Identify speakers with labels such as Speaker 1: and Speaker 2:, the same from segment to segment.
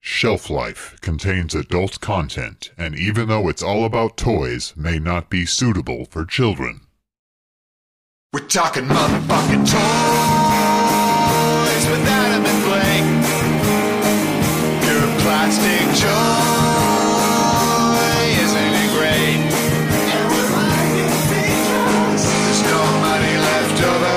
Speaker 1: shelf life, contains adult content, and even though it's all about toys, may not be suitable for children.
Speaker 2: We're talking motherfucking toys with Adam and Blake. Your plastic joy isn't it great? And we're finding features. There's no money left over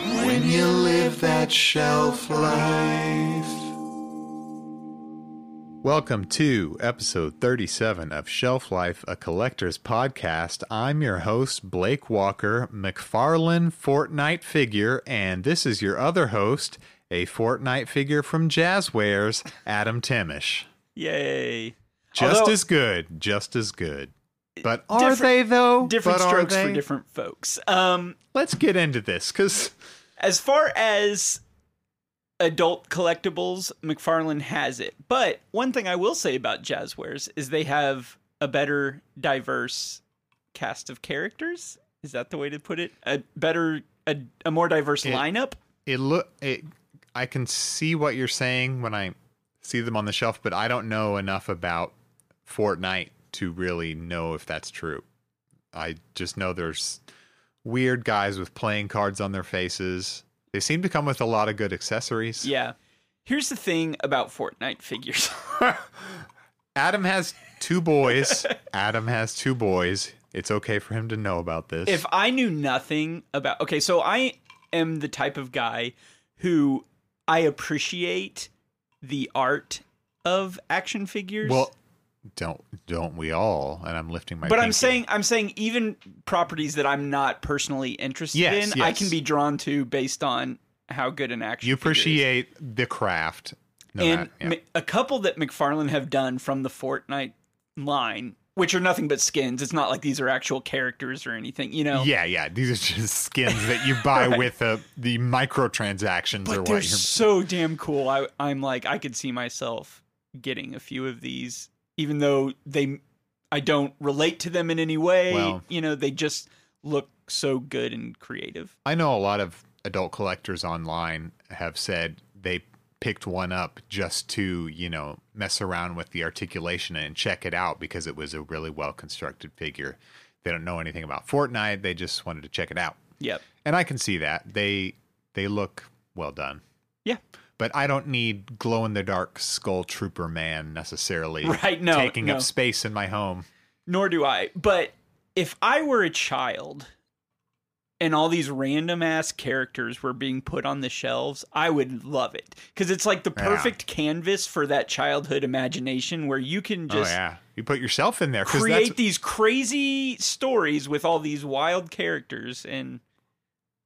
Speaker 2: for your kids or wife. When you live that shelf life.
Speaker 3: Welcome to episode 37 of Shelf Life, a collector's podcast. I'm your host, Blake Walker, McFarlane Fortnite figure, and this is your other host, a Fortnite figure from Jazzwares, Adam Timish.
Speaker 4: Yay.
Speaker 3: Just
Speaker 4: Although-
Speaker 3: as good, just as good. But are
Speaker 4: Different-
Speaker 3: they though?
Speaker 4: Different
Speaker 3: But are
Speaker 4: strokes for
Speaker 3: they?
Speaker 4: different folks. Um,
Speaker 3: Let's get into this because
Speaker 4: as far as adult collectibles, McFarlane has it. But one thing I will say about Jazzwares is they have a better diverse cast of characters. Is that the way to put it? A better, a, a more diverse lineup.
Speaker 3: it look it I can see what you're saying when I see them on the shelf, but I don't know enough about Fortnite to really know if that's true. I just know there's weird guys with playing cards on their faces. They seem to come with a lot of good accessories.
Speaker 4: Yeah. Here's the thing about Fortnite figures.
Speaker 3: Adam has two boys. Adam has two boys. It's okay for him to know about this.
Speaker 4: if I knew nothing about okay, so I am the type of guy who I appreciate the art of action figures.
Speaker 3: well, don't don't we all? And I'm lifting my.
Speaker 4: but I'm
Speaker 3: pinky.
Speaker 4: saying I'm saying even properties that I'm not personally interested
Speaker 3: Yes,
Speaker 4: in, I
Speaker 3: yes.
Speaker 4: can be drawn to based on how good an action
Speaker 3: you
Speaker 4: figure is.
Speaker 3: appreciate the craft. No,
Speaker 4: and
Speaker 3: that- yeah.
Speaker 4: Ma- a couple that McFarlane have done from the Fortnite line, which are nothing but skins. It's not like these are actual characters or anything, you know.
Speaker 3: Yeah, yeah. These are just skins that you buy with the the microtransactions or
Speaker 4: but
Speaker 3: what.
Speaker 4: they're
Speaker 3: You're,
Speaker 4: so damn cool. I, I'm like, I could see myself getting a few of these, even though they, I don't relate to them in any way.
Speaker 3: Well-
Speaker 4: you know, they just look so good and creative.
Speaker 3: I know a lot of adult collectors online have said they picked one up just to you know mess around with the articulation and check it out because it was a really well constructed figure. They don't know anything about Fortnite. They just wanted to check it out,
Speaker 4: Yep.
Speaker 3: and I can see that they they look well done.
Speaker 4: Yeah.
Speaker 3: But I don't need glow in the dark skull trooper man necessarily
Speaker 4: Right, no,
Speaker 3: taking
Speaker 4: no.
Speaker 3: up space in my home.
Speaker 4: Nor do I. But if I were a child and all these random ass characters were being put on the shelves, I would love it. Because it's like the
Speaker 3: Yeah.
Speaker 4: perfect canvas for that childhood imagination where you can just.
Speaker 3: oh yeah, you put yourself in there because that's
Speaker 4: create these crazy stories with all these wild characters and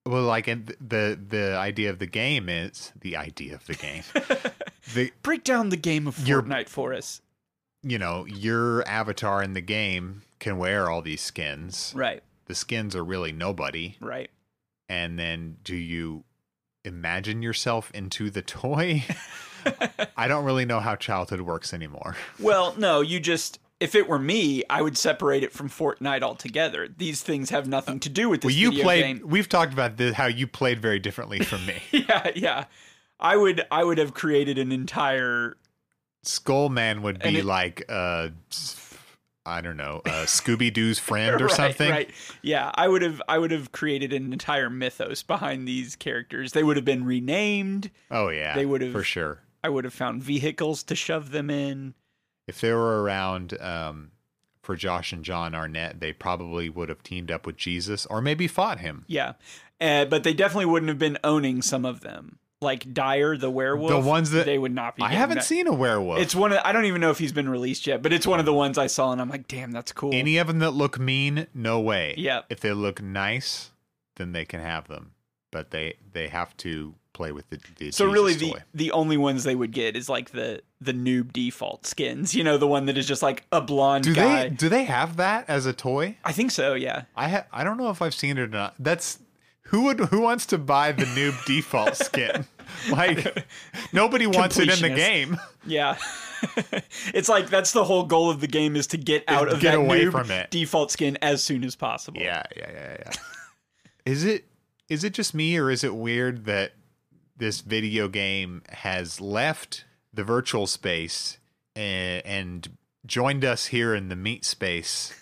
Speaker 3: well, like and th- the the idea of the game is the idea of the game. the
Speaker 4: break down the game of
Speaker 3: Your-
Speaker 4: Fortnite for us.
Speaker 3: you know your avatar in the game can wear all these skins.
Speaker 4: Right,
Speaker 3: The skins are really nobody,
Speaker 4: right.
Speaker 3: and then do you imagine yourself into the toy? I don't really know how childhood works anymore.
Speaker 4: Well, no, you just if it were me, I would separate it from Fortnite altogether. These things have nothing to do with this
Speaker 3: Well, you
Speaker 4: video
Speaker 3: played.
Speaker 4: game.
Speaker 3: We've talked about this, how you played very differently from me.
Speaker 4: Yeah, yeah. I would I would have created an entire
Speaker 3: Skull Man would
Speaker 4: And
Speaker 3: be
Speaker 4: it-
Speaker 3: like, uh, I don't know, uh, Scooby Doo's friend or
Speaker 4: Right,
Speaker 3: something.
Speaker 4: Right. Yeah, I would have I would have created an entire mythos behind these characters. They would have been renamed.
Speaker 3: Oh yeah,
Speaker 4: They would've-
Speaker 3: for sure
Speaker 4: I would have found vehicles to shove them in.
Speaker 3: if they were around um, for Josh and John Arnett. They probably would have teamed up with Jesus or maybe fought him.
Speaker 4: Yeah, uh, but they definitely wouldn't have been owning some of them, like Dyer the werewolf.
Speaker 3: The ones that-
Speaker 4: they would not be.
Speaker 3: I
Speaker 4: getting
Speaker 3: haven't
Speaker 4: that.
Speaker 3: seen a werewolf.
Speaker 4: It's one. Of, I don't even know if he's been released yet, but it's one of the ones I saw, and I'm like, damn, that's cool.
Speaker 3: any of them that look mean, no way.
Speaker 4: Yep.
Speaker 3: If they look nice, then they can have them, but they they have to play with the, the
Speaker 4: so
Speaker 3: Jesus
Speaker 4: really, the
Speaker 3: toy.
Speaker 4: the only ones they would get is like the the noob default skins. You know, the one that is just like a blonde
Speaker 3: do
Speaker 4: guy.
Speaker 3: they do they have that as a toy?
Speaker 4: I think so. Yeah.
Speaker 3: I ha- I don't know if I've seen it or not. That's who would who wants to buy the noob default skin? Like nobody wants it in the
Speaker 4: Completionist.
Speaker 3: game.
Speaker 4: Yeah. it's like that's the whole goal of the game is to get out of
Speaker 3: get
Speaker 4: that
Speaker 3: away
Speaker 4: noob
Speaker 3: from it.
Speaker 4: default skin as soon as possible.
Speaker 3: Yeah, yeah, yeah, yeah. Is it Is it just me, or is it weird that this video game has left the virtual space and, and joined us here in the meat space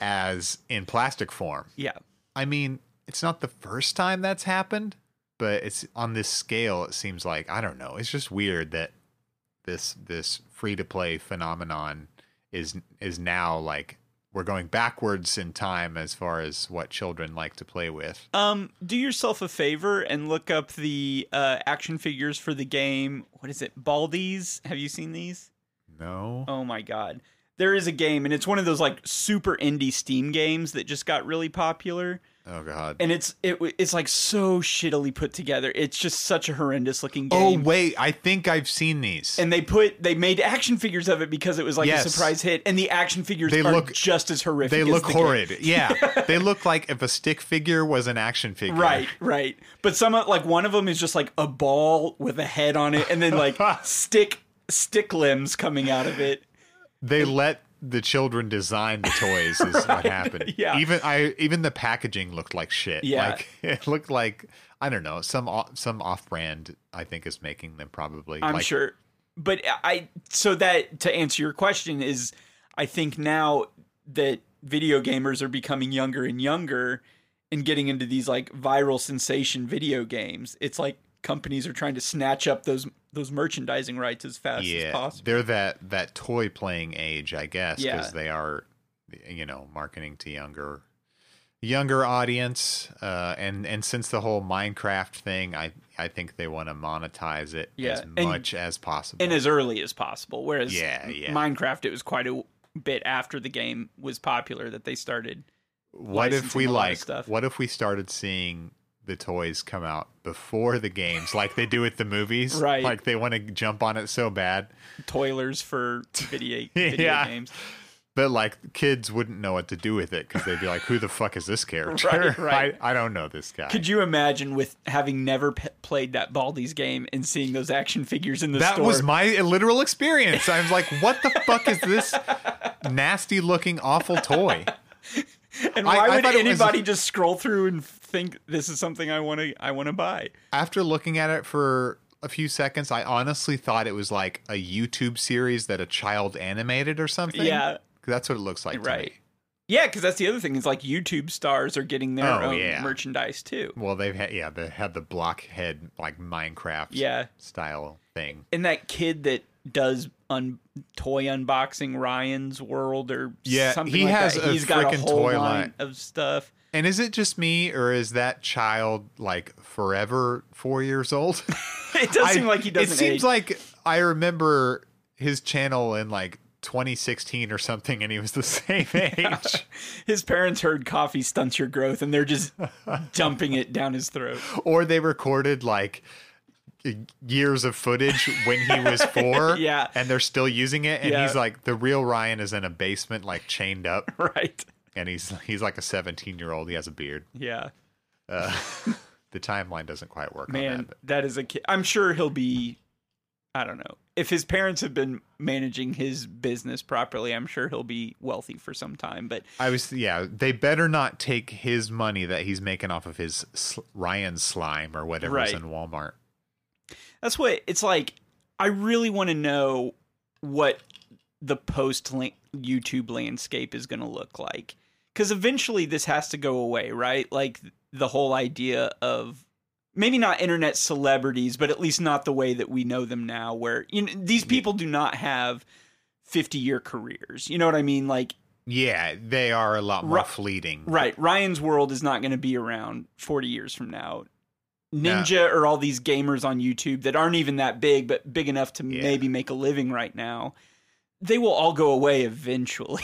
Speaker 3: as in plastic form?
Speaker 4: Yeah.
Speaker 3: I mean, it's not the first time that's happened, but it's on this scale. It seems like I don't know. It's just weird that this this free to play phenomenon is is now like we're going backwards in time as far as what children like to play with.
Speaker 4: Um, do yourself a favor and look up the uh, action figures for the game. What is it? Baldies? Have you seen these?
Speaker 3: No,
Speaker 4: Oh my god. There is a game and it's one of those like super indie Steam games that just got really popular
Speaker 3: oh god.
Speaker 4: and it's it w- it's like so shittily put together. It's just such a horrendous looking
Speaker 3: Oh
Speaker 4: game.
Speaker 3: wait, I think I've seen these.
Speaker 4: and they put they made action figures of it because it was like
Speaker 3: Yes.
Speaker 4: a surprise hit and the action figures
Speaker 3: They
Speaker 4: are
Speaker 3: look-
Speaker 4: just as horrific
Speaker 3: they
Speaker 4: as
Speaker 3: look
Speaker 4: the game.
Speaker 3: horrid. Yeah, they look like if a stick figure was an action figure.
Speaker 4: Right, right. But some of- like one of them is just like a ball with a head on it, and then like stick stick limbs coming out of it.
Speaker 3: they let the children design the toys is what happened
Speaker 4: yeah.
Speaker 3: even i even the packaging looked like shit
Speaker 4: Yeah.
Speaker 3: like it looked like i don't know some o- some off-brand i think is making them probably
Speaker 4: I'm
Speaker 3: like,
Speaker 4: sure. But I so that to answer your question is, I think now that video gamers are becoming younger and younger and getting into these like viral sensation video games, it's like companies are trying to snatch up those those merchandising rights as fast as
Speaker 3: yeah
Speaker 4: possible.
Speaker 3: they're that that toy playing age i guess
Speaker 4: Yeah.
Speaker 3: because they are you know marketing to younger younger audience uh and and since the whole minecraft thing i i think they want to monetize it
Speaker 4: Yeah,
Speaker 3: as
Speaker 4: and-
Speaker 3: much as possible
Speaker 4: and as early as possible. Whereas
Speaker 3: Yeah, yeah.
Speaker 4: Minecraft, it was quite a bit after the game was popular that they started.
Speaker 3: what if
Speaker 4: licensing
Speaker 3: we
Speaker 4: a lot of
Speaker 3: like
Speaker 4: stuff.
Speaker 3: what if we started seeing the toys come out before the games like they do with the movies
Speaker 4: Right.
Speaker 3: like they want to jump on it so bad
Speaker 4: Toilers for video, video
Speaker 3: Yeah.
Speaker 4: games.
Speaker 3: but like kids wouldn't know what to do with it because they'd be like who the fuck is this character
Speaker 4: Right, right.
Speaker 3: I, I don't know this guy
Speaker 4: Could you imagine with having never pe- played that Baldi's game and seeing those action figures in the
Speaker 3: that
Speaker 4: store?
Speaker 3: was my literal experience i was like what the fuck is this nasty looking awful toy
Speaker 4: and
Speaker 3: I-
Speaker 4: why
Speaker 3: I
Speaker 4: would
Speaker 3: thought it was-
Speaker 4: anybody just scroll through and think this is something I want to I want to buy?
Speaker 3: after looking at it for a few seconds, I honestly thought it was like a YouTube series that a child animated or something.
Speaker 4: Yeah.
Speaker 3: that's what it looks like, to
Speaker 4: Right.
Speaker 3: me.
Speaker 4: Yeah, because that's the other thing is like YouTube stars are getting their
Speaker 3: Oh,
Speaker 4: own
Speaker 3: yeah.
Speaker 4: merchandise too.
Speaker 3: Well, they've had yeah, they had the blockhead like Minecraft
Speaker 4: Yeah.
Speaker 3: style thing.
Speaker 4: and that kid that does un- toy unboxing Ryan's World or
Speaker 3: Yeah,
Speaker 4: something
Speaker 3: he
Speaker 4: like
Speaker 3: has
Speaker 4: that.
Speaker 3: a
Speaker 4: He's got a
Speaker 3: frickin'
Speaker 4: whole
Speaker 3: toy
Speaker 4: line
Speaker 3: line.
Speaker 4: of stuff.
Speaker 3: And is it just me, or is that child like forever four years old?
Speaker 4: It does
Speaker 3: I-
Speaker 4: seem like he doesn't.
Speaker 3: It seems
Speaker 4: age.
Speaker 3: like I remember his channel in like 2016 or something, and he was the same age.
Speaker 4: his parents heard coffee stunts your growth, and they're just dumping it down his throat.
Speaker 3: or they recorded like years of footage when he was four
Speaker 4: Yeah.
Speaker 3: and they're still using it and
Speaker 4: Yeah.
Speaker 3: he's like the real ryan is in a basement like chained up
Speaker 4: Right?
Speaker 3: and he's he's like a 17 year old he has a beard Uh,
Speaker 4: Yeah,
Speaker 3: the timeline doesn't quite work on
Speaker 4: man,
Speaker 3: that but
Speaker 4: that is a kid. I'm sure he'll be. I don't know if his parents have been managing his business properly. I'm sure he'll be wealthy for some time. But
Speaker 3: i was yeah they better not take his money that he's making off of his sl- ryan slime or whatever's
Speaker 4: Right.
Speaker 3: in walmart
Speaker 4: That's what it's like. I really want to know what the post lan- YouTube landscape is going to look like because eventually this has to go away, right? Like the whole idea of maybe not internet celebrities, but at least not the way that we know them now, where you know, these people do not have 50 year careers. You know what I mean? Like,
Speaker 3: yeah they are a lot more
Speaker 4: Ru-
Speaker 3: fleeting
Speaker 4: right, Ryan's World is not going to be around 40 years from now. Ninja or all these gamers on YouTube that aren't even that big, but big enough to
Speaker 3: Yeah.
Speaker 4: maybe make a living right now, they will all go away eventually.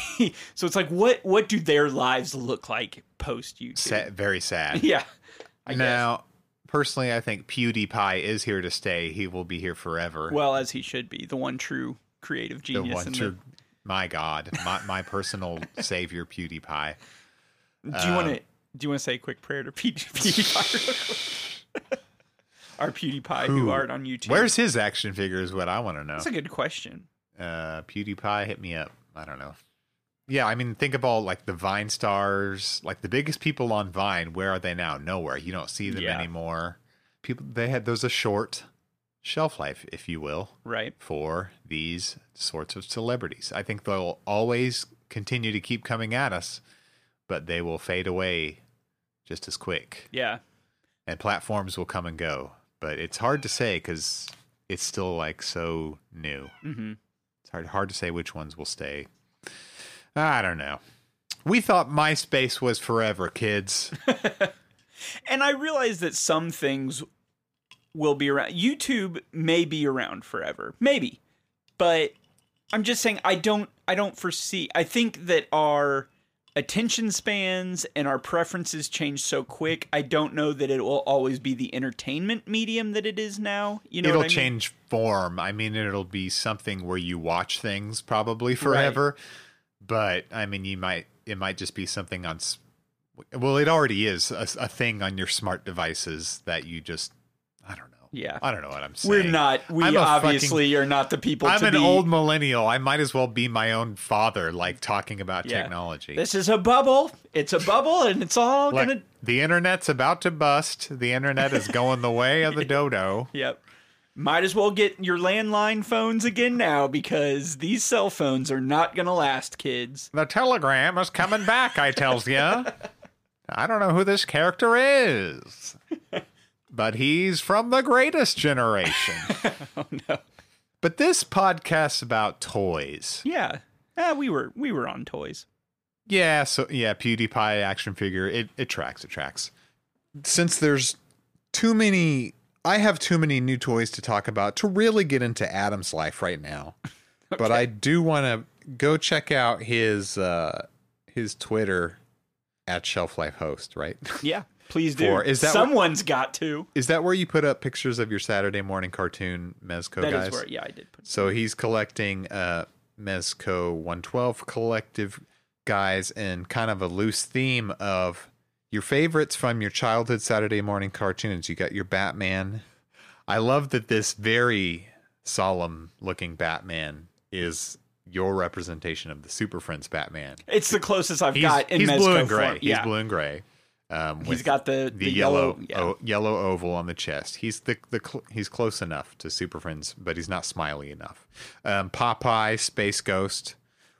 Speaker 4: so it's like, what what do their lives look like post YouTube?
Speaker 3: Sa- very sad
Speaker 4: Yeah, I
Speaker 3: now personally i think pewdiepie is here to stay he will be here forever
Speaker 4: guess. Well, as he should be, the one true creative
Speaker 3: the
Speaker 4: genius.
Speaker 3: one
Speaker 4: in
Speaker 3: true my god my, my personal savior pewdiepie
Speaker 4: the, do you want to do you want to say a quick prayer to P- PewDiePie? Our PewDiePie who,
Speaker 3: Who?
Speaker 4: art on YouTube.
Speaker 3: where's his action figure is what i want to know
Speaker 4: that's a good question.
Speaker 3: uh pewdiepie hit me up i don't know yeah, I mean, think of all like the Vine stars, like the biggest people on Vine. Where are they now? Nowhere. You don't see them
Speaker 4: Yeah.
Speaker 3: anymore. People, they had those a short shelf life, if you will,
Speaker 4: right?
Speaker 3: for these sorts of celebrities. I think they'll always continue to keep coming at us, but they will fade away just as quick,
Speaker 4: Yeah.
Speaker 3: and platforms will come and go. But it's hard to say because it's still like so new.
Speaker 4: hmm
Speaker 3: It's hard hard to say which ones will stay. I don't know. We thought MySpace was forever, kids.
Speaker 4: And I realize that some things will be around. YouTube may be around forever, maybe, but I'm just saying I don't. I don't foresee. I think that our attention spans and our preferences change so quick. I don't know that it will always be the entertainment medium that it is now. You know,
Speaker 3: it'll
Speaker 4: what I mean?
Speaker 3: change form. I mean, it'll be something where you watch things probably forever. But I mean, you might it might just be something on. s- Well, it already is a, a thing on your smart devices that you just I don't know.
Speaker 4: Yeah.
Speaker 3: I don't know what I'm saying.
Speaker 4: We're not. We
Speaker 3: I'm a fucking-
Speaker 4: obviously are not the people.
Speaker 3: I'm
Speaker 4: to
Speaker 3: an
Speaker 4: be-
Speaker 3: old millennial. I might as well be my own father, like talking about
Speaker 4: Yeah.
Speaker 3: technology.
Speaker 4: This is a bubble. It's a bubble, and it's all
Speaker 3: Like,
Speaker 4: gonna.
Speaker 3: the internet's about to bust. The internet is going the way of the dodo.
Speaker 4: Yep. Might as well get your landline phones again now because these cell phones are not gonna last, kids.
Speaker 3: The telegram is coming back, I tells ya. I don't know who this character is, but he's from the greatest generation.
Speaker 4: Oh no.
Speaker 3: but this podcast's about toys.
Speaker 4: Yeah. Uh, we were we were on toys.
Speaker 3: Yeah, so yeah, PewDiePie action figure. It it tracks, it tracks. Since there's too many I have too many new toys to talk about to really get into Adam's life right now. But I do want to go check out his uh his Twitter at Shelf Life Host, right?
Speaker 4: Yeah. Please do.
Speaker 3: Four. Is that what-
Speaker 4: Someone's got to?
Speaker 3: Is that where you put up pictures of your Saturday morning cartoon Mezco
Speaker 4: That is
Speaker 3: guys?
Speaker 4: where. Yeah, I did put.
Speaker 3: So he's collecting uh Mezco 112 collective guys and kind of a loose theme of your favorites from your childhood Saturday morning cartoons. You got your Batman. I love that this very solemn looking Batman is your representation of the Super Friends Batman.
Speaker 4: It's the closest I've
Speaker 3: He's,
Speaker 4: got in
Speaker 3: he's
Speaker 4: Mezco
Speaker 3: blue and
Speaker 4: form.
Speaker 3: gray.
Speaker 4: Yeah.
Speaker 3: He's blue and gray. Um,
Speaker 4: He's
Speaker 3: with-
Speaker 4: got the
Speaker 3: the, yellow Oh.
Speaker 4: yeah.
Speaker 3: o- yellow oval on the chest. He's the the cl- he's close enough to Super Friends, but he's not smiley enough. Um, Popeye, Space Ghost.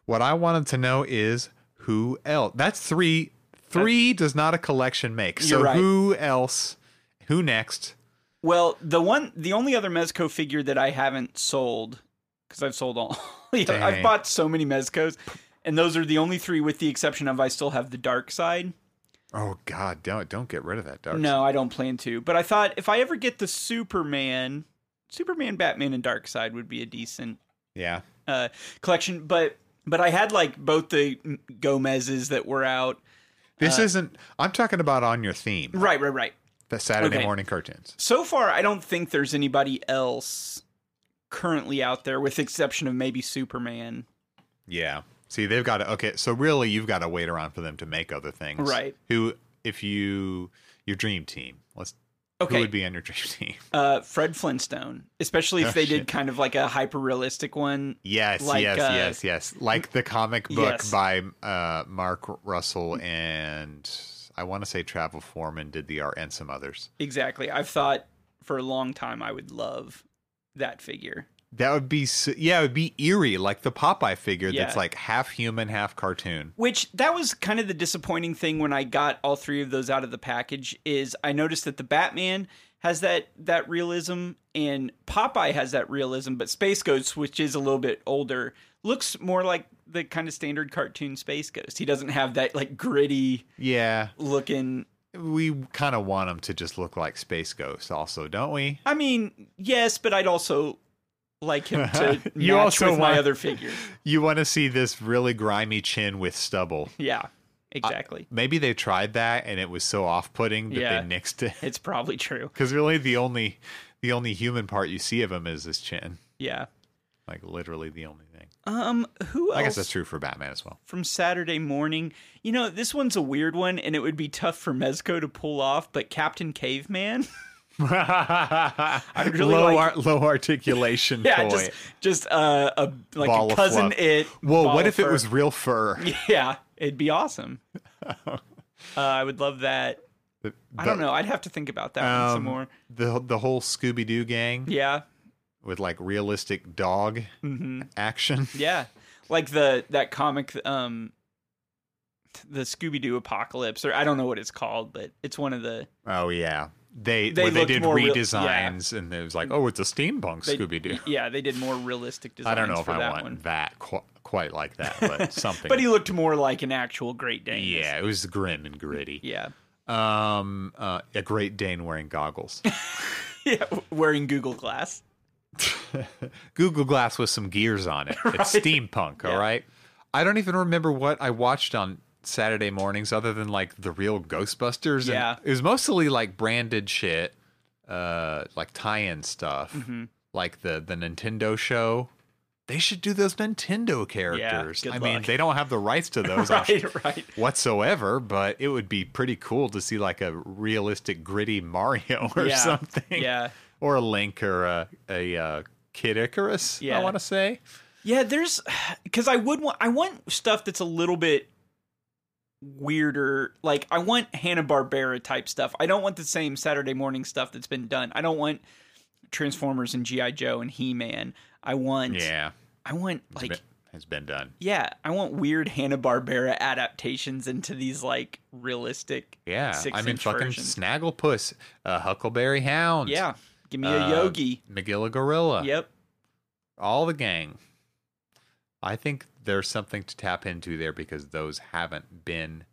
Speaker 3: What I wanted to know is who else. That's three. Three does not a collection make. So
Speaker 4: You're right.
Speaker 3: who else? Who next?
Speaker 4: Well, the one, the only other Mezco figure that I haven't sold because I've sold all. Yeah, I've
Speaker 3: Dang.
Speaker 4: bought so many Mezcos, and those are the only three, with the exception of I still have the Dark Side.
Speaker 3: Oh God! Don't don't get rid of that dark.
Speaker 4: No, I don't plan to. But I thought if I ever get the Superman, Superman, Batman, and Dark Side would be a decent
Speaker 3: Yeah.
Speaker 4: uh, collection. But but I had like both the Gomez's that were out.
Speaker 3: This
Speaker 4: Uh,
Speaker 3: isn't. I'm talking about on your theme.
Speaker 4: Right, right, right.
Speaker 3: The Saturday
Speaker 4: Okay.
Speaker 3: morning cartoons.
Speaker 4: So far, I don't think there's anybody else currently out there, with the exception of maybe Superman.
Speaker 3: Yeah. See, they've got to. Okay, so really, you've got to wait around for them to make other things,
Speaker 4: Right.
Speaker 3: Who, if you your dream team, let's
Speaker 4: Okay.
Speaker 3: who would be Oh, on your dream team?
Speaker 4: uh, Fred Flintstone, especially if they did kind of like a hyper realistic one.
Speaker 3: Yes,
Speaker 4: Like,
Speaker 3: yes,
Speaker 4: uh,
Speaker 3: yes, yes. Like the comic book
Speaker 4: Yes.
Speaker 3: by uh, Mark Russell and I want to say Travel Foreman did the art and some others.
Speaker 4: Exactly. I've thought for a long time I would love that figure.
Speaker 3: That would be s- yeah, it would be eerie, like the Popeye figure that's
Speaker 4: Yeah.
Speaker 3: like half human, half cartoon.
Speaker 4: Which that was kind of the disappointing thing when I got all three of those out of the package is I noticed that the Batman has that that realism and Popeye has that realism, but Space Ghost, which is a little bit older, looks more like the kind of standard cartoon Space Ghost. He doesn't have that like gritty
Speaker 3: Yeah,
Speaker 4: looking
Speaker 3: we kind of want him to just look like Space Ghost, also, don't we?
Speaker 4: I mean, yes, but I'd also like him to
Speaker 3: You
Speaker 4: match
Speaker 3: also
Speaker 4: with my
Speaker 3: want-
Speaker 4: other figures.
Speaker 3: You want to see this really grimy chin with stubble.
Speaker 4: Yeah, exactly.
Speaker 3: Maybe they tried that and it was so off-putting that
Speaker 4: Yeah.
Speaker 3: they nixed it.
Speaker 4: it's probably true.
Speaker 3: Because really, the only the only human part you see of him is his chin.
Speaker 4: Yeah.
Speaker 3: Like literally the only thing.
Speaker 4: Um, who else
Speaker 3: I guess that's true for Batman as well.
Speaker 4: from Saturday morning? You know, this one's a weird one, and it would be tough for Mezco to pull off, but Captain Caveman. really
Speaker 3: low,
Speaker 4: like-
Speaker 3: ar- low articulation
Speaker 4: Yeah,
Speaker 3: toy.
Speaker 4: just just uh, a like
Speaker 3: Ball
Speaker 4: a
Speaker 3: of
Speaker 4: cousin
Speaker 3: fluff.
Speaker 4: it.
Speaker 3: Whoa,
Speaker 4: ball
Speaker 3: what
Speaker 4: of
Speaker 3: if it
Speaker 4: fur.
Speaker 3: was real fur?
Speaker 4: Yeah, it'd be awesome. uh, I would love that. I don't know. I'd have to think about that one some
Speaker 3: Um,
Speaker 4: more.
Speaker 3: The the whole Scooby Doo gang
Speaker 4: Yeah, Mm-hmm.
Speaker 3: with like realistic dog action.
Speaker 4: yeah. Like the that comic, um, the Scooby Doo Apocalypse, or I don't know what it's called, but it's one of the
Speaker 3: Oh yeah, they
Speaker 4: They
Speaker 3: they, they
Speaker 4: looked
Speaker 3: did
Speaker 4: more real-
Speaker 3: redesigns and it was like, oh, it's a steampunk
Speaker 4: they-
Speaker 3: Scooby Doo.
Speaker 4: Yeah, they did more realistic designs.
Speaker 3: I don't know if
Speaker 4: for
Speaker 3: I
Speaker 4: that
Speaker 3: want
Speaker 4: one.
Speaker 3: that qu- quite like that, but something.
Speaker 4: But he looked more like an actual Great Dane.
Speaker 3: yeah, it was grim and gritty.
Speaker 4: yeah,
Speaker 3: Um, uh, a Great Dane wearing goggles,
Speaker 4: yeah. Wearing Google Glass.
Speaker 3: Google Glass with some gears on it. It's steampunk, all right. I don't even remember what I watched on Saturday mornings, other than like the real Ghostbusters. and
Speaker 4: Yeah.
Speaker 3: it was mostly like branded shit, uh, like tie-in stuff,
Speaker 4: Mm-hmm.
Speaker 3: like the the Nintendo show. They should do those Nintendo characters.
Speaker 4: good
Speaker 3: I mean,
Speaker 4: luck.
Speaker 3: they don't have the rights to those. I'm
Speaker 4: Right, right.
Speaker 3: whatsoever, but it would be pretty cool to see like a realistic, gritty Mario or
Speaker 4: Yeah,
Speaker 3: something.
Speaker 4: yeah.
Speaker 3: Or a Link or a, a, uh Kid Icarus,
Speaker 4: Yeah.
Speaker 3: I want to say.
Speaker 4: Yeah, there's because I would want I want stuff that's a little bit weirder. Like I want Hanna Barbera type stuff. I don't want the same Saturday morning stuff that's been done. I don't want Transformers and GI Joe and He Man. I want I want
Speaker 3: It's
Speaker 4: like
Speaker 3: been- it's been done.
Speaker 4: yeah, I want weird Hanna Barbera adaptations into these like realistic
Speaker 3: Yeah.
Speaker 4: six
Speaker 3: I mean,
Speaker 4: inch
Speaker 3: fucking
Speaker 4: versions.
Speaker 3: Snagglepuss, uh, Huckleberry Hound.
Speaker 4: yeah. Give me
Speaker 3: uh,
Speaker 4: a Yogi.
Speaker 3: McGilligorilla.
Speaker 4: Yep.
Speaker 3: All the gang. I think there's something to tap into there because those haven't been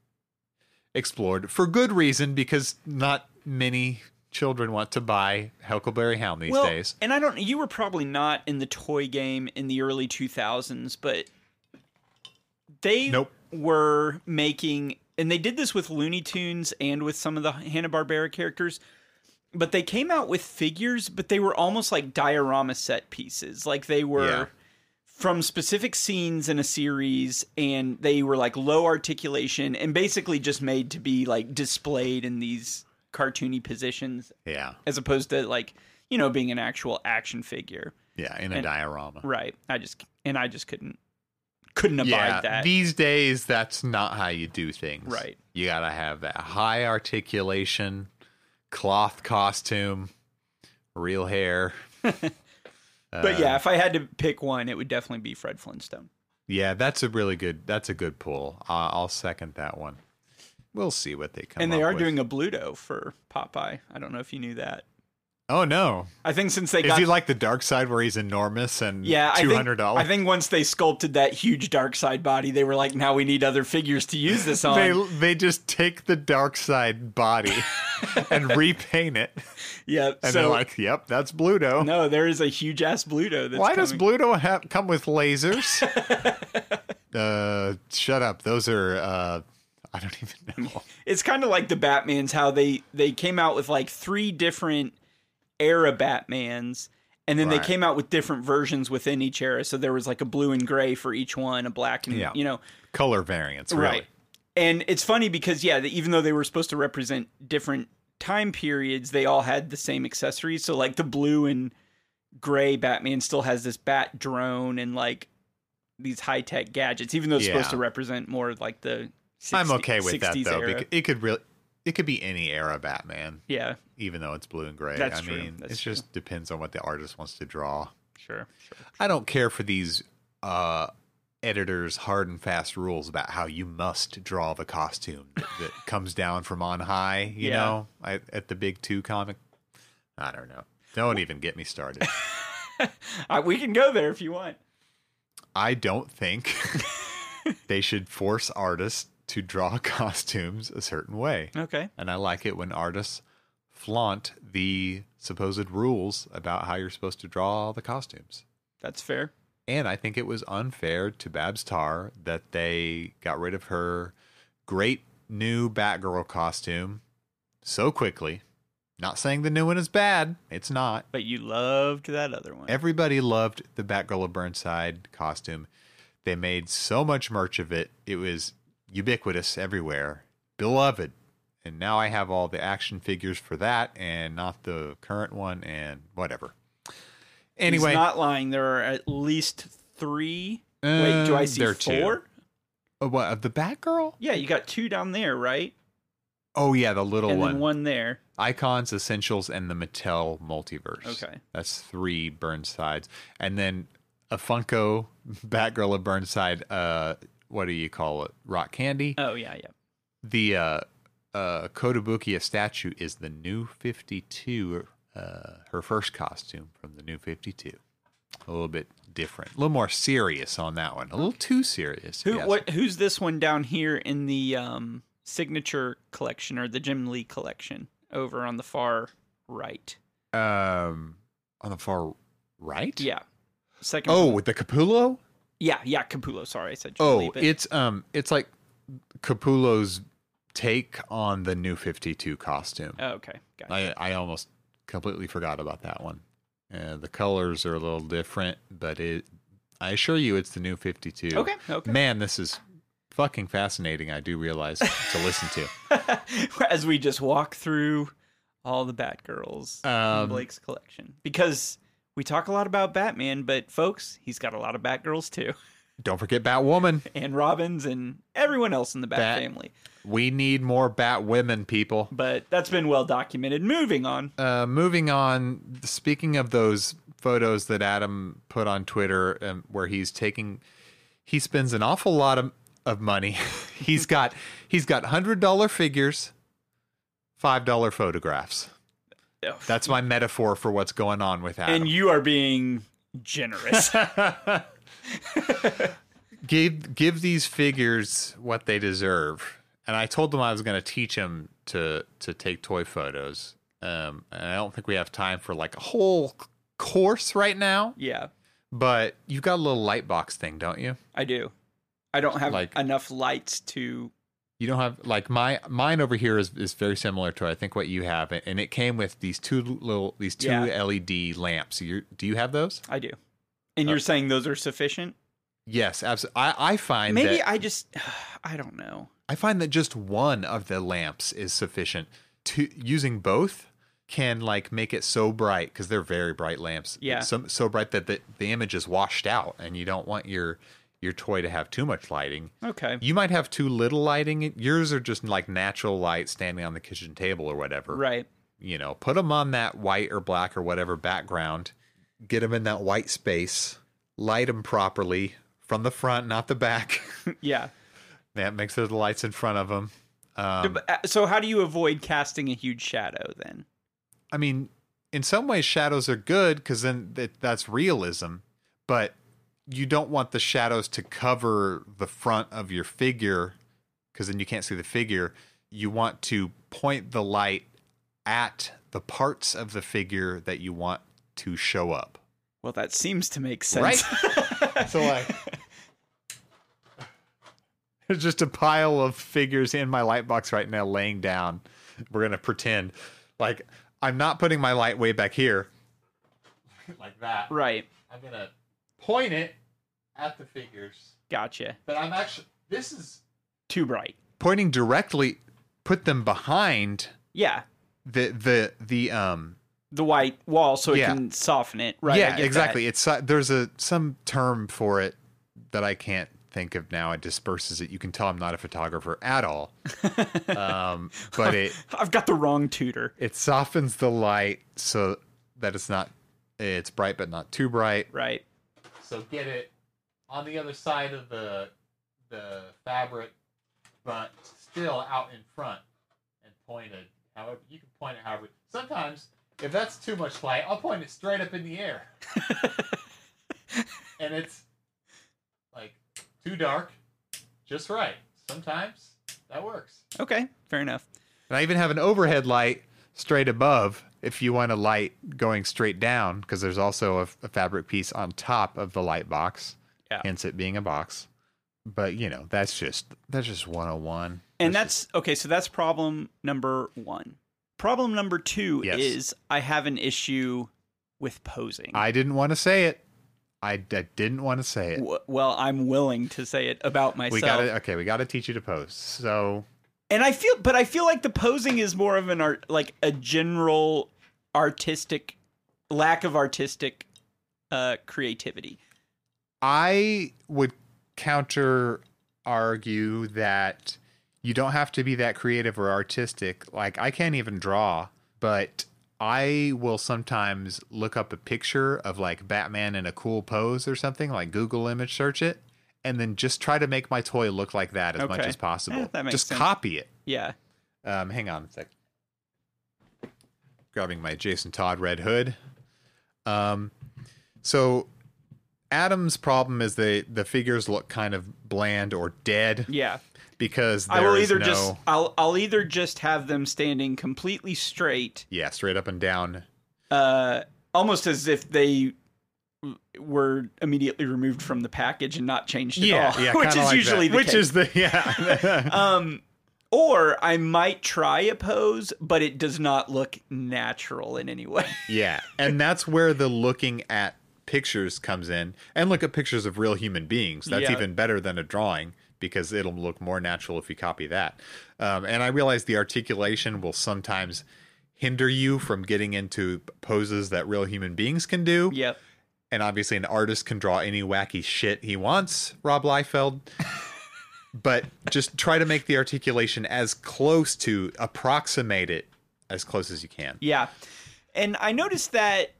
Speaker 3: explored for good reason because not many children want to buy Huckleberry Hound these
Speaker 4: well,
Speaker 3: days.
Speaker 4: and I don't. You were probably not in the toy game in the early two thousands, but they
Speaker 3: Nope.
Speaker 4: were making, and they did this with Looney Tunes and with some of the Hanna Barbera characters. But they came out with figures, but they were almost like diorama set pieces. Like they were
Speaker 3: Yeah.
Speaker 4: from specific scenes in a series, and they were like low articulation and basically just made to be like displayed in these cartoony positions
Speaker 3: Yeah.
Speaker 4: as opposed to like you know being an actual action figure
Speaker 3: Yeah. In a
Speaker 4: And-
Speaker 3: diorama.
Speaker 4: right i just and i just couldn't couldn't abide
Speaker 3: Yeah.
Speaker 4: that
Speaker 3: These days, that's not how you do things.
Speaker 4: Right.
Speaker 3: You got to have that high articulation, cloth costume, real hair.
Speaker 4: but
Speaker 3: uh,
Speaker 4: yeah if i had to pick one it would definitely be fred flintstone
Speaker 3: Yeah, that's a really good. That's a good pull. I I'll second that one. We'll see what they come.
Speaker 4: and they
Speaker 3: up
Speaker 4: are
Speaker 3: with.
Speaker 4: doing a bluto for popeye i don't know if you knew that
Speaker 3: Oh no!
Speaker 4: i think since they
Speaker 3: Is
Speaker 4: got
Speaker 3: he like the dark side where he's enormous and
Speaker 4: yeah I
Speaker 3: two
Speaker 4: think,
Speaker 3: hundred
Speaker 4: I
Speaker 3: dollars?
Speaker 4: think once they sculpted that huge dark side body they were like now we need other figures to use this on
Speaker 3: they they just take the dark side body and repaint it,
Speaker 4: yeah
Speaker 3: and
Speaker 4: so
Speaker 3: they're like, "Yep, that's Bluto."
Speaker 4: no there is a huge ass bluto that's
Speaker 3: Why does
Speaker 4: coming.
Speaker 3: Bluto have, come with lasers? uh, shut up. Those are uh, I don't even know.
Speaker 4: it's kind of like the Batmans, how they they came out with like three different era Batmans, and then they
Speaker 3: Right.
Speaker 4: came out with different versions within each era. So there was like a blue and gray for each one, a black and
Speaker 3: Yeah.
Speaker 4: you know,
Speaker 3: Color variants, really.
Speaker 4: And it's funny because yeah, the, even though they were supposed to represent different time periods, they all had the same accessories. So like the blue and gray Batman still has this bat drone and like these high tech gadgets, even though it's supposed
Speaker 3: Yeah.
Speaker 4: to represent more of, like the. 60,
Speaker 3: I'm okay with that
Speaker 4: 60s
Speaker 3: though.
Speaker 4: era.
Speaker 3: Because it could really, it could be any era Batman,
Speaker 4: yeah,
Speaker 3: even though it's blue and gray.
Speaker 4: That's
Speaker 3: I
Speaker 4: true.
Speaker 3: mean,
Speaker 4: That's
Speaker 3: it just depends on what the artist wants to draw.
Speaker 4: Sure. sure.
Speaker 3: I don't care for these uh, editors' hard and fast rules about how you must draw the costume that, that comes down from on high. You
Speaker 4: Yeah.
Speaker 3: know, I, at the big two comic. I don't know. Don't even get me started.
Speaker 4: I, we can go there if you want.
Speaker 3: I don't think they should force artists to draw costumes a certain way.
Speaker 4: Okay.
Speaker 3: And I like it when artists flaunt the supposed rules about how you're supposed to draw the costumes.
Speaker 4: That's fair.
Speaker 3: And I think it was unfair to Babs Tarr that they got rid of her great new Batgirl costume so quickly. Not saying the new one is bad, it's not.
Speaker 4: But you loved that other one.
Speaker 3: Everybody loved the Batgirl of Burnside costume. They made so much merch of it. It was ubiquitous everywhere, beloved. And now I have all the action figures for that and not the current one and whatever. Anyway,
Speaker 4: He's not lying. There are at least three. Wait, do I
Speaker 3: Um,
Speaker 4: see
Speaker 3: there are two.
Speaker 4: four?
Speaker 3: uh, what, of the Batgirl?
Speaker 4: Yeah, you got two down there, right?
Speaker 3: Oh, yeah, the little
Speaker 4: and
Speaker 3: one.
Speaker 4: then one there.
Speaker 3: Icons, Essentials, and the Mattel Multiverse.
Speaker 4: Okay.
Speaker 3: That's three Burnsides. And then a Funko Batgirl of Burnside, uh, what do you call it? Rock Candy.
Speaker 4: Oh yeah, yeah.
Speaker 3: the uh, uh, Kotobukiya statue is the new 52, uh, her first costume from the new 52. A little bit different, a little more serious on that one. A little too serious.
Speaker 4: Who
Speaker 3: yes.
Speaker 4: what who's this one down here in the um signature collection or the Jim Lee collection over on the far right?
Speaker 3: Um, on the far right?
Speaker 4: Yeah. Second
Speaker 3: Oh, with the Capullo?
Speaker 4: yeah, yeah, Capullo, sorry I said Jim Lee,
Speaker 3: Oh,
Speaker 4: but
Speaker 3: it's um, it's like Capullo's take on the new 52 costume.
Speaker 4: oh, okay. Gotcha.
Speaker 3: I, I almost completely forgot about that one. Uh, the colors are a little different, but it I assure you it's the new 52.
Speaker 4: Okay, okay.
Speaker 3: Man, this is fucking fascinating. I do realize to listen to.
Speaker 4: As we just walk through all the Batgirls in
Speaker 3: Um,
Speaker 4: Blake's collection. Because we talk a lot about Batman, but folks, he's got a lot of Batgirls too.
Speaker 3: Don't forget Batwoman.
Speaker 4: And Robins and everyone else in the Bat,
Speaker 3: Bat-
Speaker 4: family.
Speaker 3: We need more Batwomen people.
Speaker 4: But that's been well documented. Moving on.
Speaker 3: Uh, moving on, speaking of those photos that Adam put on Twitter um, where he's taking he spends an awful lot of, of money. he's got he's got $100 figures, $5 photographs.
Speaker 4: Ugh.
Speaker 3: That's my metaphor for what's going on with Adam.
Speaker 4: and you are being generous.
Speaker 3: give give these figures what they deserve. And I told them I was going to teach them to to take toy photos. Um, and I don't think we have time for like a whole c- course right now.
Speaker 4: yeah,
Speaker 3: But you've got a little light box thing, don't you?
Speaker 4: I do. I don't have
Speaker 3: Like-
Speaker 4: enough lights to.
Speaker 3: You don't have like my mine over here is, is very similar to I think what you have, and it came with these two little these two
Speaker 4: Yeah.
Speaker 3: LED lamps. You do you have those?
Speaker 4: I do. And
Speaker 3: Uh,
Speaker 4: you're saying those are sufficient?
Speaker 3: Yes, absolutely. I, I find
Speaker 4: Maybe
Speaker 3: that-
Speaker 4: I just. I don't know.
Speaker 3: I find that just one of the lamps is sufficient. To using both can like make it so bright because they're very bright lamps.
Speaker 4: Yeah.
Speaker 3: It's so, so bright that the, the image is washed out, and you don't want your your toy to have too much lighting.
Speaker 4: Okay.
Speaker 3: You might have too little lighting. Yours are just like natural light standing on the kitchen table or whatever.
Speaker 4: right.
Speaker 3: You know, put them on that white or black or whatever background. Get them in that white space. Light them properly from the front, not the back.
Speaker 4: Yeah.
Speaker 3: that makes the lights in front of Um, them.
Speaker 4: But, uh, so how do you avoid casting a huge shadow then?
Speaker 3: I mean, in some ways, shadows are good because then th- that's realism, but you don't want the shadows to cover the front of your figure because then you can't see the figure. You want to point the light at the parts of the figure that you want to show up.
Speaker 4: Well, that seems to make sense.
Speaker 3: so, like, there's just a pile of figures in my light box right now laying down. We're going to pretend like I'm not putting my light way back here like that.
Speaker 4: Right.
Speaker 3: I'm going to point it at the figures,
Speaker 4: Gotcha.
Speaker 3: but I'm actually, this is
Speaker 4: Too bright.
Speaker 3: pointing directly, put them behind
Speaker 4: Yeah.
Speaker 3: the, the, the, um,
Speaker 4: The white wall so it
Speaker 3: Yeah.
Speaker 4: can soften it. Right. I
Speaker 3: yeah
Speaker 4: get that.
Speaker 3: exactly it's uh, there's a some term for it that i can't think of now it disperses it you can tell i'm not a photographer at all um, but it
Speaker 4: I've got the wrong tutor.
Speaker 3: it softens the light so that it's not it's bright but not too bright
Speaker 4: Right.
Speaker 3: so get it on the other side of the the fabric but still out in front and point it however you can point it however sometimes if that's too much light i'll point it straight up in the air and it's like too dark just right sometimes that works
Speaker 4: Okay. Fair enough.
Speaker 3: and i even have an overhead light straight above if you want a light going straight down because there's also a, a fabric piece on top of the light box
Speaker 4: Yeah.
Speaker 3: hence it being a box but you know that's just that's just 101
Speaker 4: and that's okay so that's problem number one problem number two
Speaker 3: Yes.
Speaker 4: is i have an issue with posing
Speaker 3: I didn't want to say it. I, I didn't want to say it.
Speaker 4: W- well i'm willing to say it about myself
Speaker 3: We got to okay. We got to teach you to pose. So
Speaker 4: And I feel, but I feel like the posing is more of an art, like a general artistic lack of artistic uh, creativity.
Speaker 3: I would counter argue that you don't have to be that creative or artistic. Like I can't even draw, but I will sometimes look up a picture of like Batman in a cool pose or something, like Google image search it, and then just try to make my toy look like that as much
Speaker 4: Okay.
Speaker 3: as possible.
Speaker 4: Eh, that makes
Speaker 3: just
Speaker 4: sense.
Speaker 3: copy it.
Speaker 4: Yeah.
Speaker 3: Um, hang on a sec. Grabbing my Jason Todd Red Hood. Um, so Adam's problem is they the figures look kind of bland or dead
Speaker 4: Yeah.
Speaker 3: because there
Speaker 4: I will
Speaker 3: is
Speaker 4: either
Speaker 3: no,
Speaker 4: just I'll I'll either just have them standing completely straight,
Speaker 3: yeah straight up and down.
Speaker 4: uh, almost as if they w- were immediately removed from the package and not changed at all,
Speaker 3: yeah, kinda
Speaker 4: which is
Speaker 3: like
Speaker 4: usually
Speaker 3: that.
Speaker 4: the
Speaker 3: which
Speaker 4: case.
Speaker 3: is the yeah.
Speaker 4: Um, or I might try a pose, but it does not look natural in any way.
Speaker 3: Yeah. And that's where the looking at pictures comes in. And look at pictures of real human beings. That's
Speaker 4: Yeah.
Speaker 3: even better than a drawing because it'll look more natural if you copy that. Um, and I realize the articulation will sometimes hinder you from getting into poses that real human beings can do.
Speaker 4: yep.
Speaker 3: And obviously, an artist can draw any wacky shit he wants, Rob Liefeld. but just try to make the articulation as close to approximate it as close as you can.
Speaker 4: Yeah. And I noticed that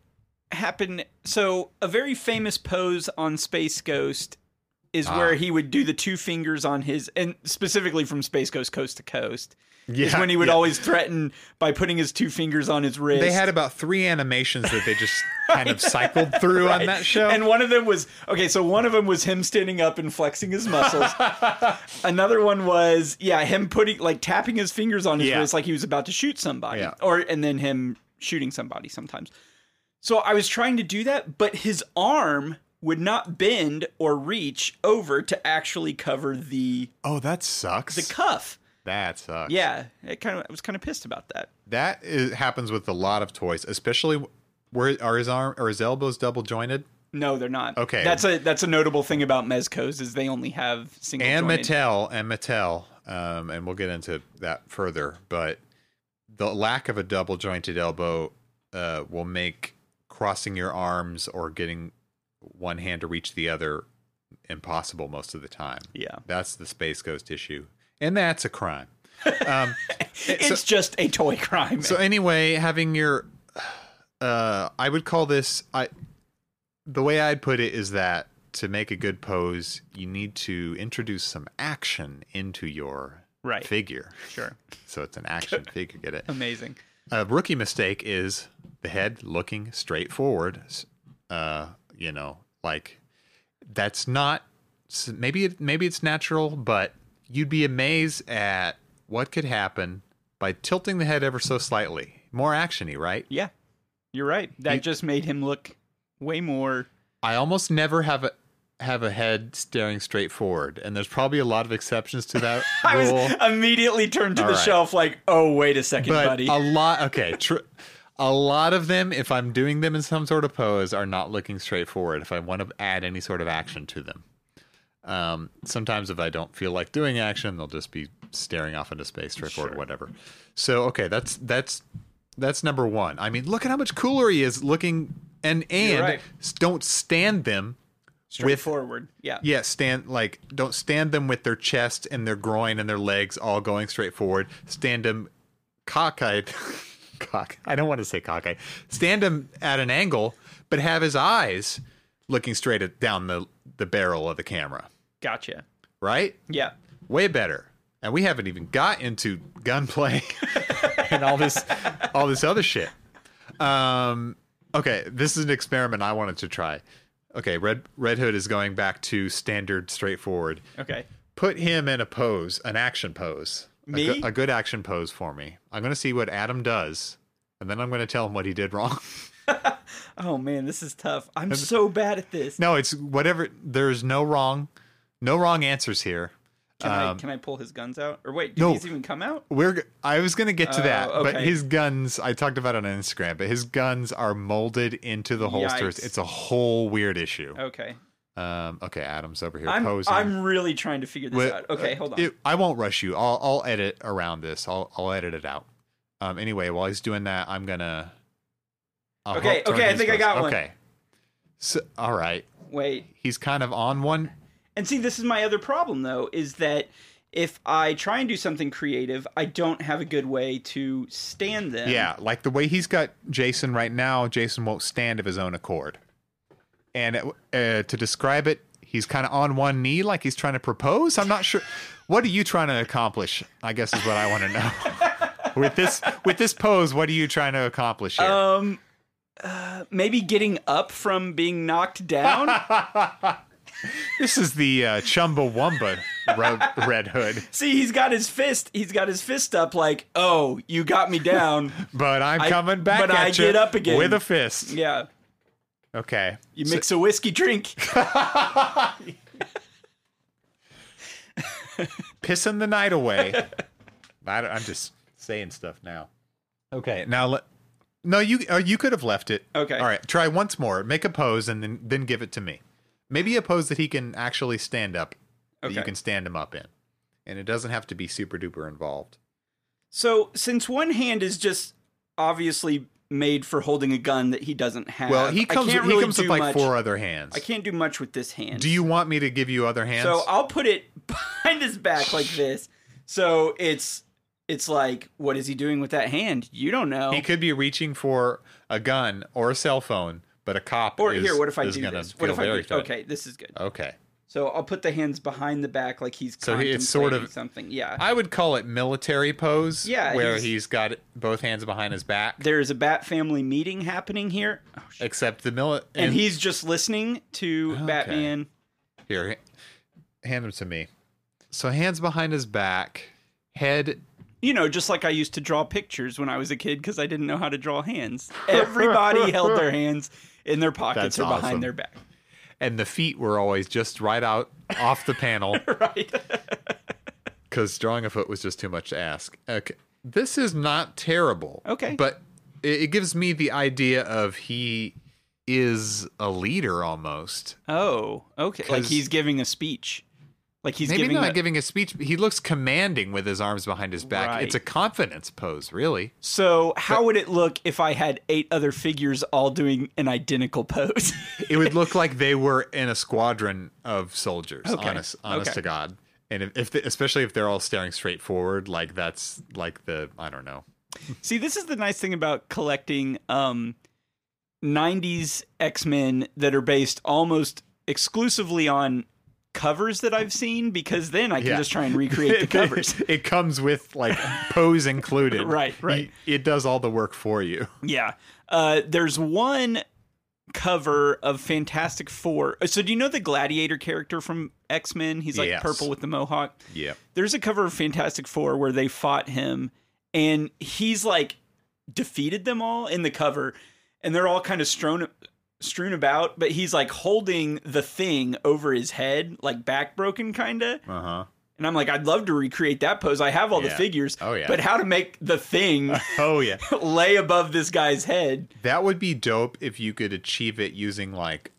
Speaker 4: happen. So, a very famous pose on Space Ghost is
Speaker 3: Ah.
Speaker 4: where he would do the two fingers on his, and specifically from Space Ghost Coast to Coast, is
Speaker 3: Yeah,
Speaker 4: when he would
Speaker 3: yeah.
Speaker 4: always threaten by putting his two fingers on his wrist.
Speaker 3: They had about three animations that they just kind of cycled through on that show.
Speaker 4: And one of them was okay. So one of them was him standing up and flexing his muscles. Another one was yeah, him putting like tapping his fingers on his
Speaker 3: Yeah.
Speaker 4: wrist like he was about to shoot somebody,
Speaker 3: Yeah.
Speaker 4: or and then him shooting somebody sometimes. So I was trying to do that, but his arm would not bend or reach over to actually cover the
Speaker 3: oh, that sucks.
Speaker 4: the cuff.
Speaker 3: that sucks.
Speaker 4: Yeah, it kind of I was kind of pissed about that.
Speaker 3: that is, happens with a lot of toys, especially where are his arm or his elbows double jointed.
Speaker 4: No, they're not.
Speaker 3: Okay.
Speaker 4: that's a that's a notable thing about Mezcos is they only have single
Speaker 3: And
Speaker 4: jointed-
Speaker 3: Mattel and Mattel, um, and we'll get into that further. But the lack of a double jointed elbow uh, will make crossing your arms or getting one hand to reach the other impossible most of the time.
Speaker 4: Yeah.
Speaker 3: that's the space ghost issue, and that's a crime.
Speaker 4: It's just a toy crime.
Speaker 3: So anyway, having your uh I would call this I the way I'd put it is that to make a good pose, you need to introduce some action into your
Speaker 4: Right.
Speaker 3: figure.
Speaker 4: Sure.
Speaker 3: So it's an action figure, get it?
Speaker 4: Amazing.
Speaker 3: A rookie mistake is the head looking straight forward. s- Uh, you know, like that's not s- maybe it, maybe it's natural, but you'd be amazed at what could happen by tilting the head ever so slightly. More actiony, right?
Speaker 4: Yeah. You're right. That just made him look way more
Speaker 3: I almost never have a have a head staring straight forward, and there's probably a lot of exceptions to that
Speaker 4: I was
Speaker 3: rule.
Speaker 4: immediately turned to
Speaker 3: All
Speaker 4: the
Speaker 3: right.
Speaker 4: shelf like, "Oh, wait a second,
Speaker 3: but
Speaker 4: buddy."
Speaker 3: a lot okay tr- a lot of them if i'm doing them in some sort of pose are not looking straight forward if i want to add any sort of action to them um, sometimes if i don't feel like doing action they'll just be staring off into space straight forward whatever so okay that's that's that's number one i mean look at how much cooler he is looking and and
Speaker 4: right.
Speaker 3: s- don't stand them with
Speaker 4: Straightforward. Yeah.
Speaker 3: yeah, stand like don't stand them with their chest and their groin and their legs all going straight forward. Stand them cockeyed. Cock. I don't want to say cockeyed. Stand him at an angle, but have his eyes looking straight at, down the the barrel of the camera.
Speaker 4: Gotcha.
Speaker 3: Right?
Speaker 4: Yeah.
Speaker 3: Way better. And we haven't even got into gunplay and all this all this other shit. Um okay, this is an experiment I wanted to try. Okay, Red Red Hood is going back to standard straightforward.
Speaker 4: Okay.
Speaker 3: Put him in a pose, an action pose. A
Speaker 4: Me?
Speaker 3: good- A, good action pose for me. I'm going to see what Adam does and then I'm going to tell him what he did wrong.
Speaker 4: Oh man, this is tough. I'm so bad at this.
Speaker 3: no, it's whatever there's no wrong no wrong answers here.
Speaker 4: Can I can I pull his guns out? Or wait, did
Speaker 3: no.
Speaker 4: these even come out?
Speaker 3: We're. g- I was gonna get to that,
Speaker 4: Oh,
Speaker 3: but
Speaker 4: okay.
Speaker 3: his guns. I talked about it on Instagram, but his guns are molded into the holsters.
Speaker 4: Yikes.
Speaker 3: It's a whole weird issue.
Speaker 4: Okay.
Speaker 3: Um, okay, Adam's over here
Speaker 4: I'm,
Speaker 3: posing.
Speaker 4: I'm really trying to figure this
Speaker 3: Wait,
Speaker 4: out. Okay,
Speaker 3: uh,
Speaker 4: hold on.
Speaker 3: it- I won't rush you. I'll I'll edit around this. I'll I'll edit it out. Um. Anyway, while he's doing that, I'm gonna. I'll
Speaker 4: Okay,
Speaker 3: help turn
Speaker 4: okay, I
Speaker 3: these
Speaker 4: think I
Speaker 3: first.
Speaker 4: got one.
Speaker 3: Okay. So, all right.
Speaker 4: Wait.
Speaker 3: He's kind of on one.
Speaker 4: And see, this is my other problem though, is that if I try and do something creative, I don't have a good way to stand them.
Speaker 3: Yeah, like the way he's got Jason right now, Jason won't stand of his own accord. And uh, to describe it, he's kind of on one knee, like he's trying to propose. I'm not sure. What are you trying to accomplish? I guess is what I want to know. with this with this pose, what are you trying to accomplish here?
Speaker 4: Um, uh, maybe getting up from being knocked down.
Speaker 3: this is the uh, Chumbawamba Ro- Red Hood,
Speaker 4: see, he's got his fist. He's got his fist up, like, oh, you got me down.
Speaker 3: but I'm coming back
Speaker 4: but
Speaker 3: at
Speaker 4: I
Speaker 3: you
Speaker 4: get up again.
Speaker 3: with a fist.
Speaker 4: yeah.
Speaker 3: Okay,
Speaker 4: You mix a whiskey drink.
Speaker 3: pissing the night away. I am just saying stuff now. Okay, now let. No, you uh, you could have left it.
Speaker 4: Okay.
Speaker 3: All right. Try once more. Make a pose and then then give it to me. Maybe a pose that he can actually stand up. That you
Speaker 4: Okay.
Speaker 3: can stand him up in, and it doesn't have to be super duper involved.
Speaker 4: So, since one hand is just obviously made for holding a gun that he doesn't have,
Speaker 3: Well, he
Speaker 4: Uh, I
Speaker 3: comes.
Speaker 4: can't
Speaker 3: he
Speaker 4: really
Speaker 3: comes with
Speaker 4: do
Speaker 3: like
Speaker 4: much-
Speaker 3: four other hands.
Speaker 4: I can't do much with this hand.
Speaker 3: Do you want me to give you other hands?
Speaker 4: So I'll put it behind his back like this. So it's it's like, what is he doing with that hand? You don't know.
Speaker 3: he could be reaching for a gun or a cell phone, but a cop.
Speaker 4: or
Speaker 3: is,
Speaker 4: here, what if I
Speaker 3: is
Speaker 4: do
Speaker 3: gonna
Speaker 4: this? What
Speaker 3: feel
Speaker 4: if I
Speaker 3: very
Speaker 4: do?
Speaker 3: tight.
Speaker 4: Okay, this is good.
Speaker 3: Okay.
Speaker 4: So I'll put the hands behind the back like he's
Speaker 3: So he-
Speaker 4: contemplating
Speaker 3: it's sort of-
Speaker 4: something. Yeah.
Speaker 3: I would call it military pose.
Speaker 4: Yeah,
Speaker 3: where
Speaker 4: he's-
Speaker 3: he's got both hands behind his back,
Speaker 4: there is a bat family meeting happening here. Oh, shit.
Speaker 3: except the mili-
Speaker 4: And, he's just listening to Batman.
Speaker 3: here. ha- Hand him to me. So hands behind his back, head.
Speaker 4: You know, just like I used to draw pictures when I was a kid because I didn't know how to draw hands. Everybody held their hands in their pockets
Speaker 3: That's
Speaker 4: or behind
Speaker 3: awesome.
Speaker 4: their back.
Speaker 3: And the feet were always just right out off the panel
Speaker 4: Right.
Speaker 3: because drawing a foot was just too much to ask. Okay, this is not terrible.
Speaker 4: Okay.
Speaker 3: but it, it gives me the idea of he is a leader almost.
Speaker 4: Oh, okay. Like
Speaker 3: 'Cause-
Speaker 4: he's giving a speech. Like he's
Speaker 3: Maybe
Speaker 4: giving.
Speaker 3: not
Speaker 4: the-
Speaker 3: giving a speech. But he looks commanding with his arms behind his back.
Speaker 4: Right.
Speaker 3: It's a confidence pose, really.
Speaker 4: so, how would it look if I had eight other figures all doing an identical pose?
Speaker 3: it would look like they were in a squadron of soldiers.
Speaker 4: Okay.
Speaker 3: Honest, honest
Speaker 4: Okay.
Speaker 3: to God. And if, if they, especially if they're all staring straight forward, like that's like the I don't know.
Speaker 4: See, this is the nice thing about collecting um, '90s X-Men that are based almost exclusively on covers that I've seen, because then I can
Speaker 3: Yeah.
Speaker 4: just try and recreate the covers.
Speaker 3: it comes with like pose included.
Speaker 4: Right,
Speaker 3: Y-
Speaker 4: right.
Speaker 3: It does all the work for you.
Speaker 4: Yeah. Uh, there's one cover of Fantastic Four. So do you know the Gladiator character from X Men? He's like
Speaker 3: Yes.
Speaker 4: purple with the mohawk.
Speaker 3: Yep.
Speaker 4: There's a cover of Fantastic Four where they fought him, and he's like defeated them all in the cover, and they're all kind of strewn strewn about, but he's like holding the thing over his head, like back broken kinda.
Speaker 3: Uh huh.
Speaker 4: And I'm like, I'd love to recreate that pose. I have all the
Speaker 3: Yeah.
Speaker 4: figures.
Speaker 3: Oh, yeah.
Speaker 4: But how to make the thing
Speaker 3: Oh yeah.
Speaker 4: lay above this guy's head.
Speaker 3: That would be dope if you could achieve it using like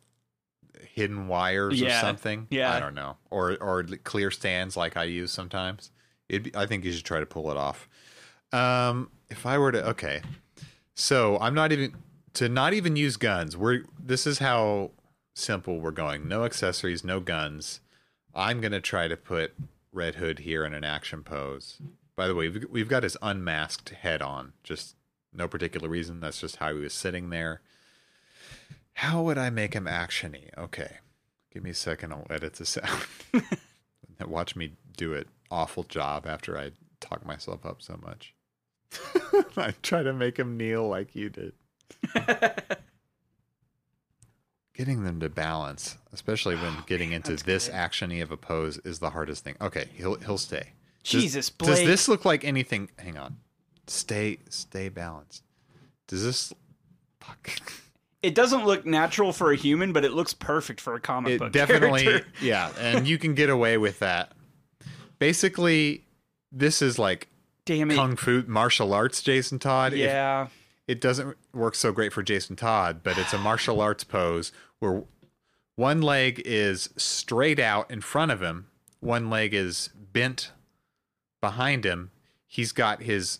Speaker 3: hidden wires
Speaker 4: Yeah.
Speaker 3: or something.
Speaker 4: Yeah.
Speaker 3: I don't know. Or or clear stands like I use sometimes. It would I think you should try to pull it off. Um if I were to okay. So, I'm not even to not even use guns. We're this is how simple we're going. No accessories, no guns. I'm going to try to put Red Hood here in an action pose. By the way, we've, we've got his unmasked head on. Just no particular reason. That's just how he was sitting there. How would I make him actiony? Okay. Give me a second. I'll edit this out. Watch me do an awful job after I talk myself up so much. I try to make him kneel like you did. getting them to balance, especially when
Speaker 4: Oh,
Speaker 3: getting into this actiony of a pose, is the hardest thing. Okay, he'll he'll stay. Does-
Speaker 4: Jesus,
Speaker 3: Does
Speaker 4: Blake.
Speaker 3: this look like anything? Hang on. Stay stay balanced. Does this? Fuck.
Speaker 4: It doesn't look natural for a human, but it looks perfect for a comic
Speaker 3: It
Speaker 4: book
Speaker 3: definitely
Speaker 4: character.
Speaker 3: yeah, and you can get away with that. Basically, this is like
Speaker 4: Damn it.
Speaker 3: kung fu martial arts, Jason Todd. If-
Speaker 4: yeah.
Speaker 3: it doesn't work so great for Jason Todd, but it's a martial arts pose where One leg is straight out in front of him. One leg is bent behind him. He's got his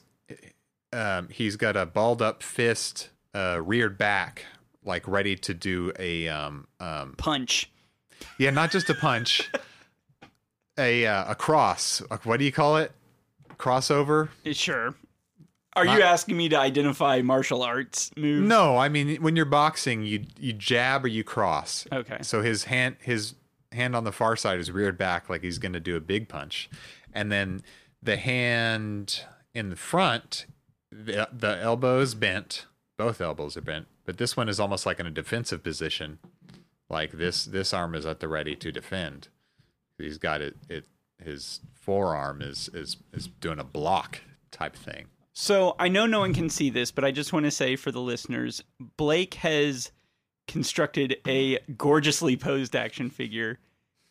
Speaker 3: um, he's got a balled up fist uh, reared back, like ready to do a um, um,
Speaker 4: Punch.
Speaker 3: yeah, not just a punch, a uh, a cross. Like, What do you call it? Crossover?
Speaker 4: Eh, Sure. Are you asking me to identify martial arts moves?
Speaker 3: No, I mean when you're boxing, you you jab or you cross.
Speaker 4: Okay.
Speaker 3: So his hand his hand on the far side is reared back like he's going to do a big punch, and then the hand in the front, the the elbow is bent. Both elbows are bent, but this one is almost like in a defensive position. Like this this arm is at the ready to defend. He's got it it his forearm is is is doing a block type thing.
Speaker 4: So I know no one can see this, but I just want to say for the listeners, Blake has constructed a gorgeously posed action figure,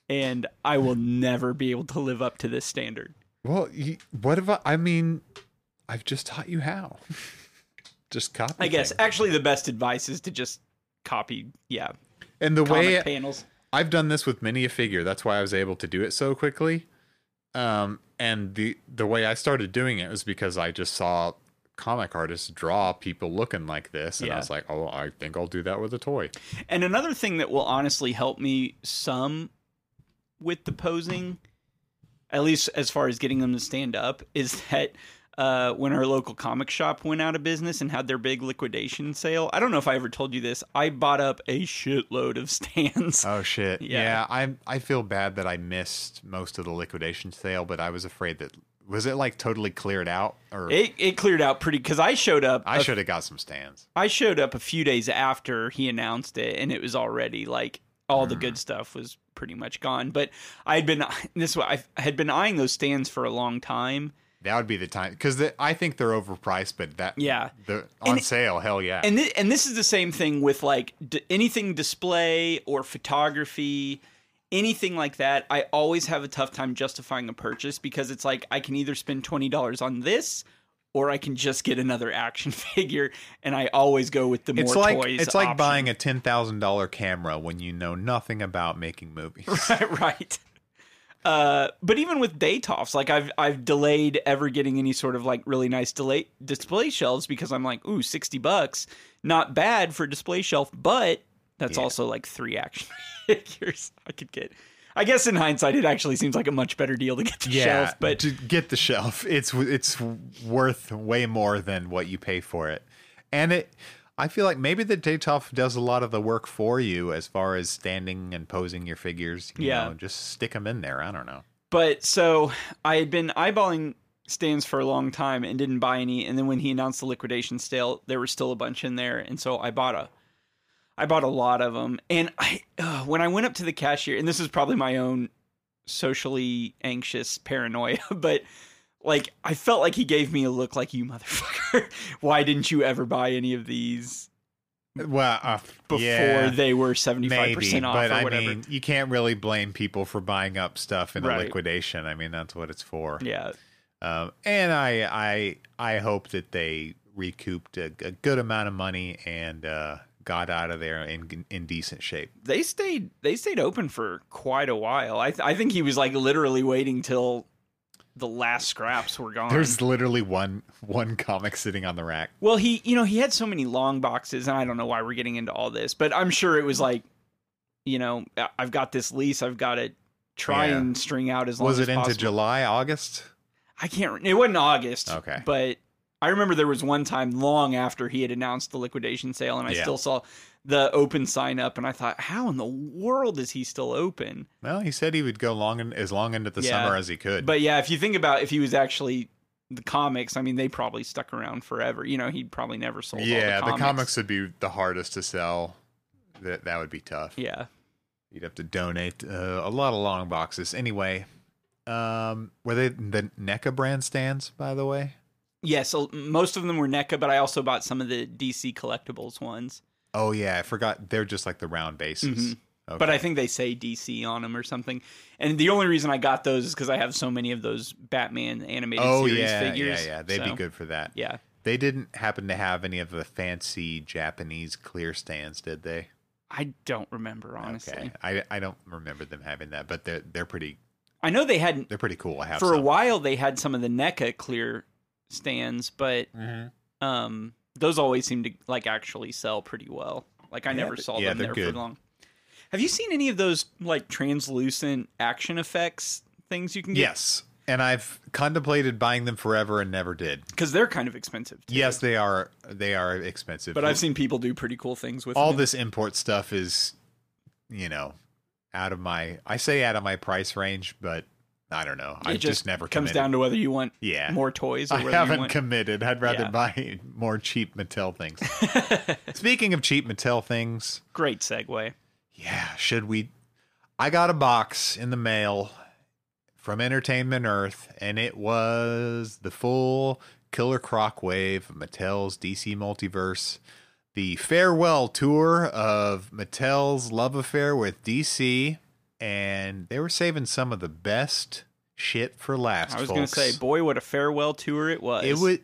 Speaker 4: and I will never be able to live up to this standard.
Speaker 3: Well, you, what if I, I mean, I've just taught you how. just copy.
Speaker 4: I guess
Speaker 3: things.
Speaker 4: actually the best advice is to just copy, yeah,
Speaker 3: And the
Speaker 4: comic
Speaker 3: way
Speaker 4: panels.
Speaker 3: I've done this with many a figure, that's why I was able to do it so quickly. Um, and the the way I started doing it was because I just saw comic artists draw people looking like this, and
Speaker 4: Yeah.
Speaker 3: I was like, oh, I think I'll do that with a toy.
Speaker 4: And another thing that will honestly help me some with the posing, at least as far as getting them to stand up, is that uh, when our local comic shop went out of business and had their big liquidation sale, I don't know if I ever told you this, I bought up a shitload of stands.
Speaker 3: Oh shit!
Speaker 4: Yeah.
Speaker 3: Yeah, I I feel bad that I missed most of the liquidation sale, but I was afraid that was it like totally cleared out, or
Speaker 4: it, it cleared out pretty because I showed up.
Speaker 3: I
Speaker 4: a-
Speaker 3: should have got some stands.
Speaker 4: I showed up a few days after he announced it, and it was already like all the good stuff was pretty much gone. But I had been this way. I've- I had been eyeing those stands for a long time,
Speaker 3: That would be the time because I think they're overpriced, but that
Speaker 4: Yeah.
Speaker 3: the, on
Speaker 4: And-
Speaker 3: sale, hell yeah.
Speaker 4: and thi- and this is the same thing with like d- anything display or photography anything like that i always have a tough time justifying a purchase because it's like i can either spend $20 on this or i can just get another action figure and i always go with the more
Speaker 3: it's like
Speaker 4: toys
Speaker 3: it's like
Speaker 4: option.
Speaker 3: buying a ten thousand dollar camera when you know nothing about making movies.
Speaker 4: right uh, but even with day toffs, like I've I've delayed ever getting any sort of like really nice delay display shelves because I'm like, ooh, sixty bucks, not bad for a display shelf, but that's also like three action figures I could get. I guess in hindsight, it actually seems like a much better deal to get the shelf, but
Speaker 3: to get the shelf, it's it's worth way more than what you pay for it, and it. I feel like maybe the Daytoff does a lot of the work for you as far as standing and posing your figures. You
Speaker 4: Yeah.
Speaker 3: know, just stick them in there. I don't know.
Speaker 4: But so I had been eyeballing stands for a long time and didn't buy any. And then when he announced the liquidation sale, there were still a bunch in there, and so I bought a, I bought a lot of them. And I, uh, when I went up to the cashier, and this is probably my own socially anxious paranoia, but like I felt like he gave me a look like you motherfucker. Why didn't you ever buy any of these
Speaker 3: Well, uh,
Speaker 4: before they were seventy five percent off
Speaker 3: but
Speaker 4: or
Speaker 3: I
Speaker 4: whatever?
Speaker 3: mean, you can't really blame people for buying up stuff in
Speaker 4: Right.
Speaker 3: a liquidation. I mean, that's what it's for.
Speaker 4: yeah,
Speaker 3: Um, and I, I, I hope that they recouped a, a good amount of money and uh, got out of there in in decent shape.
Speaker 4: they stayed they stayed open for quite a while. I th- I think he was like literally waiting till the last scraps were gone.
Speaker 3: There's literally one one comic sitting on the rack.
Speaker 4: well, he you know he had so many long boxes, and I don't know why we're getting into all this, but I'm sure it was like, you know, I- I've got this lease, I've got to try
Speaker 3: Yeah.
Speaker 4: and string out as long
Speaker 3: Was
Speaker 4: as
Speaker 3: it into
Speaker 4: possible.
Speaker 3: July, August?
Speaker 4: I can't. re- It wasn't August.
Speaker 3: Okay.
Speaker 4: But I remember there was one time long after he had announced the liquidation sale, and I
Speaker 3: Yeah.
Speaker 4: still saw the open sign up, and I thought, how in the world is he still open?
Speaker 3: Well, he said he would go long in, as long into the
Speaker 4: Yeah.
Speaker 3: summer as he could.
Speaker 4: But yeah, if you think about if he was actually the comics, I mean, they probably stuck around forever. You know, he probably never sold. all
Speaker 3: yeah,
Speaker 4: the comics.
Speaker 3: would be the hardest to sell. That that would be tough.
Speaker 4: Yeah,
Speaker 3: You'd have to donate uh, a lot of long boxes. Anyway, um, were they the NECA brand stands, by the way?
Speaker 4: yeah. So most of them were NECA, but I also bought some of the DC collectibles ones.
Speaker 3: Oh, yeah. I forgot. They're just like the round bases. Okay.
Speaker 4: Mm-hmm. But I think they say DC on them or something. And the only reason I got those is because I have so many of those Batman animated
Speaker 3: oh,
Speaker 4: series
Speaker 3: yeah.
Speaker 4: figures.
Speaker 3: Yeah, yeah. They'd be
Speaker 4: So,
Speaker 3: good for that.
Speaker 4: Yeah.
Speaker 3: They didn't happen to have any of the fancy Japanese clear stands, did they?
Speaker 4: I don't remember honestly.
Speaker 3: Okay, I, I don't remember them having that, but they're they're pretty
Speaker 4: I know they had
Speaker 3: they're pretty cool. I have
Speaker 4: for a
Speaker 3: some.
Speaker 4: while they had some of the NECA clear stands, but
Speaker 3: Mhm.
Speaker 4: um, those always seem to like actually sell pretty well. Like I never
Speaker 3: th-
Speaker 4: saw
Speaker 3: yeah,
Speaker 4: them
Speaker 3: they're
Speaker 4: there for
Speaker 3: good.
Speaker 4: long. Have you seen any of those like translucent action effects things you can get?
Speaker 3: Yes, and I've contemplated buying them forever and never did.
Speaker 4: because they're kind of expensive. Too.
Speaker 3: Yes, they are they are expensive,
Speaker 4: but I've seen people do pretty cool things with
Speaker 3: all
Speaker 4: them.
Speaker 3: this import stuff is, you know, out of my I say out of my price range, but I don't know. I
Speaker 4: It
Speaker 3: just, never
Speaker 4: comes
Speaker 3: committed.
Speaker 4: down to whether you want
Speaker 3: Yeah.
Speaker 4: more toys. Or
Speaker 3: I
Speaker 4: whether you
Speaker 3: haven't
Speaker 4: want...
Speaker 3: committed. I'd rather
Speaker 4: Yeah.
Speaker 3: buy more cheap Mattel things. Speaking of cheap Mattel things,
Speaker 4: Great segue.
Speaker 3: yeah, should we? I got a box in the mail from Entertainment Earth, and it was the full Killer Croc wave of Mattel's DC Multiverse, the farewell tour of Mattel's love affair with DC, and they were saving some of the best shit for last.
Speaker 4: I was
Speaker 3: going to
Speaker 4: say, boy, what a farewell tour it was.
Speaker 3: it would.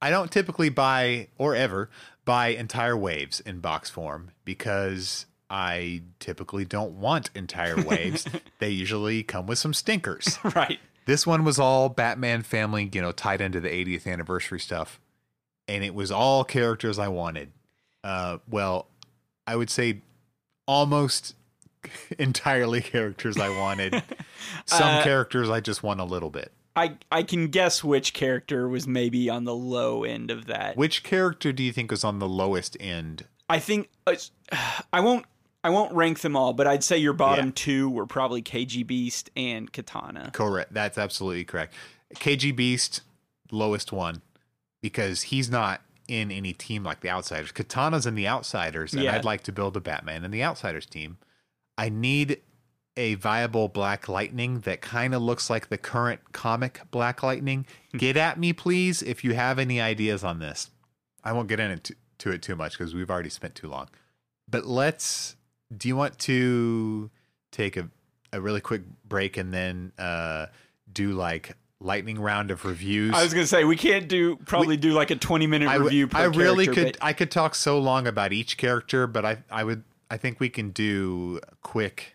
Speaker 3: I don't typically buy or ever buy entire waves in box form because I typically don't want entire waves. they usually come with some stinkers.
Speaker 4: right.
Speaker 3: this one was all Batman family, you know, tied into the 80th anniversary stuff, and it was all characters I wanted. Uh, well, I would say almost entirely characters I wanted. some characters I just want a little bit.
Speaker 4: I I can guess which character was maybe on the low end of that.
Speaker 3: Which character do you think was on the lowest end?
Speaker 4: I think it's- I won't I won't rank them all, but I'd say your bottom
Speaker 3: Yeah.
Speaker 4: two were probably KG Beast and Katana.
Speaker 3: Correct. That's absolutely correct. KG Beast, lowest one, because he's not in any team like the Outsiders. Katana's in the Outsiders, and
Speaker 4: Yeah.
Speaker 3: I'd like to build a Batman in the Outsiders team. I need a viable Black Lightning that kind of looks like the current comic Black Lightning. get at me, please, if you have any ideas on this. I won't get into to it too much because we've already spent too long. But let's. Do you want to take a, a really quick break and then uh, do like lightning round of reviews?
Speaker 4: I was gonna say we can't do probably do like a twenty minute
Speaker 3: I w-
Speaker 4: review per
Speaker 3: I really
Speaker 4: character,
Speaker 3: could.
Speaker 4: but
Speaker 3: I could talk so long about each character, but I I would. I think we can do quick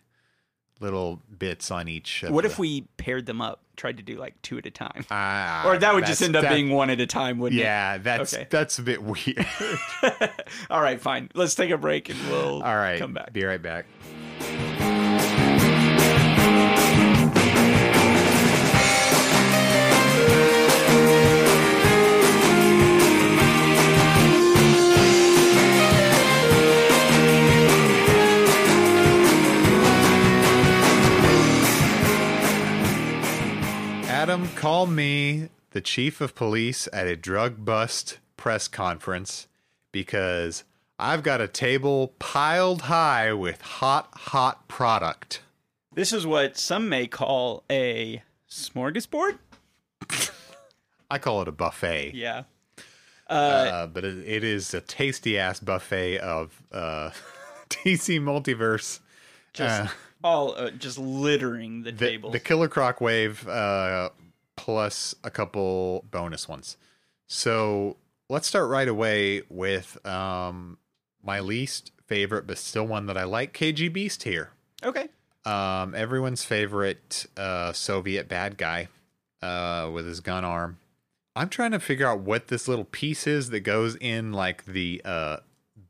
Speaker 3: little bits on each. Of
Speaker 4: what
Speaker 3: the-
Speaker 4: if we paired them up, tried to do like two at a time?
Speaker 3: Ah,
Speaker 4: or that would just
Speaker 3: that's-
Speaker 4: end up
Speaker 3: that-
Speaker 4: being one at a time, wouldn't
Speaker 3: Yeah, that's
Speaker 4: Okay.
Speaker 3: that's a bit weird.
Speaker 4: it? All right, fine. Let's take a break and we'll
Speaker 3: All right,
Speaker 4: come back.
Speaker 3: Be right back. Adam called me the chief of police at a drug bust press conference because I've got a table piled high with hot, hot product.
Speaker 4: This is what some may call a smorgasbord.
Speaker 3: I call it a buffet,
Speaker 4: Yeah.
Speaker 3: uh, but it, it is a tasty ass buffet of uh, DC Multiverse.
Speaker 4: Just
Speaker 3: Uh.
Speaker 4: all uh, just littering the,
Speaker 3: the,
Speaker 4: tables.
Speaker 3: the Killer Croc wave uh, plus a couple bonus ones. So let's start right away with um, my least favorite, but still one that I like KG Beast here.
Speaker 4: okay.
Speaker 3: Um, everyone's favorite uh, Soviet bad guy uh, with his gun arm. I'm trying to figure out what this little piece is that goes in like the uh,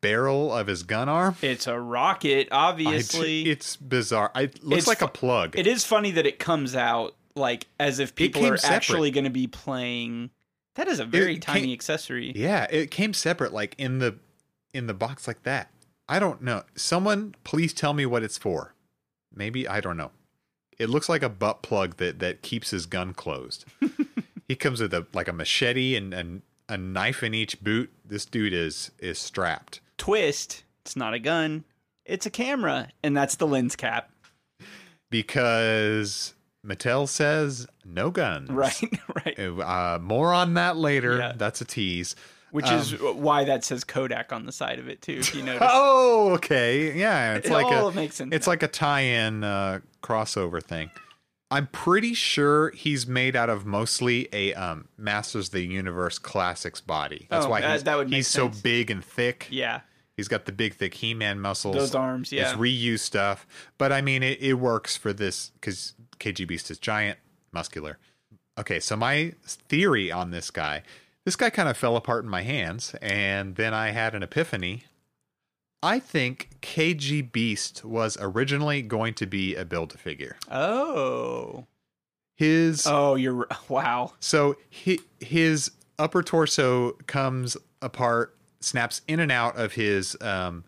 Speaker 3: barrel of his gun arm.
Speaker 4: It's a rocket,
Speaker 3: I d-
Speaker 4: obviously. it,
Speaker 3: it's bizarre. I- It looks
Speaker 4: It's
Speaker 3: like a
Speaker 4: fu-
Speaker 3: plug.
Speaker 4: it is funny that it comes out like as if people
Speaker 3: came
Speaker 4: are
Speaker 3: separate.
Speaker 4: actually going to be playing. That is a very
Speaker 3: came-
Speaker 4: tiny accessory.
Speaker 3: Yeah, it came separate, like in the in the box like that. I don't know. Someone please tell me what it's for. Maybe I don't know. It looks like a butt plug that that keeps his gun closed. he comes with a like a machete and, and a knife in each boot. This dude is is strapped.
Speaker 4: Twist. It's not a gun. It's a camera, and that's the lens cap.
Speaker 3: Because Mattel says no guns.
Speaker 4: Right, right.
Speaker 3: Uh, more on that later.
Speaker 4: Yeah.
Speaker 3: That's a tease.
Speaker 4: Which is why that says Kodak on the side of it too. If you notice,
Speaker 3: Um, Oh, okay. Yeah, it's
Speaker 4: It
Speaker 3: like
Speaker 4: all
Speaker 3: a,
Speaker 4: makes sense
Speaker 3: It's
Speaker 4: now.
Speaker 3: like a tie-in uh, crossover thing. I'm pretty sure he's made out of mostly a um, Masters of the Universe classics body. That's
Speaker 4: Oh,
Speaker 3: why
Speaker 4: that-
Speaker 3: he's,
Speaker 4: that would make
Speaker 3: he's
Speaker 4: sense.
Speaker 3: so big and thick.
Speaker 4: yeah.
Speaker 3: He's got the big, thick He-Man muscles.
Speaker 4: Those arms, yeah.
Speaker 3: It's reused stuff, but I mean, it, it works for this because KG Beast is giant, muscular. Okay, so my theory on this guy, this guy kind of fell apart in my hands, and then I had an epiphany. I think KG Beast was originally going to be a build a figure.
Speaker 4: oh.
Speaker 3: His
Speaker 4: Oh, you're r- wow.
Speaker 3: so he, his upper torso comes apart, snaps in and out of his um,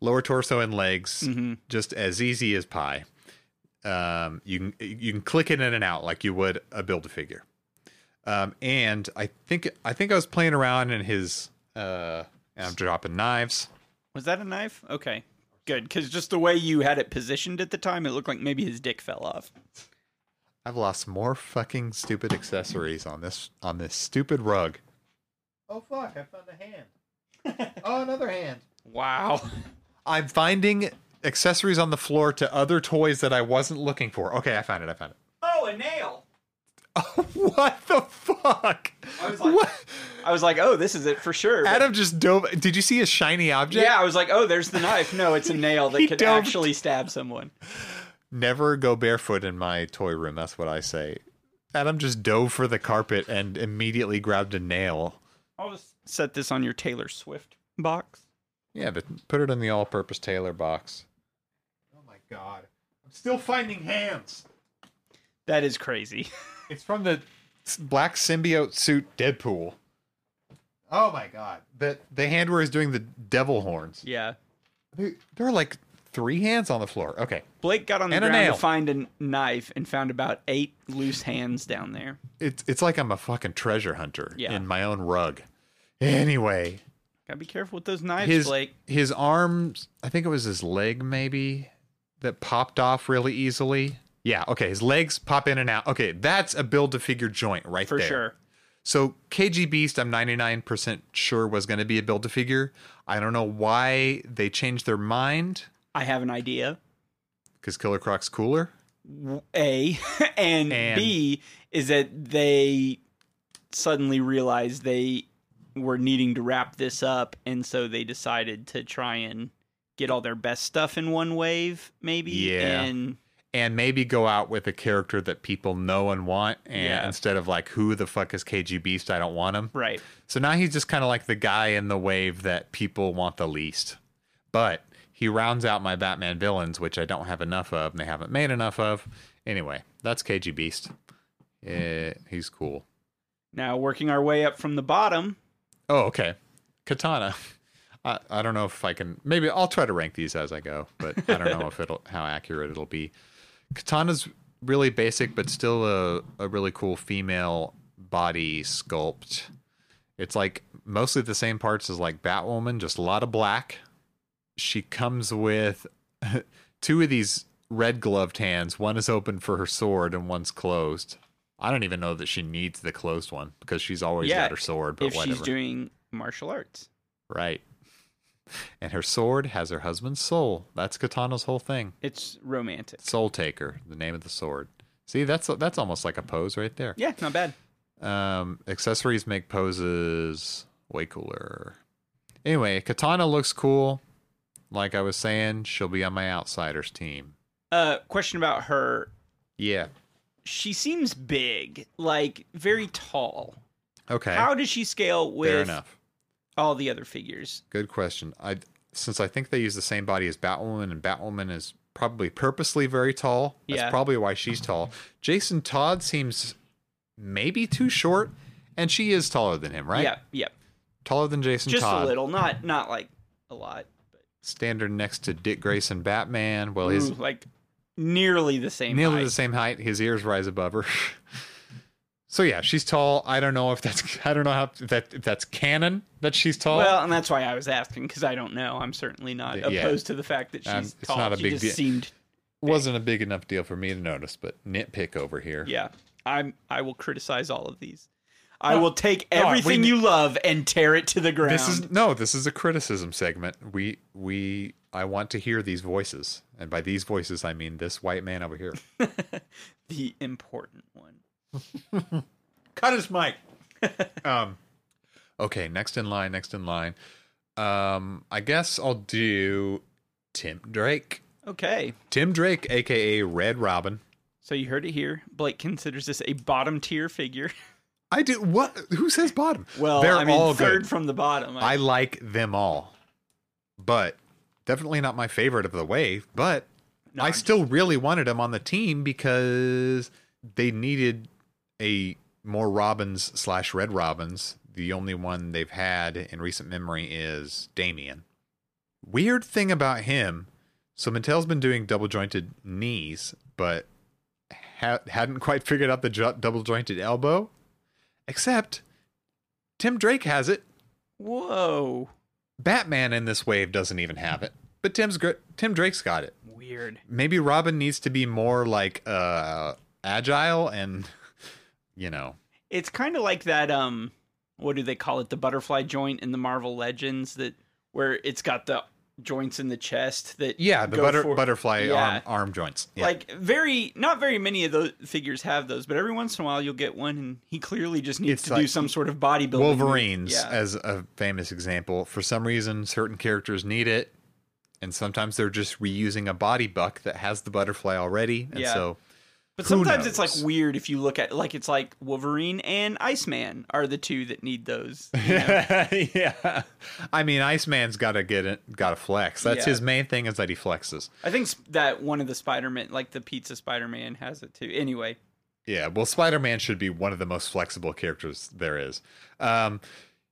Speaker 3: lower torso and legs, just as easy as pie. Um, you can you can click it in and out like you would a build a figure. Um, and I think I think I was playing around in his. Uh, and I'm dropping knives.
Speaker 4: Was that a knife? Okay. Good, because just the way you had it positioned at the time, it looked like maybe his dick fell off.
Speaker 3: I've lost more fucking stupid accessories on this on this stupid rug. Oh fuck! I found a hand. oh, another hand.
Speaker 4: Wow.
Speaker 3: I'm finding accessories on the floor to other toys that I wasn't looking for. Okay, I found it. I found it.
Speaker 4: Oh, a nail.
Speaker 3: What the fuck? what?
Speaker 4: I was like, oh, this is it for sure.
Speaker 3: Adam just dove. Did you see a shiny object?
Speaker 4: yeah, I was like, oh, there's the knife. No, it's a nail that
Speaker 3: He
Speaker 4: could
Speaker 3: dove-
Speaker 4: actually stab someone.
Speaker 3: Never go barefoot in my toy room. That's what I say. Adam just dove for the carpet and immediately grabbed a nail.
Speaker 4: I'll just set this on your Taylor Swift box.
Speaker 3: Yeah, but put it in the all-purpose Taylor box. Oh my god! I'm still finding hands.
Speaker 4: That is crazy.
Speaker 3: It's from the s- black symbiote suit Deadpool. Oh my god. The the hand where he's doing the devil horns.
Speaker 4: yeah.
Speaker 3: There there are like three hands on the floor. Okay.
Speaker 4: Blake got on the
Speaker 3: And a
Speaker 4: ground
Speaker 3: nail.
Speaker 4: to find a n- knife and found about eight loose hands down there.
Speaker 3: It's it's like I'm a fucking treasure hunter
Speaker 4: Yeah.
Speaker 3: in my own rug. Anyway,
Speaker 4: Gotta be careful with those knives,
Speaker 3: his
Speaker 4: Blake.
Speaker 3: his arms, I think it was his leg maybe that popped off really easily. Yeah, okay, his legs pop in and out. Okay, that's a build to figure joint right
Speaker 4: For
Speaker 3: there.
Speaker 4: sure.
Speaker 3: So KG Beast, I'm 99% sure was going to be a build to figure. I don't know why they changed their mind
Speaker 4: I have an idea.
Speaker 3: because Killer Croc's cooler.
Speaker 4: A and,
Speaker 3: And-
Speaker 4: B is that they suddenly realized they were needing to wrap this up, and so they decided to try and get all their best stuff in one wave, maybe.
Speaker 3: Yeah.
Speaker 4: And
Speaker 3: And maybe go out with a character that people know and want, and
Speaker 4: Yeah.
Speaker 3: instead of like, who the fuck is KG Beast? I don't want him.
Speaker 4: right.
Speaker 3: So now he's just kind of like the guy in the wave that people want the least. But he rounds out my Batman villains, which I don't have enough of, and they haven't made enough of. Anyway, that's KG Beast. Eh, he's cool.
Speaker 4: Now working our way up from the bottom.
Speaker 3: Oh, okay. Katana. I, I don't know if I can. Maybe I'll try to rank these as I go, but I don't know if it'll how accurate it'll be. Katana's really basic, but still a, a really cool female body sculpt. It's like mostly the same parts as like Batwoman, just a lot of black. She comes with two of these red gloved hands. One is open for her sword, and one's closed. I don't even know that she needs the closed one because she's always
Speaker 4: Yeah,
Speaker 3: got her sword. But
Speaker 4: if
Speaker 3: whatever.
Speaker 4: she's doing martial arts.
Speaker 3: Right. And her sword has her husband's soul. That's Katana's whole thing.
Speaker 4: It's romantic.
Speaker 3: Soul Taker, the name of the sword. See, that's that's almost like a pose right there.
Speaker 4: Yeah, not bad.
Speaker 3: Um, accessories make poses way cooler. Anyway, Katana looks cool. Like I was saying, she'll be on my outsiders team.
Speaker 4: Uh, question about her.
Speaker 3: Yeah.
Speaker 4: She seems big, like very tall.
Speaker 3: Okay.
Speaker 4: How does she scale
Speaker 3: Fair
Speaker 4: with
Speaker 3: enough.
Speaker 4: all the other figures?
Speaker 3: Good question. I since I think they use the same body as Batwoman, and Batwoman is probably purposely very tall. That's
Speaker 4: Yeah.
Speaker 3: probably why she's tall. Jason Todd seems maybe too short, and she is taller than him, right?
Speaker 4: Yeah, yeah.
Speaker 3: taller than Jason
Speaker 4: Just
Speaker 3: Todd.
Speaker 4: a little, not not like a lot.
Speaker 3: Standard next to Dick Grayson, Batman. Well,
Speaker 4: Ooh,
Speaker 3: his
Speaker 4: like nearly the Mm-hmm. same.
Speaker 3: nearly
Speaker 4: height.
Speaker 3: the same height. His ears rise above her. so yeah, she's tall. I don't know if that's I don't know how if that if that's canon that she's tall.
Speaker 4: Well, and that's why I was asking because I don't know. I'm certainly not
Speaker 3: Yeah.
Speaker 4: opposed to the fact that she's
Speaker 3: Um, it's
Speaker 4: tall.
Speaker 3: not a
Speaker 4: she
Speaker 3: big
Speaker 4: just
Speaker 3: deal.
Speaker 4: seemed.
Speaker 3: wasn't a big enough deal for me to notice, but nitpick over here.
Speaker 4: Yeah, I'm. I will criticize all of these. I will take
Speaker 3: we
Speaker 4: everything
Speaker 3: ne-
Speaker 4: you love and tear it to the ground.
Speaker 3: This is no, this is a criticism segment. We we I want to hear these voices. And by these voices I mean this white man over here.
Speaker 4: the important one.
Speaker 3: Cut his mic. um okay, next in line, next in line. Um, I guess I'll do Tim Drake.
Speaker 4: Okay.
Speaker 3: Tim Drake, aka Red Robin.
Speaker 4: So you heard it here. Blake considers this a bottom tier figure.
Speaker 3: I do what? Who says bottom?
Speaker 4: Well,
Speaker 3: they're
Speaker 4: I mean,
Speaker 3: all
Speaker 4: third
Speaker 3: good.
Speaker 4: from the bottom.
Speaker 3: I like them all, but definitely not my favorite of the wave. But
Speaker 4: No,
Speaker 3: I
Speaker 4: I'm
Speaker 3: still really wanted them on the team because they needed a more Robins slash Red Robins. The only one they've had in recent memory is Damien. Weird thing about him. So Mattel's been doing double jointed knees, but ha- hadn't quite figured out the jo- double jointed elbow. Except Tim Drake has it.
Speaker 4: Whoa.
Speaker 3: Batman in this wave doesn't even have it, but Tim's gr- Tim Drake's got it.
Speaker 4: Weird.
Speaker 3: Maybe Robin needs to be more like uh agile and you know
Speaker 4: It's kind of like that. Um, what do they call it? The butterfly joint in the Marvel Legends that where it's got the joints in the chest that
Speaker 3: yeah the
Speaker 4: go
Speaker 3: butter-
Speaker 4: for-
Speaker 3: butterfly
Speaker 4: Yeah.
Speaker 3: arm arm joints. Yeah.
Speaker 4: Like very, not very many of those figures have those, but every once in a while you'll get one, and he clearly just needs
Speaker 3: It's
Speaker 4: to do
Speaker 3: like
Speaker 4: some sort of bodybuilding. move.
Speaker 3: Wolverines uh,
Speaker 4: Yeah.
Speaker 3: as a famous example. For some reason, certain characters need it, and sometimes they're just reusing a body buck that has the butterfly already, and
Speaker 4: Yeah.
Speaker 3: so
Speaker 4: But
Speaker 3: Who
Speaker 4: sometimes it's like
Speaker 3: knows?
Speaker 4: weird if you look at like it's like Wolverine and Iceman are the two that need those. you know?
Speaker 3: yeah. I mean, Iceman's got to get it, got to flex. That's
Speaker 4: Yeah.
Speaker 3: his main thing is that he flexes.
Speaker 4: I think sp- that one of the Spider-Man, like the Pizza Spider-Man, has it too. Anyway,
Speaker 3: Yeah, well, Spider Man should be one of the most flexible characters there is. Um,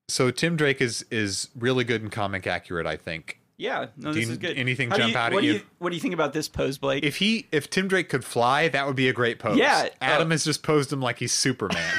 Speaker 3: so Tim Drake is is really good and comic accurate, I think.
Speaker 4: yeah, no,
Speaker 3: Do
Speaker 4: this
Speaker 3: you-
Speaker 4: is good.
Speaker 3: anything
Speaker 4: How do
Speaker 3: jump
Speaker 4: you-
Speaker 3: out at
Speaker 4: what do
Speaker 3: you?
Speaker 4: What do you think about this pose, Blake?
Speaker 3: If he if Tim Drake could fly, that would be a great pose.
Speaker 4: Yeah,
Speaker 3: Adam
Speaker 4: uh,
Speaker 3: has just posed him like he's Superman,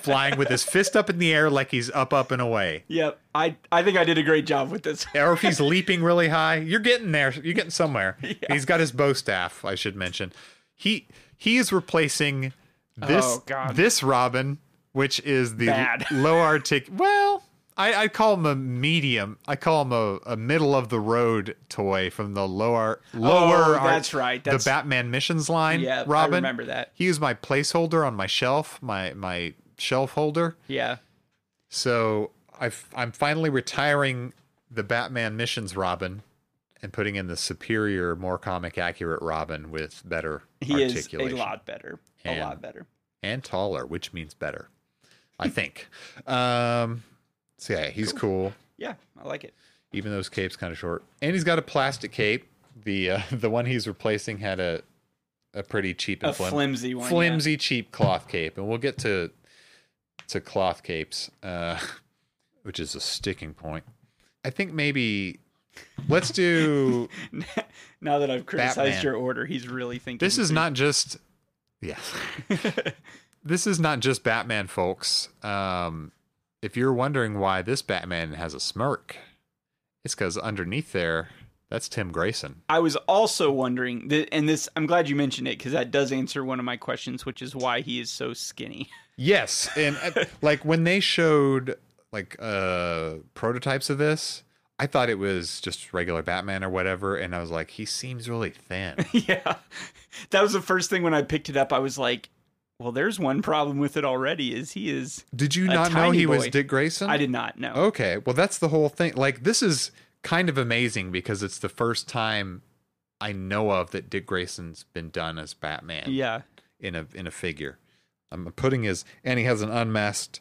Speaker 3: flying with his fist up in the air like he's up, up and away.
Speaker 4: yep, I I think I did a great job with this.
Speaker 3: or if he's leaping really high, you're getting there. You're getting somewhere. He's got his bow staff, I should mention. He he is replacing this
Speaker 4: Oh, God.
Speaker 3: this Robin, which is the
Speaker 4: Bad.
Speaker 3: low artic. Well, I, I call him a medium. I call him a, a middle of the road toy from the lower lower. art-
Speaker 4: Oh, that's right. That's-
Speaker 3: Oh, the Batman missions line.
Speaker 4: Yeah, I
Speaker 3: Robin.
Speaker 4: remember that.
Speaker 3: He was my placeholder on my shelf. My my shelf holder.
Speaker 4: yeah,
Speaker 3: So I've, I'm finally retiring the Batman Missions Robin and putting in the superior, more comic accurate Robin with better
Speaker 4: he is a
Speaker 3: articulation
Speaker 4: lot better.
Speaker 3: And-
Speaker 4: a lot better.
Speaker 3: and taller, which means better, I think. um, so yeah, he's cool.
Speaker 4: Yeah, I like it.
Speaker 3: Even though his cape's kind of short, and he's got a plastic cape. The uh, the one he's replacing had a a pretty cheap and
Speaker 4: A flimsy one, yeah.
Speaker 3: flimsy cheap cloth cape, and we'll get to to cloth capes, uh, which is a sticking point. I think maybe let's do.
Speaker 4: now that I've criticized
Speaker 3: Batman.
Speaker 4: your order, he's really thinking.
Speaker 3: this is not just yes. this is not just Batman, folks. Um, if you're wondering why this Batman has a smirk, it's because underneath there, that's Tim Grayson.
Speaker 4: I was also wondering, th- and this I'm glad you mentioned it because that does answer one of my questions, which is why he is so skinny.
Speaker 3: Yes, and uh, like when they showed like uh prototypes of this, I thought it was just regular Batman or whatever, and I was like, he seems really thin.
Speaker 4: yeah, that was the first thing when I picked it up. I was like, well, there's one problem with it already. Is he is?
Speaker 3: Did you
Speaker 4: A
Speaker 3: not know
Speaker 4: tiny
Speaker 3: he was
Speaker 4: boy.
Speaker 3: Dick Grayson?
Speaker 4: I did not know.
Speaker 3: Okay, well that's the whole thing. Like this is kind of amazing because it's the first time I know of that Dick Grayson's been done as Batman.
Speaker 4: Yeah,
Speaker 3: in a in a figure. Um, I'm putting his and he has an unmasked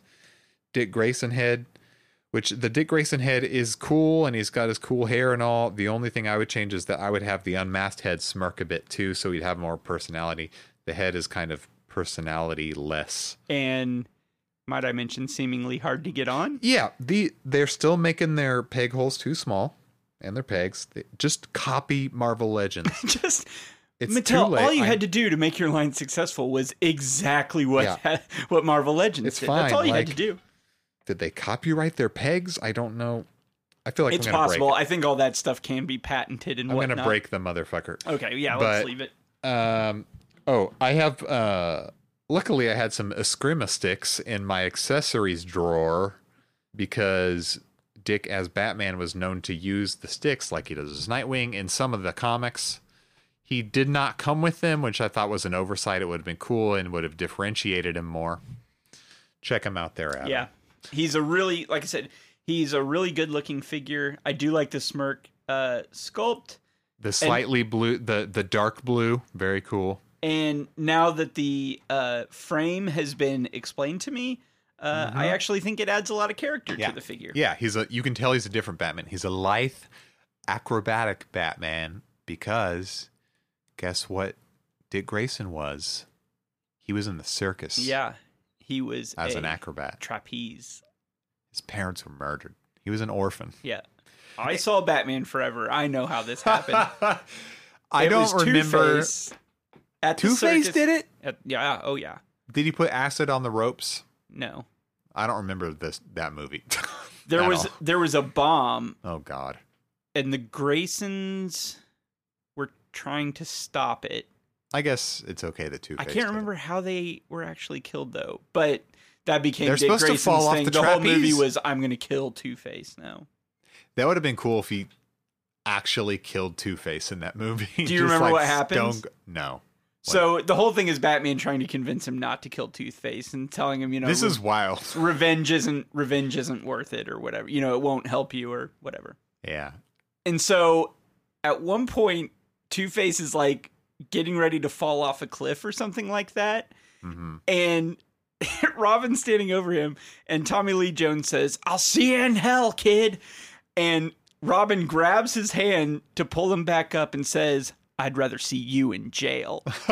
Speaker 3: Dick Grayson head, which the Dick Grayson head is cool and he's got his cool hair and all. The only thing I would change is that I would have the unmasked head smirk a bit too, so he'd have more personality. The head is kind of personality less.
Speaker 4: and might I mention, seemingly hard to get on.
Speaker 3: Yeah, the they're still making their peg holes too small and their pegs. They, just copy Marvel Legends.
Speaker 4: Just
Speaker 3: It's too
Speaker 4: Mattel,
Speaker 3: late.
Speaker 4: all you
Speaker 3: I-
Speaker 4: had to do to make your line successful was exactly what
Speaker 3: Yeah.
Speaker 4: that- what Marvel Legends
Speaker 3: It's
Speaker 4: did.
Speaker 3: fine,
Speaker 4: That's all you had
Speaker 3: like-
Speaker 4: to do.
Speaker 3: did they copyright their pegs? I don't know. I feel like
Speaker 4: It's
Speaker 3: I'm gonna
Speaker 4: possible.
Speaker 3: Break
Speaker 4: I think all that stuff can be patented and
Speaker 3: I'm
Speaker 4: whatnot.
Speaker 3: gonna break the motherfucker.
Speaker 4: Okay, yeah,
Speaker 3: But-
Speaker 4: let's leave it.
Speaker 3: Um, oh, I have. Uh, luckily, I had some Eskrima sticks in my accessories drawer because Dick, as Batman, was known to use the sticks like he does as Nightwing in some of the comics. He did not come with them, which I thought was an oversight. It would have been cool and would have differentiated him more. Check him out there, Adam.
Speaker 4: Yeah. He's a really, like I said, He's a really good looking figure. I do like the smirk uh, sculpt.
Speaker 3: The slightly blue, the the dark blue, very cool.
Speaker 4: And now that the uh, frame has been explained to me, uh, I actually think it adds a lot of character
Speaker 3: Mm-hmm. Yeah.
Speaker 4: to the figure.
Speaker 3: Yeah, he's a. You can tell he's a different Batman. He's a lithe, acrobatic Batman because, guess what? Dick Grayson was. He was in the circus.
Speaker 4: Yeah. He was
Speaker 3: as
Speaker 4: a
Speaker 3: an acrobat.
Speaker 4: trapeze.
Speaker 3: His parents were murdered. He was an orphan.
Speaker 4: Yeah. I saw Batman Forever. I I know how this happened.
Speaker 3: I
Speaker 4: It
Speaker 3: don't
Speaker 4: was
Speaker 3: remember.
Speaker 4: Two-Face at the
Speaker 3: Two Face
Speaker 4: circus-
Speaker 3: did it.
Speaker 4: at- yeah. Oh, yeah.
Speaker 3: Did he put acid on the ropes?
Speaker 4: No.
Speaker 3: I don't remember this that movie.
Speaker 4: There
Speaker 3: At
Speaker 4: was
Speaker 3: all.
Speaker 4: there was a bomb,
Speaker 3: Oh God.
Speaker 4: and the Graysons were trying to stop it.
Speaker 3: I guess it's okay that Two.
Speaker 4: I can't remember how they were actually killed though, but that became
Speaker 3: They're
Speaker 4: Dick
Speaker 3: supposed to
Speaker 4: Grayson's
Speaker 3: fall off
Speaker 4: thing.
Speaker 3: the
Speaker 4: whole movie
Speaker 3: trapeze.
Speaker 4: was I'm gonna kill Two Face now.
Speaker 3: That would have been cool if he actually killed Two Face in that movie. Do
Speaker 4: remember what happens?
Speaker 3: no.
Speaker 4: So the whole thing is Batman trying to convince him not to kill Two Face and telling him, you know,
Speaker 3: This
Speaker 4: re-
Speaker 3: is wild.
Speaker 4: revenge isn't revenge isn't worth it or whatever. You know, it won't help you or whatever.
Speaker 3: Yeah.
Speaker 4: And so at one point, Two Face is like getting ready to fall off a cliff or something like that.
Speaker 3: hmm
Speaker 4: And Robin's standing over him, and Tommy Lee Jones says, I'll see you in hell, kid. And Robin grabs his hand to pull him back up and says, I'd rather see you in jail.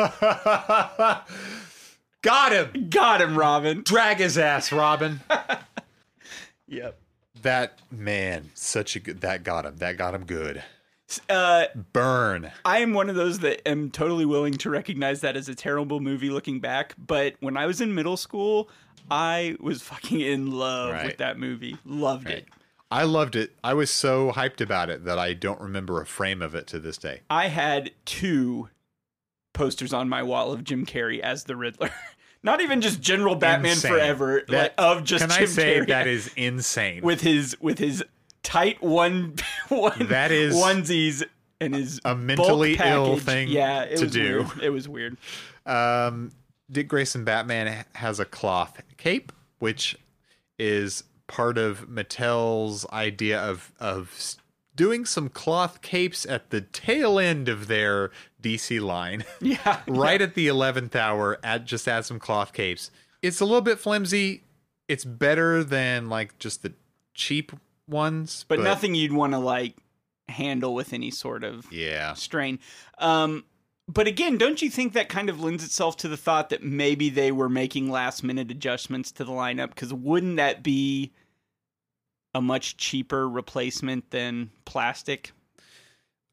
Speaker 3: Got him.
Speaker 4: Got him, Robin.
Speaker 3: Drag his ass, Robin.
Speaker 4: Yep.
Speaker 3: that man, such a good. That got him. That got him good.
Speaker 4: Uh,
Speaker 3: Burn.
Speaker 4: I am one of those that am totally willing to recognize that as a terrible movie looking back. But when I was in middle school, I was fucking in love with
Speaker 3: Right.
Speaker 4: that movie. Loved it.
Speaker 3: I loved it. I was so hyped about it that I don't remember a frame of it to this day.
Speaker 4: I had two posters on my wall of Jim Carrey as the Riddler. Not even just general Batman
Speaker 3: Insane.
Speaker 4: Forever,
Speaker 3: That-
Speaker 4: like, of just
Speaker 3: Can
Speaker 4: Jim
Speaker 3: I say
Speaker 4: Carrey
Speaker 3: that is insane?
Speaker 4: with his with his tight one one
Speaker 3: That is
Speaker 4: onesies and his
Speaker 3: a
Speaker 4: bulk
Speaker 3: mentally ill
Speaker 4: package.
Speaker 3: thing
Speaker 4: yeah, it
Speaker 3: to
Speaker 4: was
Speaker 3: do.
Speaker 4: Weird. It was weird.
Speaker 3: um, Dick Grayson Batman has a cloth cape, which is part of Mattel's idea of of s- doing some cloth capes at the tail end of their DC line.
Speaker 4: Yeah.
Speaker 3: right at the 11th hour add just add some cloth capes it's a little bit flimsy it's better than like just the cheap ones
Speaker 4: but nothing you'd want to like handle with any sort of
Speaker 3: yeah
Speaker 4: strain. Um, but again, don't you think that kind of lends itself to the thought that maybe they were making last minute adjustments to the lineup? Because wouldn't that be a much cheaper replacement than plastic?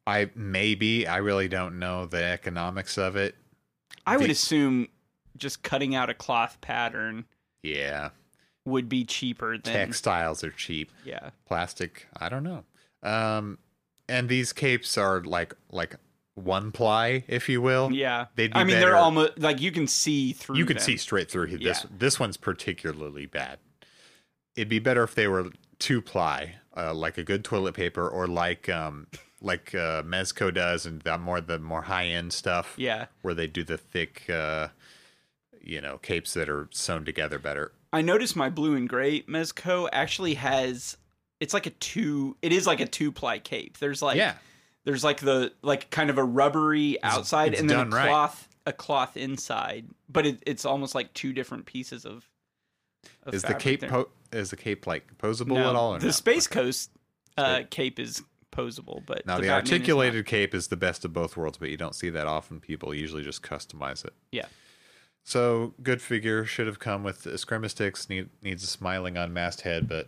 Speaker 3: i maybe i really don't know the economics of it
Speaker 4: I would
Speaker 3: The-
Speaker 4: assume just cutting out a cloth pattern
Speaker 3: yeah
Speaker 4: would be cheaper than
Speaker 3: textiles are cheap
Speaker 4: yeah.
Speaker 3: plastic i don't know um and these capes are like like one ply if you will
Speaker 4: Yeah.
Speaker 3: They'd be
Speaker 4: I mean
Speaker 3: better-
Speaker 4: they're almost like you can see through
Speaker 3: you can
Speaker 4: them.
Speaker 3: see straight through here. this
Speaker 4: Yeah.
Speaker 3: this one's particularly bad it'd be better if they were two ply uh, like a good toilet paper or like um like uh, mezco does and the more the more high end stuff
Speaker 4: Yeah.
Speaker 3: where they do the thick uh you know capes that are sewn together better
Speaker 4: I noticed my blue and gray Mezco actually has it's like a two it is like a two ply cape. There's like
Speaker 3: Yeah.
Speaker 4: there's like the like kind of a rubbery outside
Speaker 3: it's
Speaker 4: and then
Speaker 3: done
Speaker 4: a
Speaker 3: right.
Speaker 4: cloth a cloth inside. But it, it's almost like two different pieces of, of
Speaker 3: is the
Speaker 4: fabric
Speaker 3: cape
Speaker 4: there.
Speaker 3: po- is the cape like posable
Speaker 4: No,
Speaker 3: at all or
Speaker 4: the
Speaker 3: not?
Speaker 4: Space Coast uh, cape is posable, but
Speaker 3: now
Speaker 4: the
Speaker 3: the,
Speaker 4: Batman is not.
Speaker 3: articulated cape is the best of both worlds but you don't see that often people usually just customize it
Speaker 4: yeah.
Speaker 3: So good figure should have come with a sticks. Need, needs a smiling on masthead, but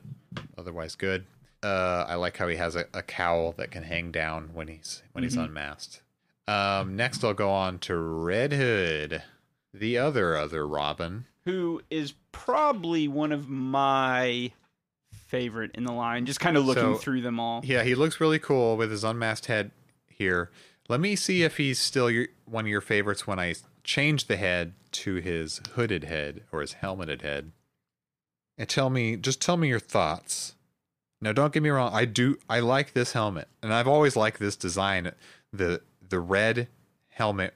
Speaker 3: otherwise good. Uh, I like how he has a, a cowl that can hang down when he's when
Speaker 4: Mm-hmm.
Speaker 3: he's unmasked. Um, next, I'll go on to Red Hood, the other other Robin.
Speaker 4: who is probably one of my favorite in the line. Just kind of
Speaker 3: So-
Speaker 4: looking through them all.
Speaker 3: Yeah, he looks really cool with his unmasked head here. Let me see if he's still your, one of your favorites when I change the head to his hooded head or his helmeted head. And tell me, just tell me your thoughts. Now, don't get me wrong. I do. I like this helmet, and I've always liked this design. the The red helmet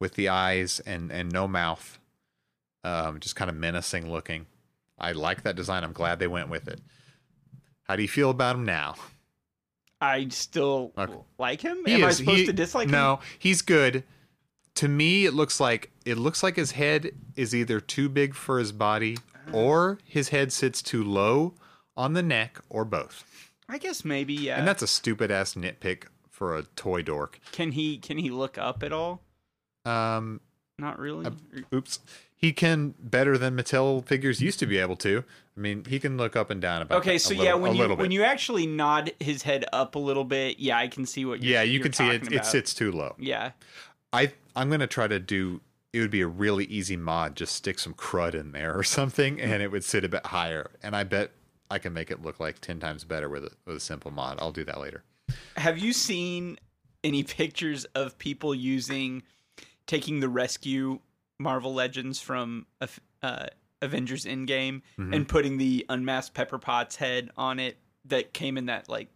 Speaker 3: with the eyes and and no mouth, um, just kind of menacing looking. I like that design. I'm glad they went with it. How do you feel about him now?
Speaker 4: I still
Speaker 3: Okay.
Speaker 4: like him.
Speaker 3: He
Speaker 4: Am I
Speaker 3: is-
Speaker 4: supposed
Speaker 3: he-
Speaker 4: to dislike him?
Speaker 3: No, he's good. To me, it looks like it looks like his head is either too big for his body, or his head sits too low on the neck, or both.
Speaker 4: I guess maybe. Yeah.
Speaker 3: And that's a stupid ass nitpick for a toy dork.
Speaker 4: can he can he look up at all?
Speaker 3: Um,
Speaker 4: Not really. Or-
Speaker 3: oops. He can better than Mattel figures used to be able to. I mean, he can look up and down about.
Speaker 4: okay,
Speaker 3: that
Speaker 4: so
Speaker 3: a little,
Speaker 4: yeah,
Speaker 3: a
Speaker 4: when you
Speaker 3: little bit.
Speaker 4: when you actually nod his head up a little bit, yeah, I can see what. You're,
Speaker 3: yeah, you
Speaker 4: you're
Speaker 3: can see it.
Speaker 4: talking
Speaker 3: It
Speaker 4: about.
Speaker 3: sits too low.
Speaker 4: Yeah.
Speaker 3: I I'm gonna try to do. It would be a really easy mod. Just stick some crud in there or something, and it would sit a bit higher. And I bet I can make it look like ten times better with a, with a simple mod. I'll do that later.
Speaker 4: Have you seen any pictures of people using taking the rescue Marvel Legends from a- uh, Avengers Endgame
Speaker 3: Mm-hmm.
Speaker 4: and putting the unmasked Pepper Potts head on it that came in that like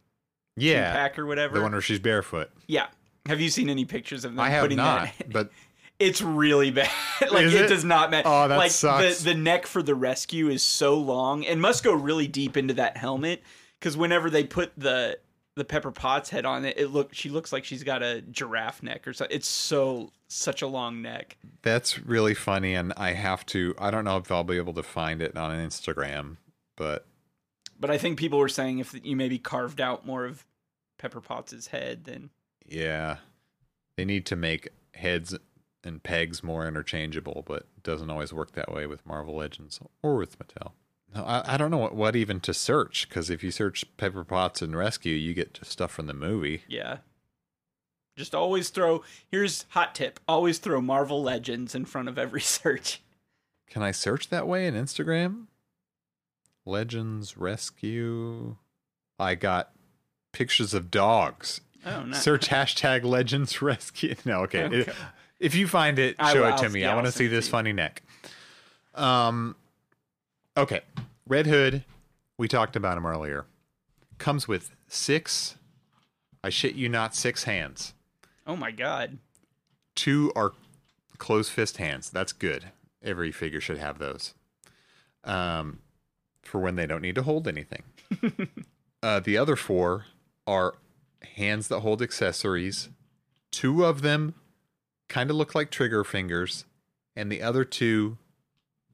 Speaker 3: Yeah,
Speaker 4: pack or whatever?
Speaker 3: the one where she's barefoot.
Speaker 4: yeah. Have you seen any pictures of them
Speaker 3: I have
Speaker 4: putting
Speaker 3: not,
Speaker 4: that?
Speaker 3: but
Speaker 4: It's really bad. like
Speaker 3: Is
Speaker 4: it?
Speaker 3: it?
Speaker 4: does not match.
Speaker 3: Oh, that
Speaker 4: like,
Speaker 3: sucks.
Speaker 4: The, the neck for the rescue is so long and must go really deep into that helmet because whenever they put the the Pepper Potts head on it, it look she looks like she's got a giraffe neck or something. It's so such a long neck.
Speaker 3: that's really funny, and I have to. I don't know if I'll be able to find it on Instagram, but
Speaker 4: But I think people were saying if you maybe carved out more of Pepper Potts's head, then
Speaker 3: yeah, they need to make heads and pegs more interchangeable, but it doesn't always work that way with Marvel Legends or with Mattel. No, I, I don't know what, what even to search because if you search Pepper Potts and Rescue, you get just stuff from the movie.
Speaker 4: yeah. Just always throw. Here's hot tip: always throw Marvel Legends in front of every search.
Speaker 3: Can I search that way in Instagram? Legends Rescue. I got pictures of dogs.
Speaker 4: Oh, nice.
Speaker 3: Search hashtag Legends Rescue. No, okay. It-
Speaker 4: Okay.
Speaker 3: if you find it,
Speaker 4: I
Speaker 3: show
Speaker 4: will-
Speaker 3: it to
Speaker 4: I'll-
Speaker 3: me.
Speaker 4: yeah,
Speaker 3: I want
Speaker 4: I'll
Speaker 3: to see
Speaker 4: send it
Speaker 3: this
Speaker 4: to you.
Speaker 3: funny neck. Um. Okay, Red Hood. We talked about him earlier. Comes with six. I shit you not, six hands.
Speaker 4: Oh my god.
Speaker 3: Two are closed fist hands. That's good. Every figure should have those. Um, for when they don't need to hold anything. uh, the other four are hands that hold accessories. Two of them kind of look like trigger fingers, and the other two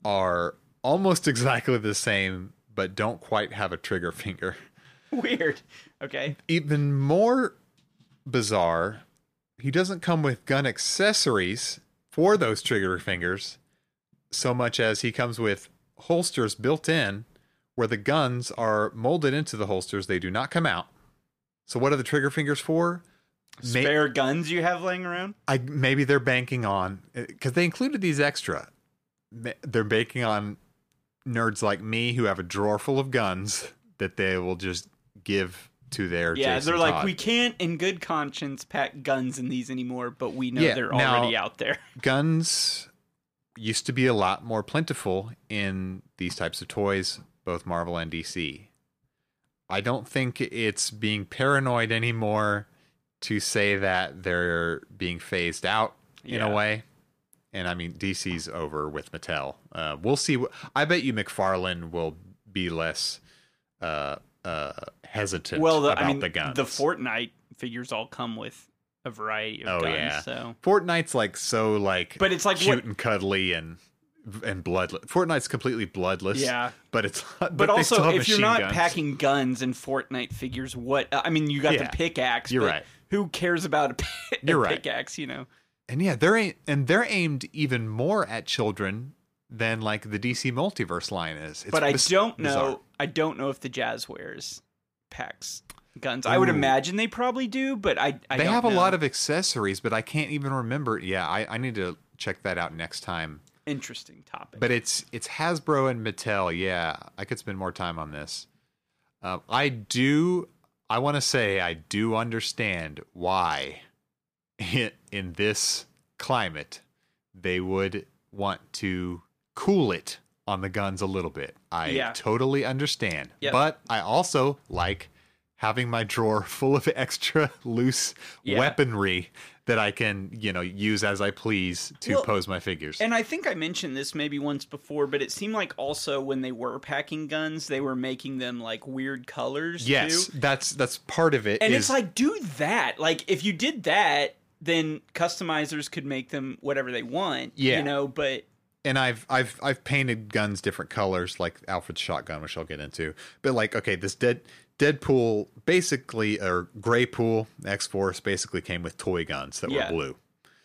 Speaker 3: are almost exactly the same, but don't quite have a trigger finger.
Speaker 4: Weird. Okay.
Speaker 3: even more bizarre, he doesn't come with gun accessories for those trigger fingers so much as he comes with holsters built in where the guns are molded into the holsters. They do not come out. So, what are the trigger fingers for? May-
Speaker 4: Spare guns you have laying around?
Speaker 3: I, maybe they're banking on because they included these extra. Ma- They're banking on nerds like me who have a drawer full of guns that they will just give to their
Speaker 4: Yeah,
Speaker 3: Jason
Speaker 4: they're like,
Speaker 3: Todd.
Speaker 4: we can't in good conscience pack guns in these anymore, but we know
Speaker 3: Yeah,
Speaker 4: they're
Speaker 3: now-
Speaker 4: already out there.
Speaker 3: guns used to be a lot more plentiful in these types of toys, both Marvel and DC. I don't think it's being paranoid anymore to say that they're being phased out in
Speaker 4: Yeah.
Speaker 3: a way. And I mean, DC's over with Mattel. Uh, we'll see. wh- I bet you McFarlane will be less uh, uh, hesitant
Speaker 4: Well, the,
Speaker 3: about
Speaker 4: I mean,
Speaker 3: the guns.
Speaker 4: the Fortnite figures all come with a variety of
Speaker 3: Oh,
Speaker 4: guns.
Speaker 3: yeah.
Speaker 4: So,
Speaker 3: Fortnite's like so like,
Speaker 4: But it's like
Speaker 3: cute
Speaker 4: what-
Speaker 3: and cuddly and and bloodless. Fortnite's completely bloodless.
Speaker 4: Yeah.
Speaker 3: but it's but,
Speaker 4: but,
Speaker 3: they still
Speaker 4: also,
Speaker 3: have
Speaker 4: if you're
Speaker 3: machine
Speaker 4: not
Speaker 3: guns.
Speaker 4: packing guns in Fortnite figures, what? uh, I mean, you got
Speaker 3: Yeah.
Speaker 4: the pickaxe.
Speaker 3: You're
Speaker 4: but
Speaker 3: right.
Speaker 4: Who cares about a, pick- a
Speaker 3: You're right.
Speaker 4: pickaxe? You know.
Speaker 3: and yeah, they're aim- and they're aimed even more at children than like the DC multiverse line is. It's
Speaker 4: but I
Speaker 3: bis-
Speaker 4: don't know.
Speaker 3: bizarre.
Speaker 4: I don't know if the Jazzwares packs guns. I would
Speaker 3: Ooh.
Speaker 4: imagine they probably do, but I, I
Speaker 3: They
Speaker 4: don't
Speaker 3: have a
Speaker 4: know.
Speaker 3: lot of accessories, but I can't even remember. Yeah, I, I need to check that out next time.
Speaker 4: interesting topic.
Speaker 3: But it's it's Hasbro and Mattel. Yeah, I could spend more time on this. Um, I do. I want to say I do understand why, in, in this climate, they would want to cool it on the guns a little bit. I
Speaker 4: Yeah.
Speaker 3: totally understand.
Speaker 4: Yep.
Speaker 3: But I also like having my drawer full of extra loose
Speaker 4: Yeah.
Speaker 3: weaponry that I can, you know, use as I please to
Speaker 4: Well,
Speaker 3: pose my figures.
Speaker 4: And I think I mentioned this maybe once before, but it seemed like also when they were packing guns, they were making them like weird colors.
Speaker 3: yes,
Speaker 4: too.
Speaker 3: that's that's part of it.
Speaker 4: and
Speaker 3: is-
Speaker 4: it's like do that. Like if you did that, then customizers could make them whatever they want.
Speaker 3: Yeah.
Speaker 4: you know. But
Speaker 3: and I've I've I've painted guns different colors, like Alfred's shotgun, which I'll get into. But like, okay, this dead Deadpool basically or Graypool X Force basically came with toy guns that
Speaker 4: Yeah.
Speaker 3: were blue.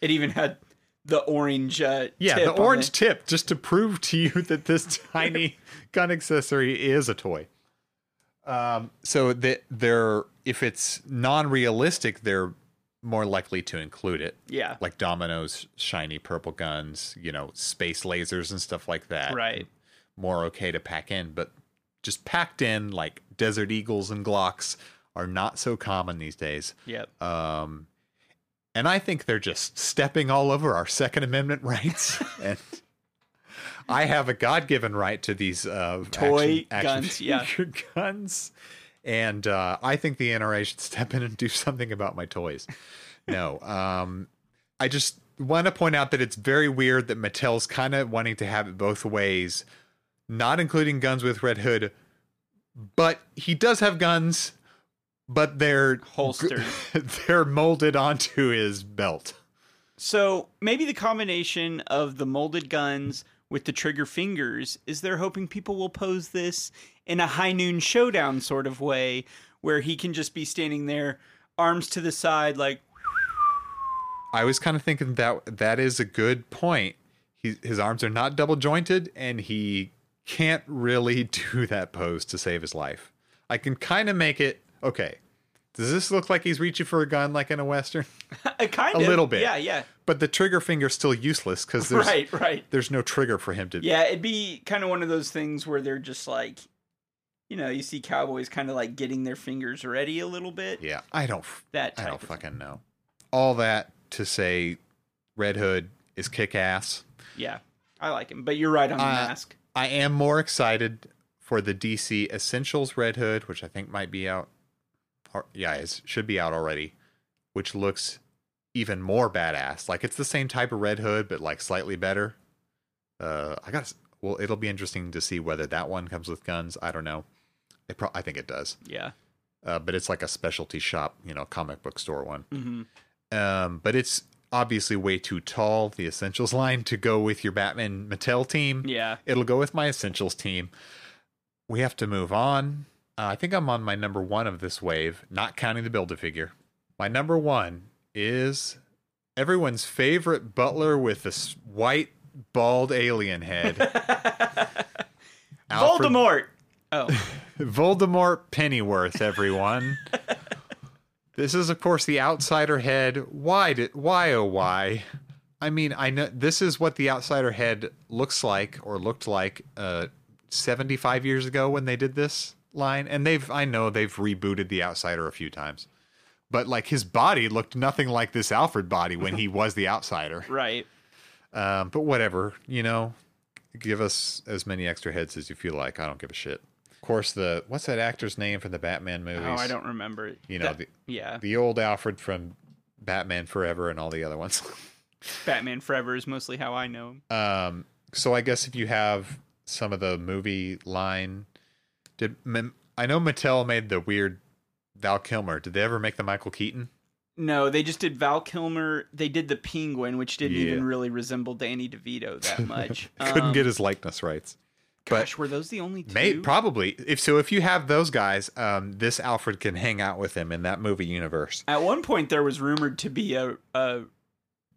Speaker 4: it even had the orange. Uh,
Speaker 3: Yeah,
Speaker 4: tip
Speaker 3: the
Speaker 4: on
Speaker 3: orange tip just to prove to you that this tiny gun accessory is a toy. Um, so that they're if it's non-realistic, they're more likely to include it.
Speaker 4: Yeah.
Speaker 3: like Domino's shiny purple guns, you know, space lasers and stuff like that.
Speaker 4: Right.
Speaker 3: more okay to pack in, but just packed in like Desert Eagles and Glocks are not so common these days.
Speaker 4: Yep.
Speaker 3: Um, and I think they're just stepping all over our Second Amendment rights. and I have a God given right to these uh,
Speaker 4: Toy
Speaker 3: action, action
Speaker 4: guns, yeah.
Speaker 3: figure guns. And uh, I think the NRA should step in and do something about my toys. No, um, I just want to point out that it's very weird that Mattel's kind of wanting to have it both ways, not including guns with Red Hood, but he does have guns, but they're
Speaker 4: Holstered.
Speaker 3: they're molded onto his belt.
Speaker 4: So maybe the combination of the molded guns with the trigger fingers is they're hoping people will pose this in a high noon showdown sort of way where he can just be standing there, arms to the side, like,
Speaker 3: I was kind of thinking that that is a good point. He, his arms are not double jointed, and he can't really do that pose to save his life. I can kind of make it okay. Does this look like he's reaching for a gun like in a western?
Speaker 4: a kind
Speaker 3: A
Speaker 4: of.
Speaker 3: little bit.
Speaker 4: Yeah, yeah.
Speaker 3: But the trigger finger's still useless because there's
Speaker 4: Right, right.
Speaker 3: there's no trigger for him to.
Speaker 4: Yeah, it'd be kind of one of those things where they're just like, you know, you see cowboys kind of like getting their fingers ready a little bit.
Speaker 3: Yeah, I don't. f-
Speaker 4: That
Speaker 3: I
Speaker 4: type
Speaker 3: don't
Speaker 4: of-
Speaker 3: fucking know. All that to say, Red Hood is kick ass.
Speaker 4: Yeah, I like him. But you're right on the
Speaker 3: Uh,
Speaker 4: mask.
Speaker 3: I am more excited for the DC Essentials Red Hood, which I think might be out. Or, yeah, it should be out already, which looks even more badass. Like it's the same type of Red Hood, but like slightly better. Uh, I got. Well, it'll be interesting to see whether that one comes with guns. I don't know. It pro- I think it does,
Speaker 4: Yeah.
Speaker 3: uh, but it's like a specialty shop, you know, comic book store one.
Speaker 4: hmm
Speaker 3: Um, but it's obviously way too tall. The Essentials line to go with your Batman Mattel team.
Speaker 4: Yeah.
Speaker 3: It'll go with my essentials team. We have to move on. Uh, I think I'm on my number one of this wave, not counting the Build a Figure. My number one is everyone's favorite butler with this white, bald alien head. Alfred-
Speaker 4: Voldemort. Oh,
Speaker 3: Voldemort Pennyworth, everyone. this is, of course, the outsider head. Why did why oh why? I mean, I know this is what the outsider head looks like or looked like uh 75 years ago when they did this line. And they've I know they've rebooted the outsider a few times. But like his body looked nothing like this Alfred body when he was the outsider.
Speaker 4: right.
Speaker 3: Um, but whatever, you know, give us as many extra heads as you feel like. I don't give a shit. Of course, the what's that actor's name from the Batman movies?
Speaker 4: Oh, I don't remember. it.
Speaker 3: You know,
Speaker 4: That-
Speaker 3: the-
Speaker 4: yeah,
Speaker 3: The old Alfred from Batman Forever and all the other ones.
Speaker 4: Batman Forever is mostly how I know him.
Speaker 3: um, so I guess if you have some of the movie line, did M- I know Mattel made the weird Val Kilmer? Did they ever make the Michael Keaton?
Speaker 4: no, they just did Val Kilmer. They did the Penguin, which didn't
Speaker 3: Yeah.
Speaker 4: even really resemble Danny DeVito that much.
Speaker 3: Couldn't
Speaker 4: Um,
Speaker 3: get his likeness rights.
Speaker 4: Gosh, were those the only two?
Speaker 3: May, probably if so if you have those guys um, this alfred can hang out with them in that movie universe
Speaker 4: At one point, there was rumored to be a, a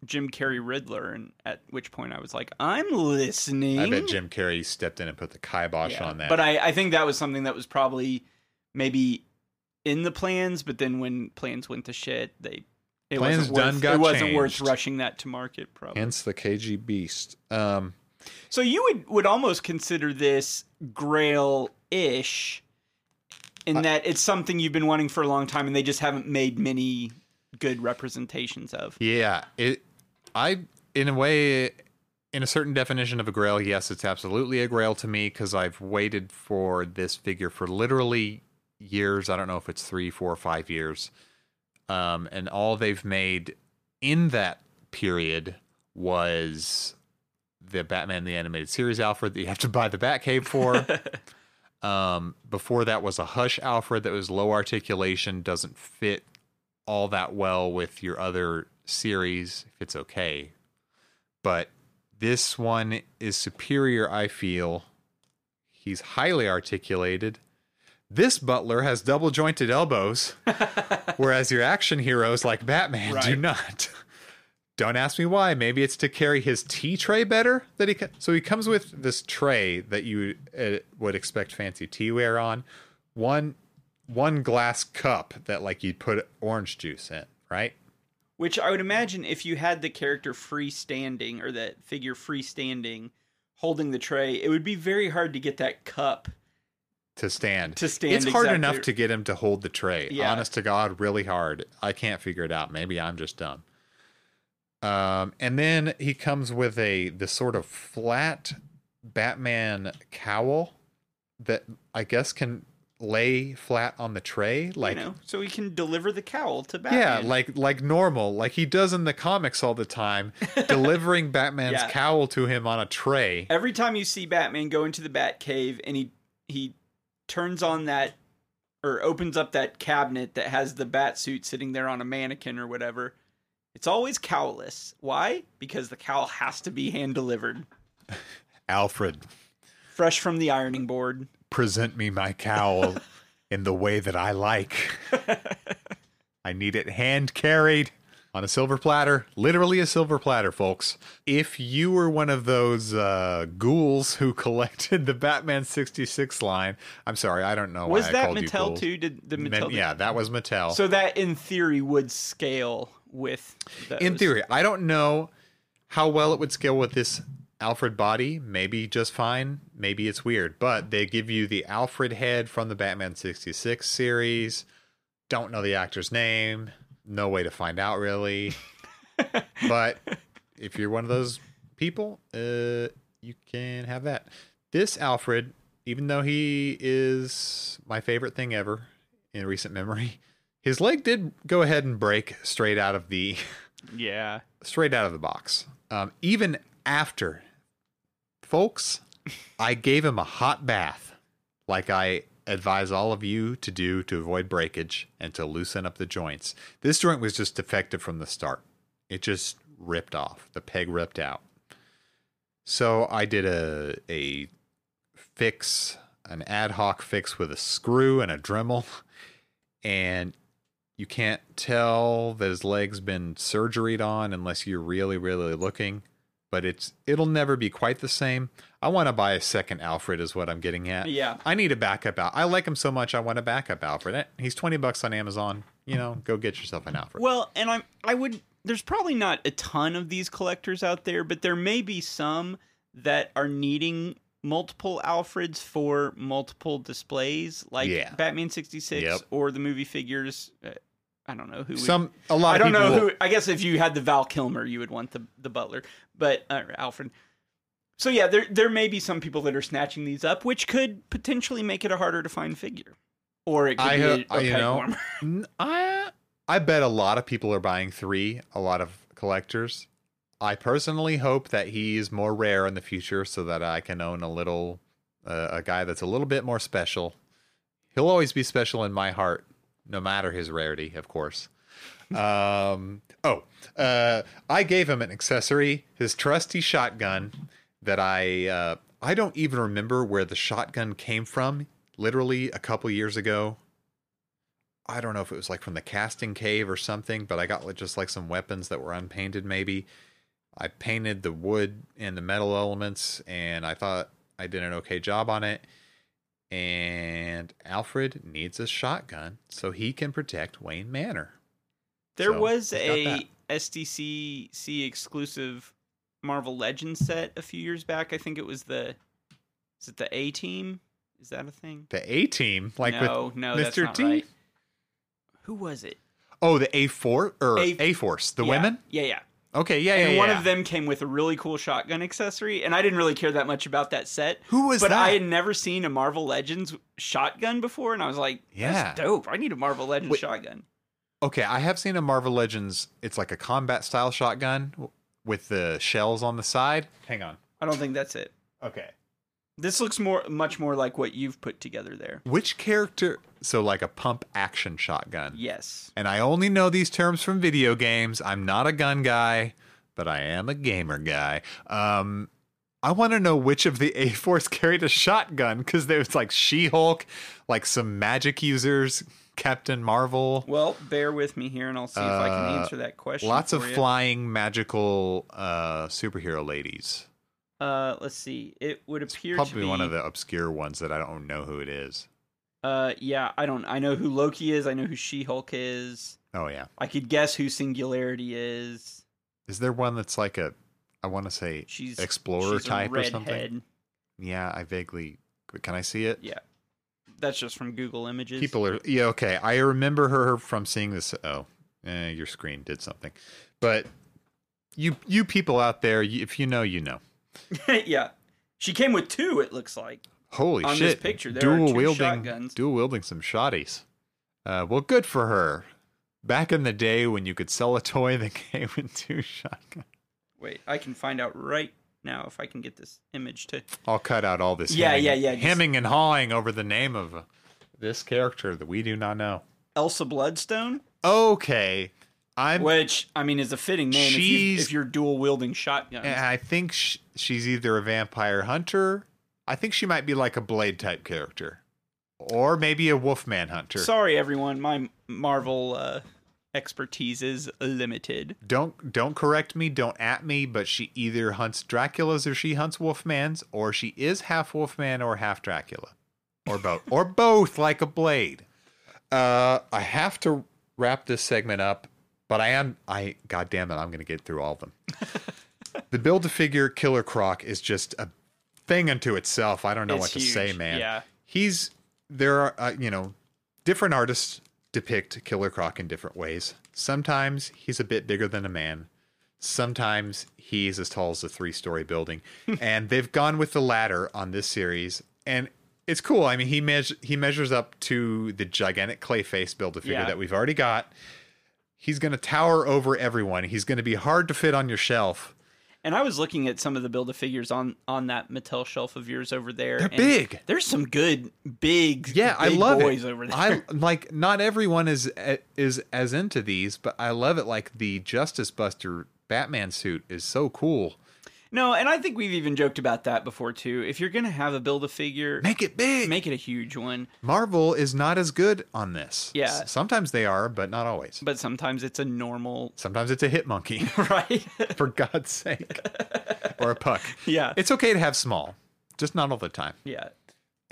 Speaker 4: Jim Carrey Riddler, and at which point I was like, I'm listening.
Speaker 3: i bet jim carrey stepped in and put the kibosh
Speaker 4: Yeah.
Speaker 3: on that
Speaker 4: But I, I think that was something that was probably maybe in the plans, but then when plans went to shit, they it
Speaker 3: Plans
Speaker 4: wasn't
Speaker 3: done
Speaker 4: worth,
Speaker 3: got
Speaker 4: it wasn't worth
Speaker 3: changed.
Speaker 4: rushing that to market probably.
Speaker 3: hence the kg beast um,
Speaker 4: So you would would almost consider this Grail ish, in that it's something you've been wanting for a long time, and they just haven't made many good representations of.
Speaker 3: yeah it i in a way in a certain definition of a grail yes it's absolutely a grail to me because i've waited for this figure for literally years. I don't know if it's three, four, or five years. Um, and all they've made in that period was the Batman the Animated Series Alfred that you have to buy the Batcave for. um, before that was a Hush Alfred that was low articulation, doesn't fit all that well with your other series, if it's okay. But this one is superior, I feel. He's highly articulated. This butler has double jointed elbows, whereas your action heroes like Batman do
Speaker 4: Right.
Speaker 3: not. Don't ask me why. Maybe it's to carry his tea tray better that he co- so he comes with this tray that you uh, would expect fancy teaware on. One one glass cup that like you'd put orange juice in, right?
Speaker 4: Which I would imagine if you had the character freestanding or that figure freestanding holding the tray, it would be very hard to get that cup.
Speaker 3: To stand.
Speaker 4: To stand
Speaker 3: It's hard
Speaker 4: exactly-
Speaker 3: enough to get him to hold the tray.
Speaker 4: Yeah.
Speaker 3: Honest to God, really hard. I can't figure it out. Maybe I'm just dumb. Um, and then he comes with a this sort of flat Batman cowl that I guess can lay flat on the tray, like
Speaker 4: you know, so he can deliver the cowl to
Speaker 3: Yeah,
Speaker 4: Batman.
Speaker 3: like like normal, like he does in the comics all the time, delivering Batman's
Speaker 4: Yeah.
Speaker 3: cowl to him on a tray.
Speaker 4: every time you see Batman go into the Bat Cave and he he turns on that or opens up that cabinet that has the bat suit sitting there on a mannequin or whatever, it's always cowless. Why? Because the cowl has to be hand delivered,
Speaker 3: Alfred,
Speaker 4: fresh from the ironing board.
Speaker 3: present me my cowl in the way that I like. I need it hand carried on a silver platter, literally a silver platter, folks. If you were one of those uh, ghouls who collected the Batman 66 line, I'm sorry, I don't know why
Speaker 4: Was
Speaker 3: I
Speaker 4: that
Speaker 3: called you
Speaker 4: Mattel
Speaker 3: ghouls.
Speaker 4: too? Did the
Speaker 3: Men-
Speaker 4: Mattel?
Speaker 3: yeah, that was Mattel.
Speaker 4: So that in theory would scale with. Those.
Speaker 3: in theory i don't know how well it would scale with this alfred body maybe just fine maybe it's weird but they give you the alfred head from the batman 66 series don't know the actor's name no way to find out really but if you're one of those people uh you can have that this alfred even though he is my favorite thing ever in recent memory his leg did go ahead and break straight out of the
Speaker 4: yeah.
Speaker 3: straight out of the box. Um, even after, folks, I gave him a hot bath, like I advise all of you to do to avoid breakage and to loosen up the joints. This joint was just defective from the start. It just ripped off. The peg ripped out. So I did a a fix, an ad hoc fix with a screw and a Dremel, and you can't tell that his leg's been surgeried on unless you're really really looking but it's it'll never be quite the same i want to buy a second alfred is what i'm getting at
Speaker 4: Yeah.
Speaker 3: i need a backup out i like him so much i want a backup alfred Eh, he's 20 bucks on amazon you know go get yourself an alfred
Speaker 4: Well, and I'm I would there's probably not a ton of these collectors out there, but there may be some that are needing multiple Alfreds for multiple displays, like
Speaker 3: Yeah.
Speaker 4: Batman 66
Speaker 3: Yep.
Speaker 4: or the movie figures. Uh, I don't know who would-
Speaker 3: some a lot
Speaker 4: I
Speaker 3: of
Speaker 4: don't
Speaker 3: people
Speaker 4: know
Speaker 3: will-
Speaker 4: who. I guess if you had the Val Kilmer, you would want the the Butler, but uh, Alfred. So yeah, there there may be some people that are snatching these up, which could potentially make it a harder to find figure, or it could
Speaker 3: I,
Speaker 4: be
Speaker 3: uh,
Speaker 4: a,
Speaker 3: I-
Speaker 4: a
Speaker 3: you
Speaker 4: peg
Speaker 3: know,
Speaker 4: warmer.
Speaker 3: N- I I bet a lot of people are buying three. A lot of collectors. I personally hope that he is more rare in the future, so that I can own a little uh, a guy that's a little bit more special. He'll always be special in my heart, no matter his rarity, of course. um, oh, uh, I gave him an accessory, his trusty shotgun that I uh, I don't even remember where the shotgun came from. Literally a couple years ago, I don't know if it was like from the casting cave or something, but I got like just like some weapons that were unpainted maybe. I painted the wood and the metal elements and I thought I did an okay job on it. And Alfred needs a shotgun so he can protect Wayne Manor.
Speaker 4: There
Speaker 3: So,
Speaker 4: was
Speaker 3: we've got
Speaker 4: a SDCC exclusive Marvel Legends set a few years back. I think it was the is it the A Team? Is that a thing?
Speaker 3: The A team, like
Speaker 4: no,
Speaker 3: with
Speaker 4: no, that's
Speaker 3: Mr.
Speaker 4: not
Speaker 3: T.
Speaker 4: right. Who was it?
Speaker 3: Oh, the A four or
Speaker 4: A-
Speaker 3: A Force, the
Speaker 4: Yeah,
Speaker 3: women.
Speaker 4: Yeah, yeah.
Speaker 3: Okay, yeah, yeah.
Speaker 4: And one
Speaker 3: yeah.
Speaker 4: of them came with a really cool shotgun accessory, and I didn't really care that much about that set.
Speaker 3: Who was
Speaker 4: but I
Speaker 3: that?
Speaker 4: had never seen a Marvel Legends shotgun before, and I was like,
Speaker 3: Yeah.
Speaker 4: that's dope. I need a Marvel Legends
Speaker 3: Wait.
Speaker 4: shotgun.
Speaker 3: Okay, I have seen a Marvel Legends. It's like a combat style shotgun w- with the shells on the side. Hang on.
Speaker 4: I don't think that's it.
Speaker 3: Okay.
Speaker 4: This looks more, much more like what you've put together there.
Speaker 3: Which character? So like a pump action shotgun.
Speaker 4: Yes.
Speaker 3: And I only know these terms from video games. I'm not a gun guy, but I am a gamer guy. Um, I want to know which of the A Force carried a shotgun because there's like She Hulk, like some magic users, Captain Marvel.
Speaker 4: Well, bear with me here, and I'll see if I can answer that question.
Speaker 3: Uh, Lots of
Speaker 4: for you.
Speaker 3: flying magical uh, superhero ladies.
Speaker 4: Uh, let's see. It would appear to
Speaker 3: Probably
Speaker 4: be
Speaker 3: one of the obscure ones that I don't know who it is.
Speaker 4: Uh, yeah, I don't. I know who Loki is. I know who She Hulk is.
Speaker 3: Oh yeah,
Speaker 4: I could guess who Singularity is.
Speaker 3: is there one that's like a? I want to say
Speaker 4: She's
Speaker 3: explorer
Speaker 4: she's a
Speaker 3: type or something.
Speaker 4: redhead.
Speaker 3: Yeah, I vaguely. Can I see it?
Speaker 4: Yeah, that's just from Google Images.
Speaker 3: People are yeah okay. I remember her from seeing this. Oh, eh, your screen did something, but you you people out there, you, if you know, you know.
Speaker 4: yeah, she came with two. It looks like.
Speaker 3: Holy
Speaker 4: On this
Speaker 3: shit!
Speaker 4: picture, there are
Speaker 3: dual
Speaker 4: two
Speaker 3: wielding,
Speaker 4: shotguns.
Speaker 3: dual wielding some shotties. Uh, well, good for her. Back in the day when you could sell a toy that came with two shotguns,
Speaker 4: Wait, I can find out right now if I can get this image to.
Speaker 3: I'll cut out all this.
Speaker 4: Yeah,
Speaker 3: hemming,
Speaker 4: yeah, yeah, just-
Speaker 3: Hemming and hawing over the name of uh, this character that we do not know.
Speaker 4: Elsa Bloodstone,
Speaker 3: Okay, I'm
Speaker 4: which I mean is a fitting name if, you,
Speaker 3: She's-
Speaker 4: if you're dual wielding shotguns.
Speaker 3: And I think sh- she's either a vampire hunter. I think she might be like a blade type character, or maybe a wolfman hunter.
Speaker 4: Sorry, everyone. My Marvel uh, expertise is limited.
Speaker 3: don't don't correct me. Don't at me. But she either hunts Dracula's or she hunts wolfmans, or she is half wolfman or half Dracula, or both, or both like a blade. Uh, I have to wrap this segment up, but I am I. God damn it! I'm going to get through all of them. the build a figure Killer Croc is just a thing unto itself. I don't know
Speaker 4: It's
Speaker 3: what to
Speaker 4: huge,
Speaker 3: say, man.
Speaker 4: yeah.
Speaker 3: He's there are uh, you know different artists depict Killer Croc in different ways. Sometimes he's a bit bigger than a man. Sometimes he's as tall as a three-story building, and they've gone with the latter on this series, and it's cool. I mean, he meas he measures up to the gigantic Clayface build a figure
Speaker 4: Yeah.
Speaker 3: that we've already got. He's going to tower over everyone. He's going to be hard to fit on your shelf.
Speaker 4: And I was looking at some of the build a figures on on that Mattel shelf of yours over there.
Speaker 3: They're
Speaker 4: and
Speaker 3: big.
Speaker 4: There's some good big
Speaker 3: Yeah, I
Speaker 4: big
Speaker 3: love
Speaker 4: boys
Speaker 3: it.
Speaker 4: over there.
Speaker 3: I like not everyone is eh, is as into these, but I love it. Like the Justice Buster Batman suit is so cool.
Speaker 4: no, and I think we've even joked about that before too. If you're gonna have a build a figure,
Speaker 3: Make it big.
Speaker 4: make it a huge one.
Speaker 3: Marvel is not as good on this.
Speaker 4: Yeah.
Speaker 3: S- sometimes they are, but not always.
Speaker 4: But sometimes it's a normal
Speaker 3: Sometimes it's a hit monkey,
Speaker 4: right.
Speaker 3: for God's sake, or a puck.
Speaker 4: yeah.
Speaker 3: It's okay to have small, just not all the time.
Speaker 4: yeah.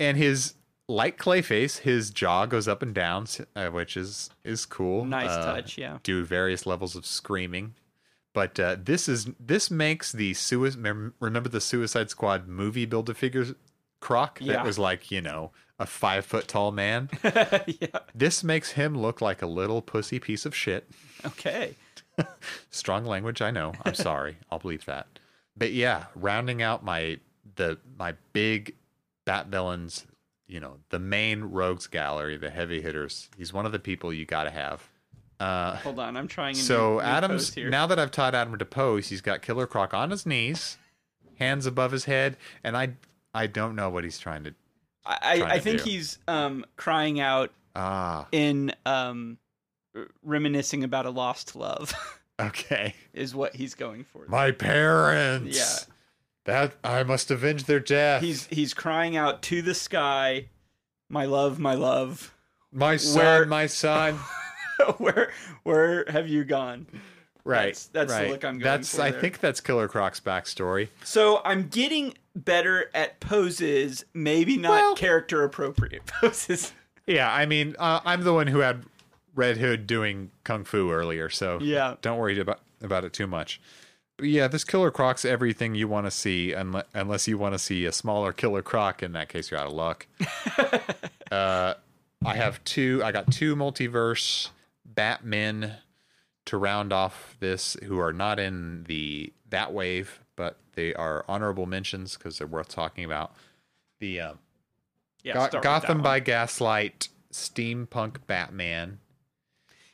Speaker 3: and his like clayface his jaw goes up and down s- uh, which is is cool
Speaker 4: Nice
Speaker 3: Uh,
Speaker 4: touch, yeah.
Speaker 3: do various levels of screaming but uh, this is this makes the suicide remember the suicide squad movie build a figure croc
Speaker 4: Yeah.
Speaker 3: that was like you know a five foot tall man
Speaker 4: Yeah.
Speaker 3: this makes him look like a little pussy piece of shit
Speaker 4: Okay.
Speaker 3: strong language i know i'm sorry i'll believe that but yeah rounding out my the my big bat villains you know the main rogues gallery the heavy hitters he's one of the people you gotta have uh
Speaker 4: Hold on, I'm trying. A new,
Speaker 3: so
Speaker 4: new pose
Speaker 3: adam's
Speaker 4: here.
Speaker 3: now that i've taught adam to pose he's got killer croc on his knees hands above his head and i i don't know what he's trying to
Speaker 4: I, I-
Speaker 3: trying
Speaker 4: I
Speaker 3: to
Speaker 4: think
Speaker 3: do.
Speaker 4: he's um crying out
Speaker 3: ah
Speaker 4: in um r- reminiscing about a lost love
Speaker 3: okay
Speaker 4: is what he's going for.
Speaker 3: my parents
Speaker 4: Yeah.
Speaker 3: that i must avenge their death
Speaker 4: He's he's crying out to the sky, "My love, my love,
Speaker 3: my son
Speaker 4: where-
Speaker 3: my son
Speaker 4: where where have you gone?"
Speaker 3: Right.
Speaker 4: That's- that's the
Speaker 3: right.
Speaker 4: look I'm going
Speaker 3: That's
Speaker 4: for
Speaker 3: I
Speaker 4: there.
Speaker 3: think that's Killer Croc's backstory.
Speaker 4: So I'm getting better at poses, maybe not
Speaker 3: Well-
Speaker 4: character appropriate poses.
Speaker 3: Yeah, I mean, uh, I'm the one who had Red Hood doing kung fu earlier, so
Speaker 4: Yeah.
Speaker 3: don't worry about about it too much. But yeah, this Killer Croc's everything you want to see, unless, unless you want to see a smaller Killer Croc. In that case, you're out of luck. uh, I have two. I got two multiverse Batmen to round off this, who are not in the that wave, but they are honorable mentions because they're worth talking about. The um,
Speaker 4: Yeah,
Speaker 3: Go-
Speaker 4: start with that
Speaker 3: Gotham
Speaker 4: one.
Speaker 3: by Gaslight, Steampunk Batman.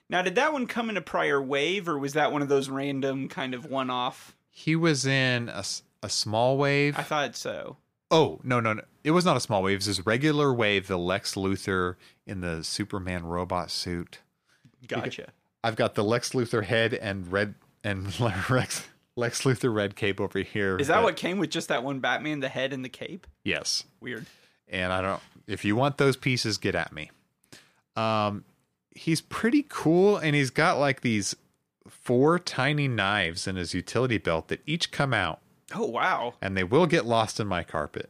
Speaker 4: Now, did that one come in a prior wave, or was that one of those random kind of one-off?
Speaker 3: He was in a, s- a small wave.
Speaker 4: I thought so.
Speaker 3: oh no no no! It was not a small wave. It was his regular wave. The Lex Luthor in the Superman robot suit.
Speaker 4: Gotcha.
Speaker 3: I've got the Lex Luthor head and red and Lex Lex Luthor red cape over here.
Speaker 4: Is that
Speaker 3: but-
Speaker 4: what came with just that one Batman, the head and the cape?
Speaker 3: Yes.
Speaker 4: Weird.
Speaker 3: and I don't. If you want those pieces, get at me. Um, he's pretty cool, and he's got like these four tiny knives in his utility belt that each come out,
Speaker 4: Oh wow!
Speaker 3: and they will get lost in my carpet.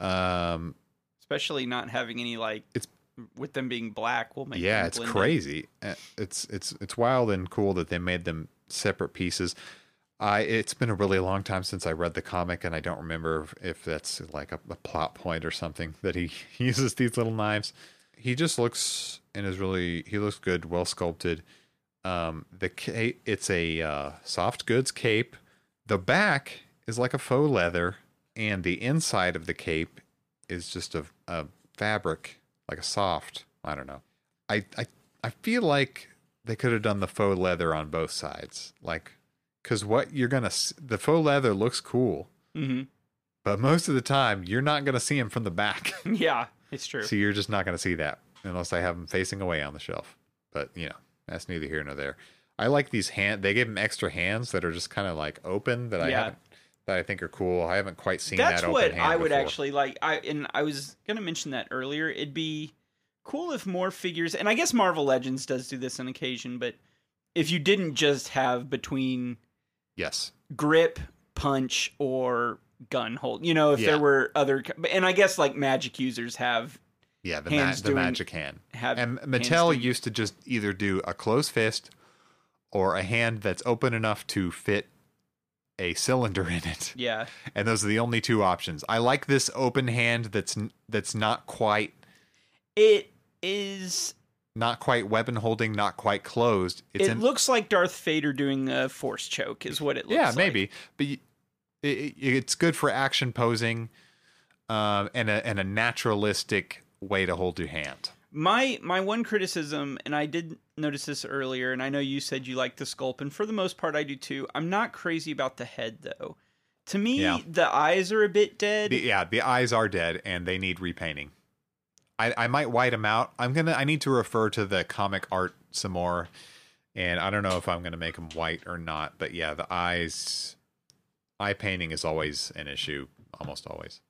Speaker 3: Um,
Speaker 4: Especially not having any like
Speaker 3: It's-
Speaker 4: with them being black. We'll make
Speaker 3: yeah,
Speaker 4: them
Speaker 3: it's
Speaker 4: blend in.
Speaker 3: crazy. Uh, It's it's it's wild and cool that they made them separate pieces. I it's been a really long time since I read the comic, and I don't remember if- if that's like a, a plot point or something that he uses these little knives. He just looks and is really he looks good, well sculpted. Um, the cape it's a uh, soft goods cape. The back is like a faux leather, and the inside of the cape is just a, a fabric, like a soft. I don't know. I, I I feel like they could have done the faux leather on both sides, like because what you're gonna s- the faux leather looks cool,
Speaker 4: Mhm.
Speaker 3: but most of the time you're not gonna see him from the back,
Speaker 4: Yeah, it's true.
Speaker 3: so you're just not gonna see that unless I have him facing away on the shelf. But you know that's neither here nor there. I like these hand. They gave him extra hands that are just kind of like open that I
Speaker 4: Yeah.
Speaker 3: haven't that I think are cool. I haven't quite seen
Speaker 4: That's
Speaker 3: that open
Speaker 4: what
Speaker 3: hand
Speaker 4: I would
Speaker 3: before.
Speaker 4: actually like. I and I was gonna mention that earlier. It'd be cool if more figures, and I guess Marvel Legends does do this on occasion, but if you didn't just have between
Speaker 3: Yes,
Speaker 4: grip, punch, or gun hold, you know, if
Speaker 3: Yeah.
Speaker 4: there were other, and I guess like magic users have
Speaker 3: yeah, the, ma-
Speaker 4: Hands
Speaker 3: the
Speaker 4: doing-
Speaker 3: magic hand.
Speaker 4: have
Speaker 3: And
Speaker 4: hands
Speaker 3: Mattel
Speaker 4: doing-
Speaker 3: used to just either do a closed fist or a hand that's open enough to fit a cylinder in it.
Speaker 4: yeah,
Speaker 3: And those are the only two options. I like this open hand that's n- that's not quite
Speaker 4: it is.
Speaker 3: not quite weapon holding, not quite closed. It's
Speaker 4: it
Speaker 3: in,
Speaker 4: looks like Darth Vader doing a force choke, is what it looks.
Speaker 3: yeah,
Speaker 4: like.
Speaker 3: maybe. But y it, it- it's good for action posing um, and a and a naturalistic way to hold your hand.
Speaker 4: My my one criticism, and I did notice this earlier, and I know you said you like the sculpt, and for the most part I do too. I'm not crazy about the head though. To me,
Speaker 3: Yeah.
Speaker 4: the eyes are a bit dead.
Speaker 3: The- yeah, the eyes are dead and they need repainting. I, I might white them out. I'm gonna. I need to refer to the comic art some more, and I don't know if I'm gonna make them white or not. But yeah, the eyes, eye painting is always an issue, almost always.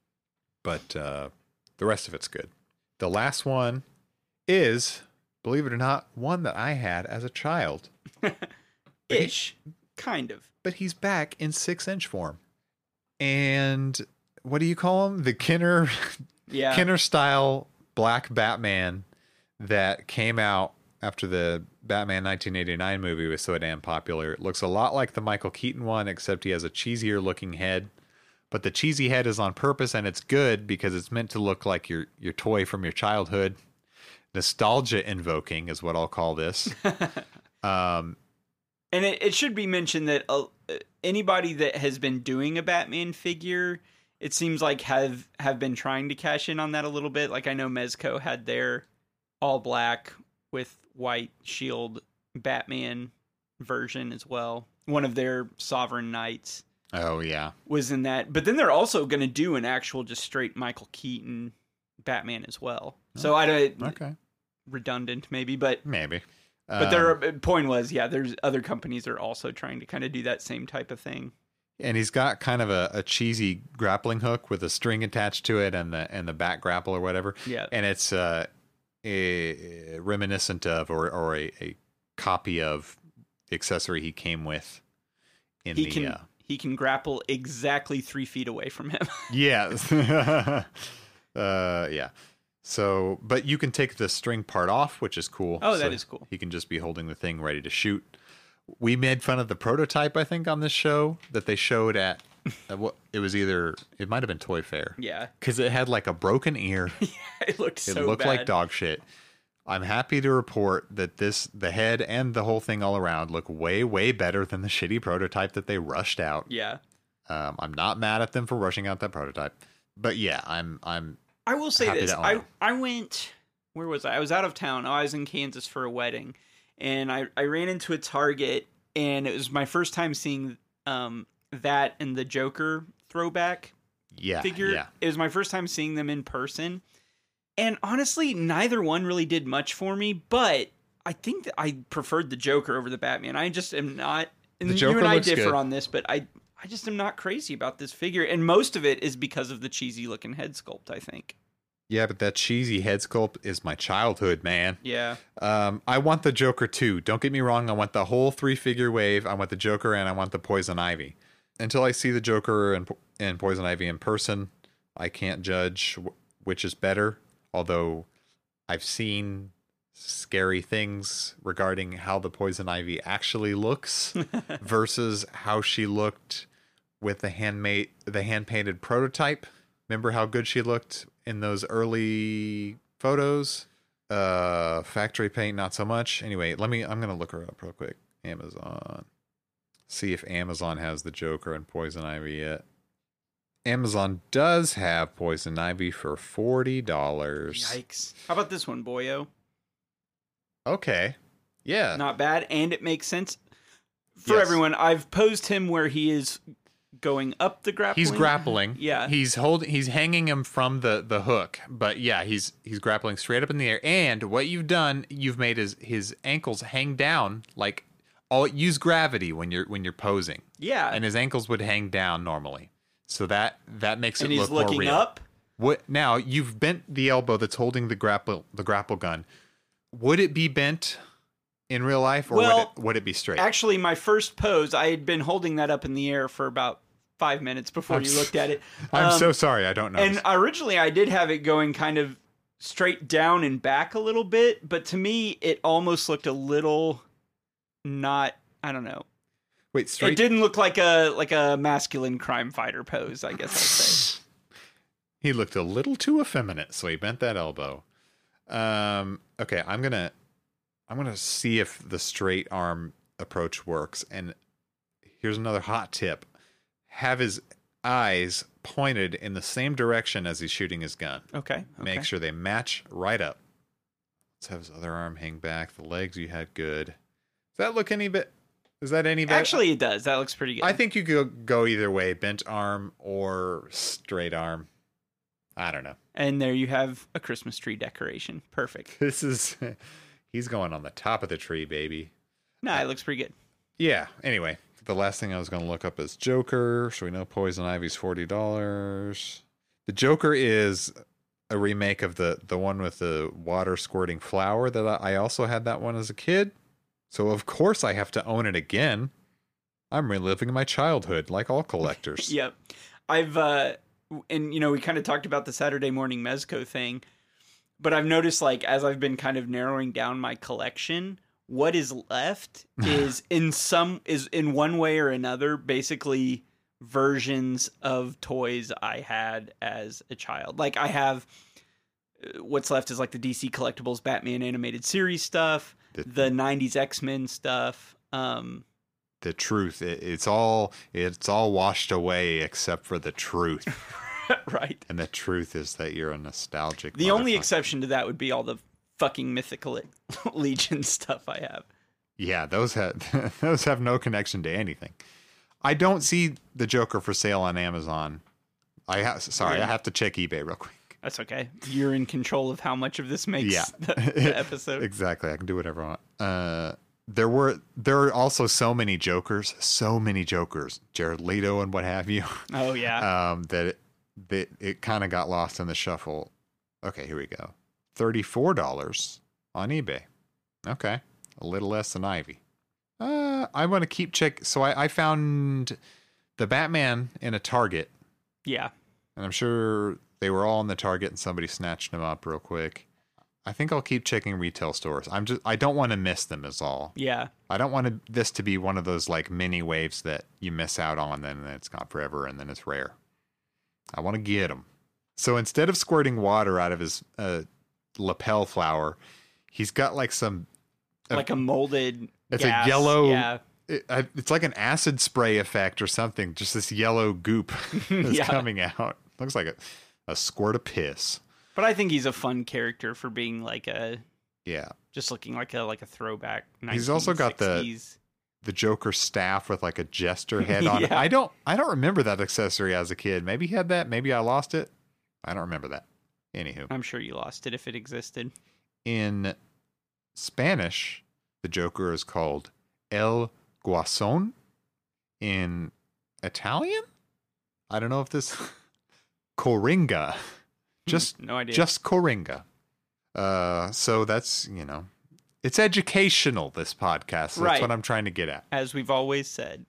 Speaker 3: But uh, the rest of it's good. The last one is, believe it or not, one that I had as a child.
Speaker 4: Ish, kind of.
Speaker 3: But he's back in six inch form, and what do you call him? The Kinner
Speaker 4: Yeah.
Speaker 3: Kenner style black Batman that came out after the Batman 1989 movie was so damn popular. It looks a lot like the Michael Keaton one, except he has a cheesier looking head. But the cheesy head is on purpose and it's good because it's meant to look like your, your toy from your childhood. Nostalgia invoking is what I'll call this. um,
Speaker 4: And it, it should be mentioned that uh, anybody that has been doing a Batman figure, it seems like have have been trying to cash in on that a little bit. Like I know Mezco had their all black with white shield Batman version as well. One of their Sovereign Knights
Speaker 3: oh, yeah.
Speaker 4: was in that. But then they're also going to do an actual just straight Michael Keaton Batman as well. So I don't
Speaker 3: Okay.
Speaker 4: redundant maybe, but
Speaker 3: Maybe.
Speaker 4: but
Speaker 3: Um,
Speaker 4: their uh, point was, yeah, there's other companies are also trying to kind of do that same type of thing.
Speaker 3: and he's got kind of a, a cheesy grappling hook with a string attached to it and the and the back grapple or whatever
Speaker 4: Yeah.
Speaker 3: and it's uh eh, reminiscent of or or a, a copy of the accessory he came with in
Speaker 4: he
Speaker 3: the
Speaker 4: can
Speaker 3: uh,
Speaker 4: he can grapple exactly three feet away from him.
Speaker 3: yeah uh yeah so but you can take the string part off which is cool
Speaker 4: Oh,
Speaker 3: that is
Speaker 4: that is cool.
Speaker 3: he can just be holding the thing ready to shoot we made fun of the prototype i think on this show that they showed at at what it was either it might have been toy fair
Speaker 4: yeah,
Speaker 3: because it had like a broken ear.
Speaker 4: it looked
Speaker 3: It
Speaker 4: so
Speaker 3: looked like
Speaker 4: bad.
Speaker 3: dog shit. I'm happy to report that this, the head and the whole thing all around, look way, way better than the shitty prototype that they rushed out.
Speaker 4: Yeah,
Speaker 3: Um, I'm not mad at them for rushing out that prototype, but yeah, I'm I'm
Speaker 4: I will say
Speaker 3: Happy
Speaker 4: this.
Speaker 3: to
Speaker 4: I,
Speaker 3: honor.
Speaker 4: I went where was I? I was out of town. I was in Kansas for a wedding and I, I ran into a Target and it was my first time seeing um that and the Joker throwback
Speaker 3: Yeah.
Speaker 4: figure.
Speaker 3: Yeah.
Speaker 4: It was my first time seeing them in person. And honestly, neither one really did much for me, but I think that I preferred the Joker over the Batman. I just am not and
Speaker 5: The
Speaker 4: you
Speaker 5: Joker
Speaker 4: and I
Speaker 5: looks
Speaker 4: differ
Speaker 5: good.
Speaker 4: on this, but I I just am not crazy about this figure, and most of it is because of the cheesy looking head sculpt, I think.
Speaker 3: Yeah, but that cheesy head sculpt is my childhood, man.
Speaker 4: Yeah.
Speaker 3: Um, I want the Joker too. Don't get me wrong. I want the whole three figure wave. I want the Joker and I want the Poison Ivy. Until I see the Joker and and Poison Ivy in person, I can't judge wh- which is better. Although I've seen scary things regarding how the Poison Ivy actually looks versus how she looked with the handmade the hand painted prototype. Remember how good she looked in those early photos? Uh factory paint not so much. Anyway, let me I'm going to look her up real quick. Amazon. See if Amazon has the Joker and Poison Ivy yet. Amazon does have Poison Ivy for $40.
Speaker 4: Yikes. How about this one, Boyo?
Speaker 3: Okay. Yeah.
Speaker 4: Not bad, and it makes sense for
Speaker 3: Uh, Yes.
Speaker 4: everyone. I've posed him where he is going up the grappling.
Speaker 3: he's grappling.
Speaker 4: Yeah.
Speaker 3: He's holding he's hanging him from the the hook. But yeah, he's he's grappling straight up in the air. And what you've done, you've made his his ankles hang down like all use gravity when you're when you're posing.
Speaker 4: Yeah.
Speaker 3: And his ankles would hang down normally. So that that makes
Speaker 4: and
Speaker 3: it
Speaker 4: he's
Speaker 3: look more
Speaker 4: looking
Speaker 3: real.
Speaker 4: up.
Speaker 3: What now? You've bent the elbow that's holding the grapple the grapple gun. Would it be bent in real life, or
Speaker 4: Well,
Speaker 3: would, it, would it be straight?
Speaker 4: Actually, my first pose, I had been holding that up in the air for about five minutes before
Speaker 3: I'm
Speaker 4: you
Speaker 3: s-
Speaker 4: looked at it.
Speaker 3: I'm
Speaker 4: Um,
Speaker 3: so sorry, I don't know.
Speaker 4: And originally, I did have it going kind of straight down and back a little bit, but to me, it almost looked a little not. I don't know.
Speaker 3: Wait,
Speaker 4: It didn't look like a like a masculine crime fighter pose. I guess I'd say.
Speaker 3: He looked a little too effeminate, so he bent that elbow. Um, okay, I'm gonna I'm gonna see if the straight arm approach works. And here's another hot tip. Have his eyes pointed in the same direction as he's shooting his gun.
Speaker 4: Okay. okay.
Speaker 3: Make sure they match right up. Let's have his other arm hang back. The legs you had good. Does that look any bit is that any better?
Speaker 4: Actually, it does. That looks pretty good.
Speaker 3: I think you could go either way, bent arm or straight arm. I don't know.
Speaker 4: and there you have a Christmas tree decoration. Perfect.
Speaker 3: This is he's going on the top of the tree, baby.
Speaker 4: No, it looks pretty good.
Speaker 3: Yeah. Anyway, the last thing I was going to look up is Joker. So we know Poison Ivy's forty dollars. The Joker is a remake of the the one with the water squirting flower that I, I also had that one as a kid. So of course I have to own it again. I'm reliving my childhood, like all collectors.
Speaker 4: Yep. I've uh w- and you know, we kind of talked about the Saturday morning Mezco thing, but I've noticed like as I've been kind of narrowing down my collection, what is left is in some is in one way or another basically versions of toys I had as a child. Like I have uh, what's left is like the DC collectibles Batman animated series stuff,
Speaker 3: The-
Speaker 4: the 90s X-Men stuff, um
Speaker 3: the truth. It, it's all it's all washed away except for the truth,
Speaker 4: right.
Speaker 3: and the truth is that you're a nostalgic.
Speaker 4: The only
Speaker 3: motherfucker.
Speaker 4: exception to that would be all the fucking mythical legion stuff I have.
Speaker 3: yeah, those have those have no connection to anything. I don't see the Joker for sale on Amazon. I ha- sorry, I have to check eBay real quick.
Speaker 4: That's okay. You're in control of how much of this makes
Speaker 3: Yeah.
Speaker 4: the, the episode.
Speaker 3: Exactly, I can do whatever I want. Uh, there were there are also so many Jokers, so many Jokers, Jared Leto and what have you.
Speaker 4: Oh yeah.
Speaker 3: um, that it, that it kind of got lost in the shuffle. Okay, here we go. Thirty-four dollars on eBay. Okay, a little less than Ivy. Uh, I want to keep check. So I, I found the Batman in a Target,
Speaker 4: yeah.
Speaker 3: and I'm sure they were all in the Target, and somebody snatched them up real quick. I think I'll keep checking retail stores. I'm just I don't want to miss them is all.
Speaker 4: Yeah.
Speaker 3: I don't want to, this to be one of those like mini waves that you miss out on, then it's gone forever, and then it's rare. I want to get him. So instead of squirting water out of his uh, lapel flower, he's got like some.
Speaker 4: Like a molded
Speaker 3: It's
Speaker 4: gas.
Speaker 3: a yellow.
Speaker 4: Yeah.
Speaker 3: it- I- it's like an acid spray effect or something. Just this yellow goop is
Speaker 4: Yeah.
Speaker 3: coming out. Looks like a, a squirt of piss.
Speaker 4: But I think he's a fun character for being like a
Speaker 3: Yeah.
Speaker 4: just looking like a like a throwback. 1960s.
Speaker 3: He's also got the- The Joker staff with like a jester head on it.
Speaker 4: Yeah.
Speaker 3: I don't I don't remember that accessory as a kid. Maybe he had that, maybe I lost it. I don't remember that. Anywho.
Speaker 4: I'm sure you lost it if it existed.
Speaker 3: in Spanish, the Joker is called El Guasón. In Italian, I don't know if this
Speaker 4: Hmm.
Speaker 3: Coringa, just
Speaker 4: No idea.
Speaker 3: just Coringa. Uh, so that's you know, it's educational. This podcast, so that's
Speaker 4: Right.
Speaker 3: what I'm trying to get at.
Speaker 4: as we've always said.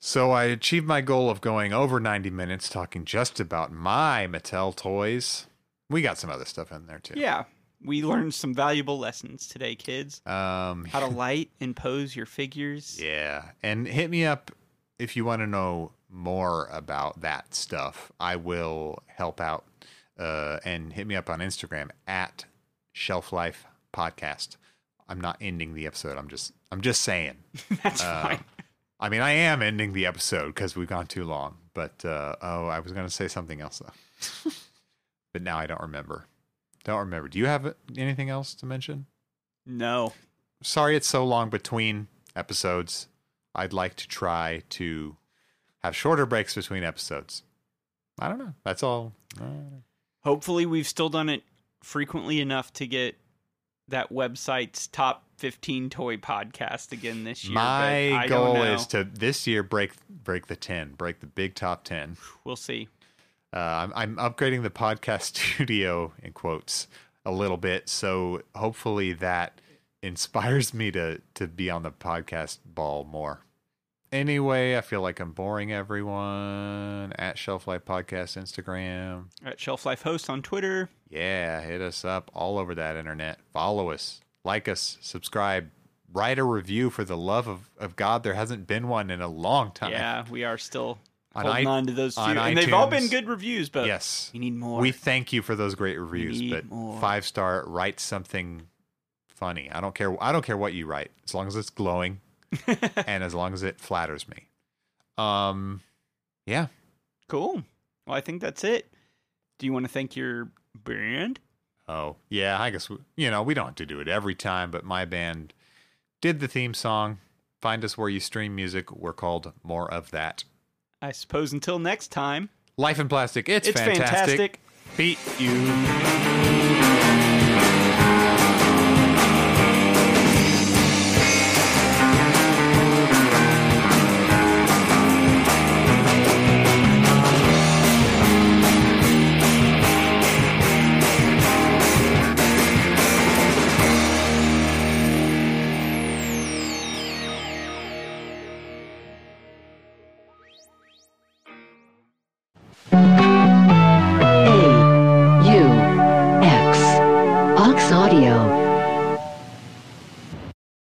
Speaker 3: So I achieved my goal of going over 90 minutes talking just about my Mattel toys. We got some other stuff in there too.
Speaker 4: Yeah. We learned some valuable lessons today, kids.
Speaker 3: Um,
Speaker 4: How to light and pose your figures.
Speaker 3: Yeah. And hit me up if you want to know more about that stuff. I will help out. Uh, and hit me up on Instagram at Shelf Life Podcast. I'm not ending the episode. I'm just I'm just saying.
Speaker 4: That's
Speaker 3: Uh,
Speaker 4: fine.
Speaker 3: I mean, I am ending the episode because we've gone too long. But uh, oh, I was going to say something else though. but now I don't remember. Don't remember. Do you have anything else to mention?
Speaker 4: No.
Speaker 3: sorry it's so long between episodes. I'd like to try to have shorter breaks between episodes. I don't know. That's all. Uh,
Speaker 4: Hopefully, we've still done it frequently enough to get that website's top 15 toy podcast again this year. but
Speaker 3: My
Speaker 4: I don't
Speaker 3: goal
Speaker 4: know.
Speaker 3: is to this year break break the ten, break the big top ten.
Speaker 4: We'll see.
Speaker 3: Uh, I'm, I'm upgrading the podcast studio in quotes a little bit, so hopefully that inspires me to to be on the podcast ball more. Anyway, I feel like I'm boring everyone at Shelf Life Podcast Instagram.
Speaker 4: At Shelf Life Host on Twitter.
Speaker 3: Yeah, hit us up all over that internet. Follow us, like us, subscribe, write a review for the love of, of God. There hasn't been one in a long time.
Speaker 4: Yeah, we are still
Speaker 3: Uh-huh. On
Speaker 4: holding
Speaker 3: i-
Speaker 4: on to those two.
Speaker 3: on
Speaker 4: And they've all
Speaker 3: iTunes.
Speaker 4: been good reviews, but
Speaker 3: Yes.
Speaker 4: we need more.
Speaker 3: We thank you for those great reviews,
Speaker 4: need
Speaker 3: but
Speaker 4: more.
Speaker 3: five star write something funny. I don't care I don't care what you write, as long as it's glowing and as long as it flatters me. Um yeah.
Speaker 4: Cool. Well, I think that's it. Do you want to thank your band?
Speaker 3: Oh, yeah. I guess, we, you know, we don't have to do it every time, but my band did the theme song. Find us where you stream music. We're called More of That.
Speaker 4: I suppose until next time.
Speaker 3: Life in Plastic. It's,
Speaker 4: It's
Speaker 3: fantastic.
Speaker 4: fantastic.
Speaker 3: Beat you.